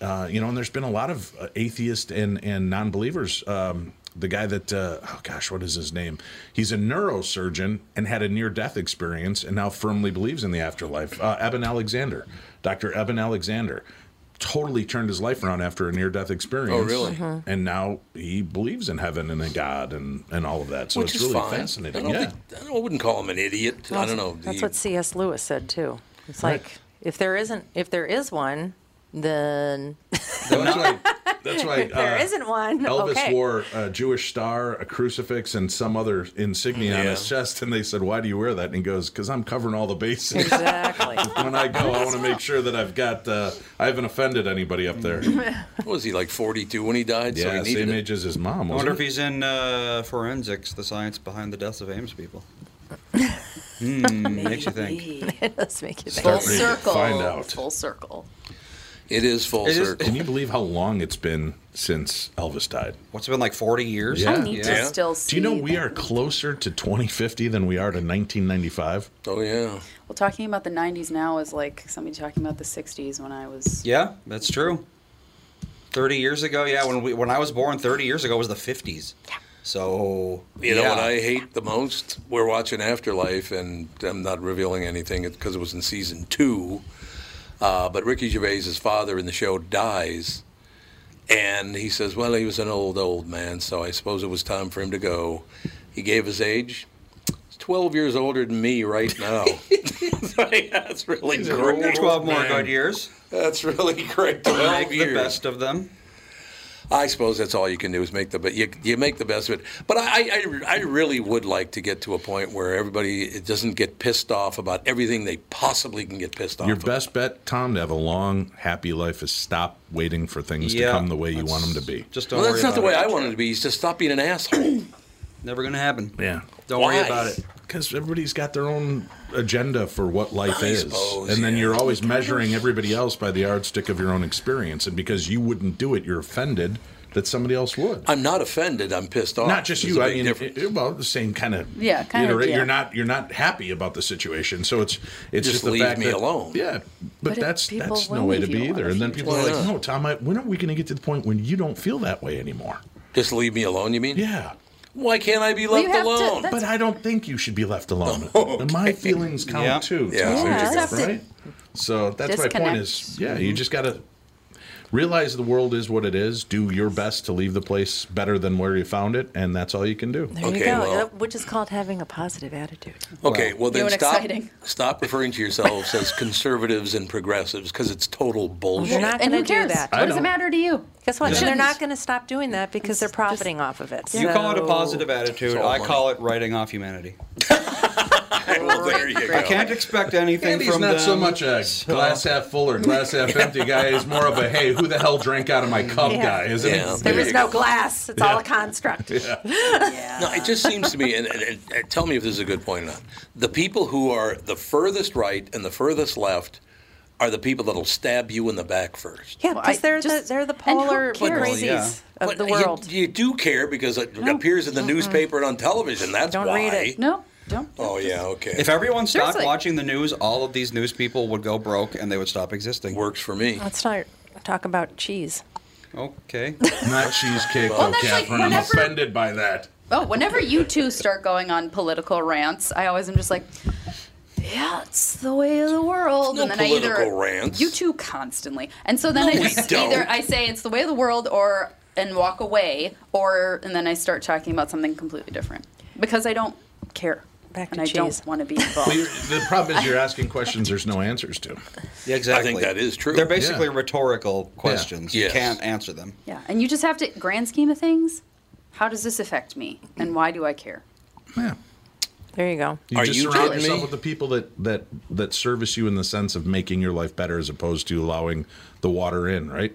Speaker 2: uh, you know and there's been a lot of uh, atheists and and non-believers um, the guy that uh, oh gosh what is his name he's a neurosurgeon and had a near-death experience and now firmly believes in the afterlife uh, eben alexander dr eben alexander totally turned his life around after a near-death experience
Speaker 1: really? Mhm.
Speaker 2: and now he believes in heaven and in god and, and all of that so
Speaker 1: Which
Speaker 2: it's
Speaker 1: is
Speaker 2: really
Speaker 1: fine.
Speaker 2: fascinating
Speaker 1: I don't
Speaker 2: yeah
Speaker 1: think- I, don't- I wouldn't call him an idiot. I don't know.
Speaker 11: That's
Speaker 1: He-
Speaker 11: what C.S. Lewis said too. It's
Speaker 1: Right.
Speaker 11: like if there isn't, if there is one, then
Speaker 4: Then it's like,
Speaker 2: That's why
Speaker 11: If there
Speaker 2: uh,
Speaker 11: isn't one,
Speaker 2: Elvis
Speaker 11: okay.
Speaker 2: wore a Jewish star, a crucifix, and some other insignia on
Speaker 11: Yeah.
Speaker 2: his chest, and they said, "Why do you wear that?" And he goes, "Because I'm covering all the bases.
Speaker 11: Exactly.
Speaker 2: when I go, I want to make sure that I've got, uh, I haven't offended anybody up there."
Speaker 1: What was he like 42 when he died? so he
Speaker 2: Yeah,
Speaker 1: needed
Speaker 2: same
Speaker 1: it.
Speaker 2: age as his mom.
Speaker 4: I wonder
Speaker 2: Wasn't
Speaker 4: if he's in uh, forensics, the science behind the deaths of Ames people. Hmm, makes you think.
Speaker 11: it does make you think.
Speaker 2: Start Full reading. circle. Find out.
Speaker 3: Full circle.
Speaker 1: It is full
Speaker 2: It is-
Speaker 1: circle.
Speaker 2: Can you believe how long it's been since Elvis died?
Speaker 4: What's it been like forty years?
Speaker 3: I need to still
Speaker 2: Do you know
Speaker 3: see
Speaker 2: we are closer to 2050 than we are to 1995?
Speaker 1: Oh yeah.
Speaker 3: Well, talking about the 90s now is like somebody talking about the 60s when I was.
Speaker 4: Yeah, that's true. Thirty years ago, yeah, when we when I was born, thirty years ago was the fifties. So
Speaker 1: You know
Speaker 4: yeah.
Speaker 1: what I hate the most? We're watching Afterlife, and I'm not revealing anything because it was in season two. Uh, but Ricky Gervais' father in the show dies, and he says, "Well, he was an old, old man, so I suppose it was time for him to go." He gave his age. He's 12 years older than me right now. That's really
Speaker 4: He's an
Speaker 1: great.
Speaker 4: old 12 more good years.
Speaker 1: That's really great. 12
Speaker 4: Make the
Speaker 1: years.
Speaker 4: best of them.
Speaker 1: I suppose that's all you can do is make the best. You, you make the best of it. But I, I, I really would like to get to a point where everybody it doesn't get pissed off about everything they possibly can get pissed off.
Speaker 2: Your
Speaker 1: about.
Speaker 2: best bet, Tom, to have a long, happy life is stop waiting for things
Speaker 1: Yeah,
Speaker 2: to come the way you
Speaker 1: that's-
Speaker 2: want them to be.
Speaker 4: Just
Speaker 1: well, that's not the way I wanted to be. Is to stop being an asshole.
Speaker 4: Never gonna happen.
Speaker 2: Yeah.
Speaker 4: Don't worry about it.
Speaker 2: Because everybody's got their own agenda for what life
Speaker 4: I
Speaker 2: is.
Speaker 4: suppose,
Speaker 2: and then
Speaker 4: yeah.
Speaker 2: you're always measuring everybody else by the yardstick of your own experience. And because you wouldn't do it, you're offended that somebody else would.
Speaker 1: I'm not offended. I'm pissed off.
Speaker 2: Not just
Speaker 1: There's
Speaker 2: you.
Speaker 1: a
Speaker 2: I
Speaker 1: big
Speaker 2: mean,
Speaker 1: difference.
Speaker 2: it- well, the same kind of
Speaker 1: Yeah, kind of
Speaker 2: iterate-
Speaker 1: deal.
Speaker 2: You're not you're not happy about the situation, so it's it's
Speaker 1: Just
Speaker 2: just, the
Speaker 1: leave
Speaker 2: fact
Speaker 1: me
Speaker 2: that-
Speaker 1: alone.
Speaker 2: Yeah,
Speaker 1: But
Speaker 2: but,
Speaker 1: if
Speaker 2: that's
Speaker 1: people
Speaker 2: that's
Speaker 1: will
Speaker 2: no way to
Speaker 1: leave
Speaker 2: be
Speaker 1: you alone
Speaker 2: either. And then
Speaker 1: if you
Speaker 2: people are
Speaker 1: do.
Speaker 2: like,
Speaker 1: Yeah.
Speaker 2: "No, Tom, I, when are we going to get to the point when you don't feel that way anymore?"
Speaker 1: Just leave me alone. You mean?
Speaker 2: Yeah.
Speaker 1: Why can't I be
Speaker 3: Well,
Speaker 1: left
Speaker 3: you have to-
Speaker 1: alone?
Speaker 3: that's-
Speaker 2: But I don't think you should be left alone. My feelings count
Speaker 1: Yeah.
Speaker 2: too.
Speaker 1: Yeah.
Speaker 2: Tom,
Speaker 1: Yeah, you just have to
Speaker 2: right? So that's my point
Speaker 3: disconnect.
Speaker 2: is, yeah, you just got to realize the world is what it is. Do your best to leave the place better than where you found it, and that's all you can do.
Speaker 11: There you go. That- Which is called having a positive attitude.
Speaker 1: Okay, well, then
Speaker 11: New and
Speaker 1: stop
Speaker 11: exciting.
Speaker 1: stop referring to yourselves as conservatives and progressives because it's total bullshit.
Speaker 11: They're not going to do that.
Speaker 1: I know.
Speaker 11: matter to you? Guess what?
Speaker 1: Yeah.
Speaker 11: They're not going to stop doing that because they're profiting off of it.
Speaker 4: You call it a
Speaker 11: So-
Speaker 4: positive attitude.
Speaker 1: It's all
Speaker 4: I
Speaker 1: money.
Speaker 4: call it writing off humanity.
Speaker 1: well, there you
Speaker 4: I can't expect anything
Speaker 2: And he's
Speaker 4: from
Speaker 2: not so
Speaker 4: them,
Speaker 2: much a glass half full or glass half empty guy. He's more of a hey, who the hell drank out of my cup
Speaker 11: Yeah.
Speaker 2: guy, isn't
Speaker 1: Yeah.
Speaker 2: he?
Speaker 11: There is no glass. It's all a construct.
Speaker 1: No, it just seems to me, and, and, and- and tell me if this is a good point or not. The people who are the furthest right and the furthest left are the people that'll stab you in the back first.
Speaker 11: Yeah, because they're, the, they're the polar crazies of
Speaker 1: But
Speaker 11: the
Speaker 1: you-
Speaker 11: world.
Speaker 1: You, do care because it appears in the newspaper and on television. That's
Speaker 11: Don't
Speaker 1: why.
Speaker 11: read it.
Speaker 3: No, don't.
Speaker 1: Oh yeah, okay.
Speaker 4: If everyone stopped
Speaker 11: Seriously.
Speaker 4: watching the news, all of these news people would go broke and they would stop existing.
Speaker 1: Works for me.
Speaker 11: Let's not talk about cheese.
Speaker 4: Okay.
Speaker 2: Not cheesecake,
Speaker 3: Well, though, that's like Catherine. I'm whenever-
Speaker 2: offended by that.
Speaker 3: Oh, whenever you two start going on political rants, I always am just like, yeah, it's the way of the world.
Speaker 1: No
Speaker 3: and then I either
Speaker 1: political rants.
Speaker 3: you two constantly, and so then I
Speaker 1: No, we
Speaker 3: just
Speaker 1: don't.
Speaker 3: either I say it's the way of the world, or and walk away, or and then I start talking about something completely different because I don't care Back and I
Speaker 11: cheese.
Speaker 3: don't want to be
Speaker 2: Well,
Speaker 3: involved.
Speaker 2: you're- the problem is you're asking questions there's no answers to.
Speaker 4: Yeah, exactly.
Speaker 1: that is true.
Speaker 4: They're basically rhetorical questions.
Speaker 2: Yes.
Speaker 4: You can't answer them.
Speaker 3: yeah, and you just have to grand scheme of things. How does this affect me,
Speaker 1: Mm.
Speaker 3: and why do I care?
Speaker 11: There you go.
Speaker 2: You
Speaker 11: Are
Speaker 2: just
Speaker 11: you
Speaker 2: surround
Speaker 11: kidding
Speaker 2: yourself
Speaker 11: me?
Speaker 2: with the people that, that that service you in the sense of making your life better as opposed to allowing the water in, right?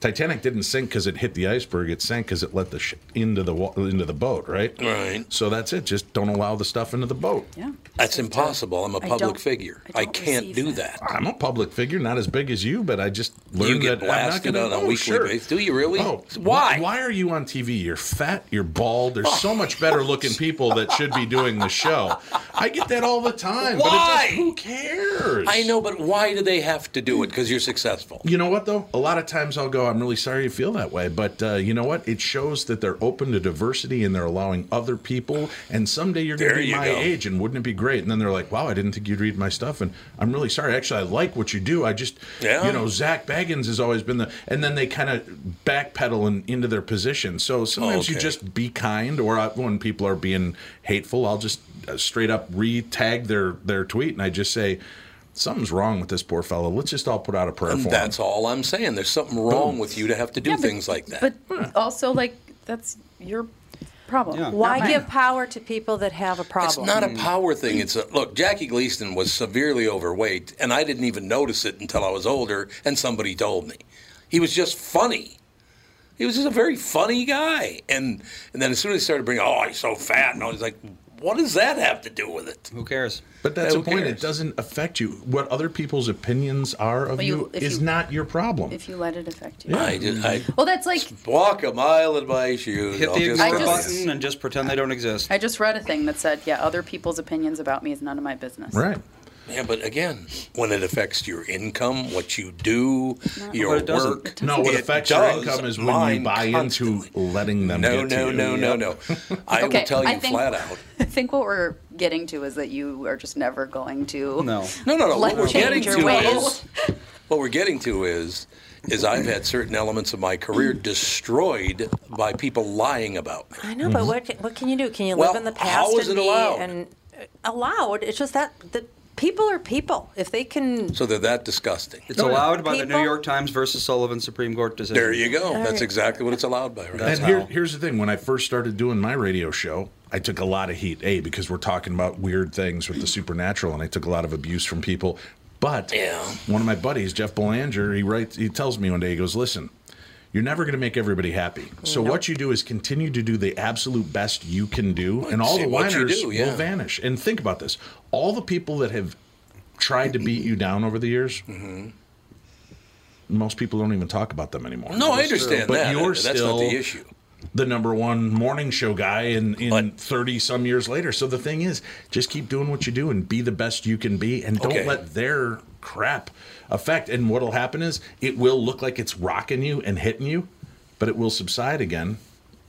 Speaker 2: Titanic didn't sink because it hit the iceberg. It sank because it let the shit into the wa- into the boat, right?
Speaker 1: Right.
Speaker 2: So that's it. Just don't allow the stuff into the boat.
Speaker 3: Yeah.
Speaker 1: That's impossible. I'm a
Speaker 2: I
Speaker 1: public
Speaker 2: don't-
Speaker 1: figure. uh, I, can't do that.
Speaker 2: I'm a public figure, not as big as you, but I just learned
Speaker 1: You get
Speaker 2: that I'm not
Speaker 1: blasted
Speaker 2: gonna-
Speaker 1: on a
Speaker 2: oh,
Speaker 1: weekly
Speaker 2: sure.
Speaker 1: basis. Do you really?
Speaker 2: Oh, why? Why are you on TV? You're fat. You're bald. There's so much better looking people that should be doing the show. I get that all the time. but it just-
Speaker 1: Why?
Speaker 2: who cares?
Speaker 1: I know, but why do they have to do it? Because you're successful.
Speaker 2: You know what though? A lot of times I'll go, I'm really sorry you feel that way, but uh, you know what? It shows that they're open to diversity and they're allowing other people. And someday you're going to
Speaker 1: There
Speaker 2: be
Speaker 1: you
Speaker 2: my
Speaker 1: go.
Speaker 2: age, and wouldn't it be great? And then they're like, Wow, I didn't think you'd read my stuff, and I'm really sorry. Actually, I like what you do. I just,
Speaker 1: Yeah.
Speaker 2: you know, Zach Baggins has always been the. And then they kind of backpedal and into their position. So sometimes you
Speaker 1: Okay.
Speaker 2: just be kind, or I, when people are being hateful, I'll just uh, straight up re-tag their their tweet, and I just say. something's wrong with this poor fellow. Let's just all put out a prayer
Speaker 1: And
Speaker 2: for him.
Speaker 1: that's all I'm saying. There's something wrong with you to have to do things like that.
Speaker 3: But also, like, that's your problem.
Speaker 1: Yeah.
Speaker 11: Why
Speaker 3: Not
Speaker 11: give power to people that have a
Speaker 1: It's
Speaker 11: problem?
Speaker 1: not
Speaker 4: Mm.
Speaker 1: a power thing. It's a look. Jackie Gleason was severely overweight, and I didn't even notice it until I was older, and somebody told me. He was just funny. He was just a very funny guy, and and then as soon as he started bringing, oh, he's so fat, and I was like, what does that have to do with it?
Speaker 4: Who cares?
Speaker 2: But that's
Speaker 1: Who
Speaker 2: the point.
Speaker 1: cares?
Speaker 2: It doesn't affect you. What other people's opinions are of
Speaker 3: Well, you-
Speaker 2: you,
Speaker 3: if
Speaker 2: is
Speaker 3: you-
Speaker 2: not your problem.
Speaker 3: If you let it affect you.
Speaker 1: I just I
Speaker 3: Well, that's like
Speaker 1: walk a mile in my shoes.
Speaker 4: Hit
Speaker 1: I'll
Speaker 4: the
Speaker 1: just-
Speaker 4: ignore
Speaker 3: I just-
Speaker 4: button and just pretend they don't exist.
Speaker 3: I just read a thing that said, yeah, other people's opinions about me is none of my business.
Speaker 1: Yeah, but again, when it affects your income, what you do,
Speaker 3: No.
Speaker 1: your
Speaker 2: But it doesn't.
Speaker 1: work.
Speaker 2: No, what
Speaker 1: it
Speaker 2: affects your
Speaker 1: does.
Speaker 2: income is when you
Speaker 1: Mine
Speaker 2: buy into letting them
Speaker 1: No,
Speaker 2: get to
Speaker 1: no, no,
Speaker 2: you.
Speaker 1: no, no. I
Speaker 3: Okay,
Speaker 1: will tell you
Speaker 3: I think-
Speaker 1: flat out.
Speaker 3: I think what we're getting to is that you are just never going to.
Speaker 1: No. No, no, no.
Speaker 3: Let
Speaker 1: What we're
Speaker 3: change
Speaker 1: getting
Speaker 3: your
Speaker 1: to
Speaker 3: ways.
Speaker 1: is what we're getting to is is I've had certain elements of my career destroyed by people lying about me.
Speaker 11: I know, but what ca- what can you do? Can you
Speaker 1: Mm-hmm. Well,
Speaker 11: live in the
Speaker 1: how
Speaker 11: past
Speaker 1: is
Speaker 11: and
Speaker 1: it
Speaker 11: be
Speaker 1: allowed?
Speaker 11: and uh, allowed? It's just that the people are people. If they can,
Speaker 1: So they're that disgusting.
Speaker 4: It's allowed by the
Speaker 11: People-
Speaker 4: New York Times versus Sullivan Supreme Court decision.
Speaker 1: There you go.
Speaker 11: All
Speaker 1: That's
Speaker 11: right.
Speaker 1: exactly what it's allowed by, right?
Speaker 2: and here, here's the thing: when I first started doing my radio show, I took a lot of heat. A because we're talking about weird things with the supernatural, and I took a lot of abuse from people. But one of my buddies, Jeff Belanger, he writes, he tells me one day, he goes, "Listen, you're never going to make everybody happy. So what you do is continue to do the absolute best you can do, and all
Speaker 1: see
Speaker 2: the
Speaker 1: what you
Speaker 2: whiners
Speaker 1: do,
Speaker 2: will
Speaker 1: yeah.
Speaker 2: vanish." And think about this: all the people that have tried to beat you down over the years.
Speaker 1: Mm-hmm.
Speaker 2: Most people don't even talk about them anymore.
Speaker 1: No, I understand
Speaker 2: But
Speaker 1: that.
Speaker 2: you're
Speaker 1: That's not
Speaker 2: still
Speaker 1: the issue.
Speaker 2: the number one morning show guy in in thirty some years later. So the thing is, just keep doing what you do and be the best you can be, and don't
Speaker 1: Okay.
Speaker 2: let their crap affect. And what'll happen is it will look like it's rocking you and hitting you, but it will subside again,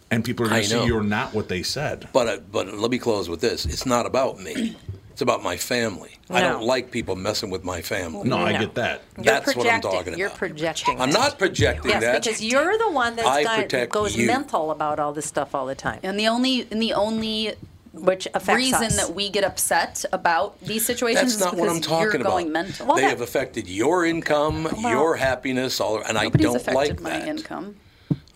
Speaker 2: and people are
Speaker 1: I
Speaker 2: going to see
Speaker 1: know.
Speaker 2: you're not what they said.
Speaker 1: But uh, but let me close with this. It's not about me. It's about my family. I don't
Speaker 11: No.
Speaker 1: like people messing with my family.
Speaker 2: No, I No. get that.
Speaker 11: you're
Speaker 1: That's what I'm
Speaker 11: projecting.
Speaker 1: talking
Speaker 11: You're
Speaker 1: about.
Speaker 11: projecting.
Speaker 1: I'm
Speaker 11: it.
Speaker 1: not projecting
Speaker 11: Yes,
Speaker 1: that.
Speaker 11: because you're the one that's
Speaker 1: I
Speaker 11: got,
Speaker 1: protect
Speaker 11: goes
Speaker 1: you.
Speaker 11: mental about all this stuff all the time.
Speaker 3: And the only and the only
Speaker 11: which affects
Speaker 3: reason
Speaker 11: us.
Speaker 3: that we get upset about these situations
Speaker 1: That's not
Speaker 3: is
Speaker 1: what I'm
Speaker 3: because
Speaker 1: talking
Speaker 3: you're
Speaker 1: about.
Speaker 3: going mental.
Speaker 1: they have affected your income, your happiness, all, and I
Speaker 3: Nobody's
Speaker 1: don't
Speaker 3: affected
Speaker 1: like
Speaker 3: my
Speaker 1: that.
Speaker 3: income.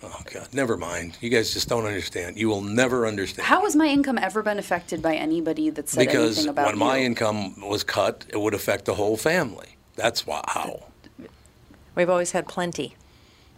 Speaker 1: Oh God, never mind. You guys just don't understand. You will never understand.
Speaker 3: How has my income ever been affected by anybody that said
Speaker 1: because
Speaker 3: anything about
Speaker 1: when my
Speaker 3: you?
Speaker 1: income was cut, it would affect the whole family. That's why. How
Speaker 11: We've always had plenty.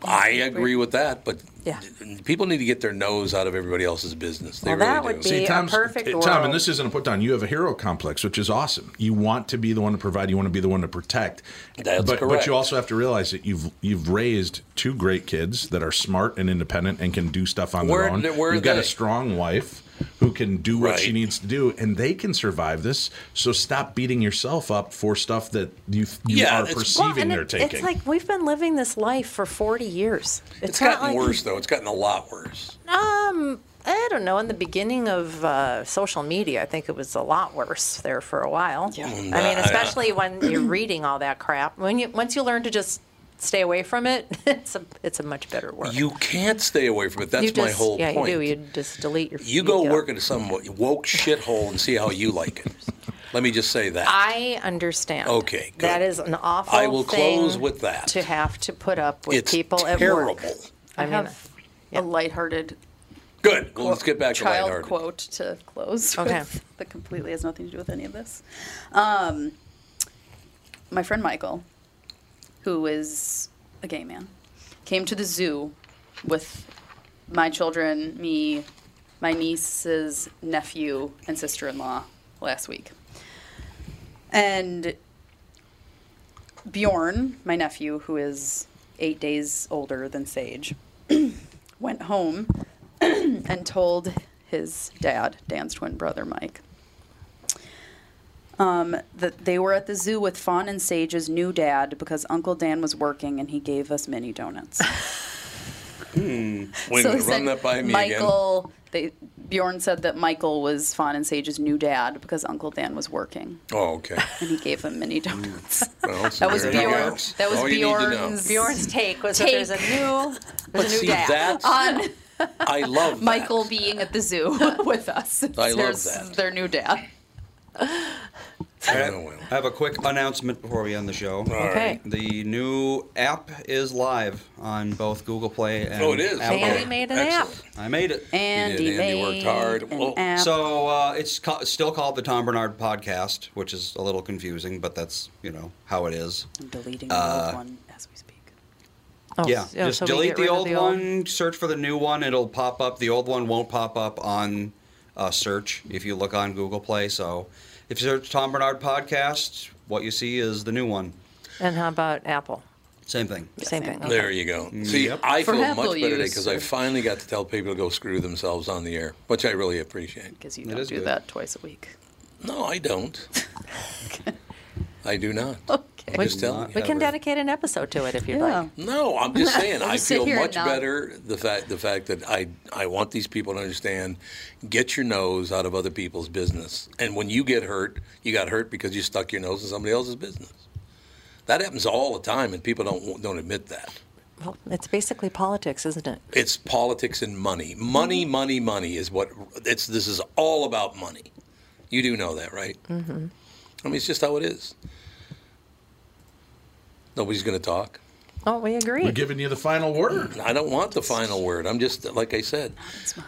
Speaker 1: I agree with that, but
Speaker 11: Yeah.
Speaker 1: people need to get their nose out of everybody else's business. They
Speaker 11: Well,
Speaker 1: really
Speaker 11: that
Speaker 1: do.
Speaker 11: would be a perfect
Speaker 2: Tom,
Speaker 11: world.
Speaker 2: and this isn't a put down. You have a hero complex, which is awesome. You want to be the one to provide. You want to be the one to protect.
Speaker 1: That's
Speaker 2: but, But
Speaker 1: correct.
Speaker 2: you also have to realize that you've you've raised two great kids that are smart and independent and can do stuff on
Speaker 1: Where-
Speaker 2: their own.
Speaker 1: where are
Speaker 2: you've got
Speaker 1: they?
Speaker 2: a strong wife who can do what she
Speaker 1: Right.
Speaker 2: needs to do, and they can survive this. So stop beating yourself up for stuff that you you
Speaker 1: Yeah,
Speaker 2: are
Speaker 1: it's-
Speaker 2: perceiving
Speaker 11: and
Speaker 2: they're
Speaker 11: it-
Speaker 2: taking.
Speaker 11: It's like we've been living this life for 40 years. It's,
Speaker 1: It's
Speaker 11: not
Speaker 1: gotten
Speaker 11: like-
Speaker 1: worse though. It's gotten a lot worse.
Speaker 11: Um, I don't know. In the beginning of uh, social media, I think it was a lot worse there for a while. Yeah. I
Speaker 1: Nah,
Speaker 11: mean, especially when you're reading all that crap. When you once you learn to just stay away from it, it's a it's a much better work.
Speaker 1: You can't stay away from it. That's
Speaker 11: You
Speaker 1: my
Speaker 11: just-
Speaker 1: whole
Speaker 11: yeah,
Speaker 1: point.
Speaker 11: you do. You just delete your.
Speaker 1: You go
Speaker 11: get-
Speaker 1: work into some woke shithole and see how you like it. Let me just say that.
Speaker 11: I understand.
Speaker 1: Okay, good.
Speaker 11: That is an awful.
Speaker 1: I will
Speaker 11: thing
Speaker 1: close with that.
Speaker 11: To have to put up with
Speaker 1: It's
Speaker 11: people at work.
Speaker 1: terrible.
Speaker 3: I,
Speaker 11: I mean,
Speaker 3: have a lighthearted
Speaker 1: Good. Well, let's get back to
Speaker 3: child
Speaker 1: lighthearted.
Speaker 3: quote to close
Speaker 11: Okay.
Speaker 3: with that completely has nothing to do with any of this. Um, my friend Michael, who is a gay man, came to the zoo with my children, me, my niece's nephew, and sister in law last week. And Bjorn, my nephew, who is eight days older than Sage, went home and told his dad, Dan's twin brother Mike, um, that they were at the zoo with Fawn and Sage's new dad because Uncle Dan was working and he gave us mini donuts.
Speaker 1: Hmm. Wait a minute.
Speaker 3: So he
Speaker 1: Run
Speaker 3: said
Speaker 1: that by me again.
Speaker 3: Michael, they, Bjorn said that Michael was Fawn and Sage's new dad because Uncle Dan was working
Speaker 1: Oh, okay.
Speaker 3: and he gave him mini donuts.
Speaker 1: Well, so
Speaker 3: That was
Speaker 1: there you
Speaker 3: Bjorn.
Speaker 1: go.
Speaker 3: That was
Speaker 1: All you need to know.
Speaker 3: Bjorn's
Speaker 11: Bjorn's take was that there's a new
Speaker 1: But
Speaker 11: there's a new
Speaker 1: see,
Speaker 11: dad.
Speaker 1: that's-
Speaker 3: on
Speaker 1: I love that.
Speaker 3: Michael being at the zoo with us.
Speaker 1: I love
Speaker 3: There's
Speaker 1: that.
Speaker 3: Their new dad.
Speaker 4: I I have a quick announcement before we end the show.
Speaker 11: Okay.
Speaker 4: The new app is live on both Google Play and
Speaker 1: Oh, it is.
Speaker 4: Apple.
Speaker 11: Andy made an app.
Speaker 4: I made it.
Speaker 11: Andy He did. Andy worked made hard. an Whoa. app.
Speaker 4: So uh, it's ca- it's still called the Tom Bernard Podcast, which is a little confusing, but that's you know how it is.
Speaker 12: I'm deleting the
Speaker 4: Uh,
Speaker 12: old one as we speak.
Speaker 4: Oh, yeah,
Speaker 12: yeah,
Speaker 4: just
Speaker 12: so we
Speaker 4: delete
Speaker 12: get
Speaker 4: the
Speaker 12: rid of
Speaker 4: old
Speaker 12: the old-
Speaker 4: one, search for the new one. It'll pop up. The old one won't pop up on uh, search if you look on Google Play. So if you search Tom Bernard Podcast, what you see is the new one.
Speaker 11: And how about Apple?
Speaker 4: Same thing.
Speaker 11: Same thing. okay.
Speaker 1: There you go. See,
Speaker 4: Yep.
Speaker 1: I
Speaker 11: For
Speaker 1: feel much
Speaker 11: Apple
Speaker 1: better today
Speaker 11: use.
Speaker 1: because I finally got to tell people to go screw themselves on the air, which I really appreciate.
Speaker 12: Because you don't do that twice a week.
Speaker 1: No, I don't. I do not.
Speaker 11: Okay.
Speaker 1: I'm just telling
Speaker 11: we
Speaker 1: you.
Speaker 11: can dedicate an episode to it if you'd like.
Speaker 1: Uh, No, I'm just saying. I
Speaker 11: Just sit
Speaker 1: feel
Speaker 11: here and
Speaker 1: much
Speaker 11: nod.
Speaker 1: better the fact the fact that I I want these people to understand. Get your nose out of other people's business, and when you get hurt, you got hurt because you stuck your nose in somebody else's business. That happens all the time, and people don't don't admit that.
Speaker 11: Well, it's basically politics, isn't it?
Speaker 1: It's politics and money. Money, money, money is what it's. This is all about money. You do know that, right?
Speaker 11: Mm-hmm.
Speaker 1: I mean, it's just how it is. Nobody's going to talk.
Speaker 11: Oh, we agree.
Speaker 1: giving you the final word. I don't want the final word. I'm just like I said.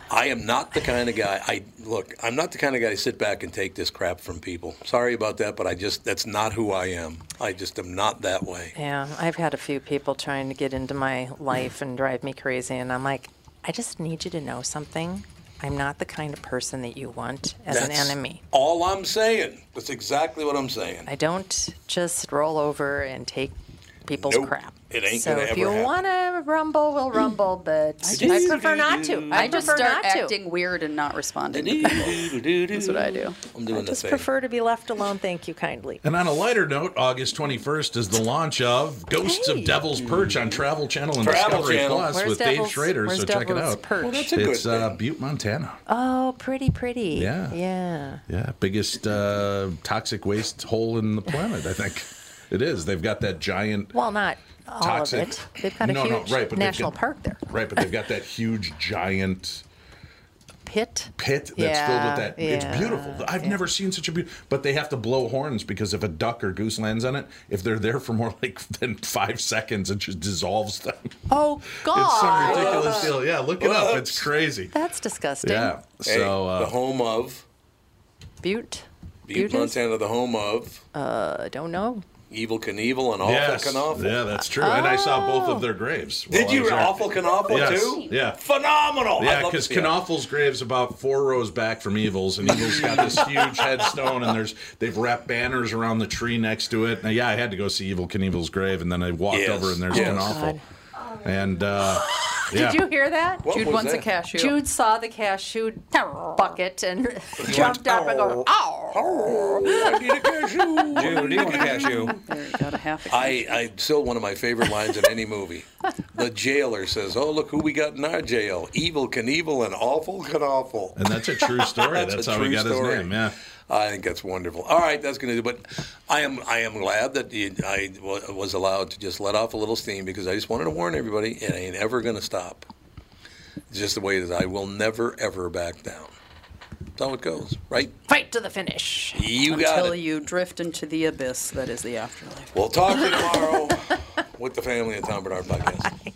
Speaker 1: I am not the kind of guy. I look. I'm not the kind of guy to sit back and take this crap from people. Sorry about that, but I just that's not who I am. I just am not that way.
Speaker 11: Yeah, I've had a few people trying to get into my life and drive me crazy, and I'm like, I just need you to know something. I'm not the kind of person that you want as
Speaker 1: That's
Speaker 11: an enemy.
Speaker 1: All I'm saying. That's exactly what I'm saying.
Speaker 11: I don't just roll over and take people's
Speaker 1: Nope.
Speaker 11: crap.
Speaker 1: It ain't
Speaker 11: so
Speaker 1: gonna
Speaker 11: if
Speaker 1: ever
Speaker 11: you
Speaker 1: happen.
Speaker 11: want to rumble, we'll rumble, but I, prefer not to. I,
Speaker 12: I just
Speaker 11: prefer
Speaker 12: start
Speaker 11: not to.
Speaker 12: acting weird and not responding to people. That's what I do.
Speaker 1: I'm doing
Speaker 11: Just
Speaker 2: the thing.
Speaker 11: prefer to be left alone. Thank you kindly.
Speaker 2: And on a lighter note, August 21st is the launch of Ghosts of Devil's Perch on Travel Channel and
Speaker 1: Travel
Speaker 2: Discovery
Speaker 1: Channel.
Speaker 2: Plus
Speaker 1: Where's
Speaker 2: with Dave
Speaker 1: Devil's-
Speaker 2: Schrader.
Speaker 1: where's
Speaker 2: So check it
Speaker 1: Devil's
Speaker 2: out.
Speaker 1: Perch? Well, that's a good
Speaker 2: it's uh, Butte, Montana.
Speaker 11: Oh, pretty, pretty.
Speaker 2: Yeah.
Speaker 11: Yeah.
Speaker 2: Yeah, biggest uh, toxic waste hole in the planet, I think. It is. They've got that giant.
Speaker 11: Well, not all
Speaker 2: Toxic.
Speaker 11: of it. They've got a
Speaker 2: No, no,
Speaker 11: huge
Speaker 2: right, but they've
Speaker 11: national
Speaker 2: got-
Speaker 11: park there.
Speaker 2: Right, but they've got that huge giant
Speaker 11: Pit.
Speaker 2: pit that's
Speaker 11: Yeah,
Speaker 2: filled with that.
Speaker 11: yeah,
Speaker 2: It's beautiful. I've never seen such a beautiful. But they have to blow horns because if a duck or goose lands on it, if they're there for more like than five seconds, it just dissolves them.
Speaker 11: Oh God.
Speaker 2: It's some ridiculous deal. Yeah, look it up. It's crazy.
Speaker 11: That's disgusting.
Speaker 2: Yeah.
Speaker 1: Hey,
Speaker 2: So uh,
Speaker 1: the home of
Speaker 11: Butte.
Speaker 1: Butte,
Speaker 11: Butte is-
Speaker 1: Montana, the home of
Speaker 11: Uh, I don't know.
Speaker 1: Evil Knievel and Awful
Speaker 2: Yes.
Speaker 1: Knievel.
Speaker 2: Yeah, that's true. And I saw both of their graves.
Speaker 1: Did
Speaker 2: while I
Speaker 1: you?
Speaker 2: was there.
Speaker 1: Awful Knievel
Speaker 2: Yes.
Speaker 1: too?
Speaker 2: Yeah.
Speaker 1: Phenomenal. I'd
Speaker 2: Yeah,
Speaker 1: love to
Speaker 2: because
Speaker 1: see it.
Speaker 2: Knoffel's grave's about four rows back from Evil's, and Evil's got this huge headstone, and there's they've wrapped banners around the tree next to it. And yeah, I had to go see Evil Knievel's grave, and then I walked
Speaker 1: Yes.
Speaker 2: over, and there's
Speaker 1: Yes.
Speaker 2: Knopfel. And uh, yeah.
Speaker 11: Oh, Did you hear that?
Speaker 2: What Jude was wants a that? cashew.
Speaker 11: Jude saw the cashew bucket and jumped up and "Oh." goes,
Speaker 1: Oh.
Speaker 2: Oh,
Speaker 11: "Ow!"
Speaker 4: Jude, do you want a cashew?
Speaker 1: I, I still one of my favorite lines in any movie. The jailer says, "Oh look who we got in our jail: evil Knievel and awful Knievel."
Speaker 2: And that's a true story. That's
Speaker 1: a
Speaker 2: how he
Speaker 1: true
Speaker 2: got his name, yeah.
Speaker 1: I think that's wonderful. All right, that's going to do. But I am I am glad that you- I wa- was allowed to just let off a little steam because I just wanted to warn everybody: it ain't ever going to stop. It's just the way it is. I will never ever back down. That's how it goes, right?
Speaker 11: Fight to the finish.
Speaker 1: You got
Speaker 12: Until
Speaker 1: it.
Speaker 12: you drift into the abyss that is the afterlife.
Speaker 1: We'll talk to you tomorrow with the family at Tom Bernard Podcast.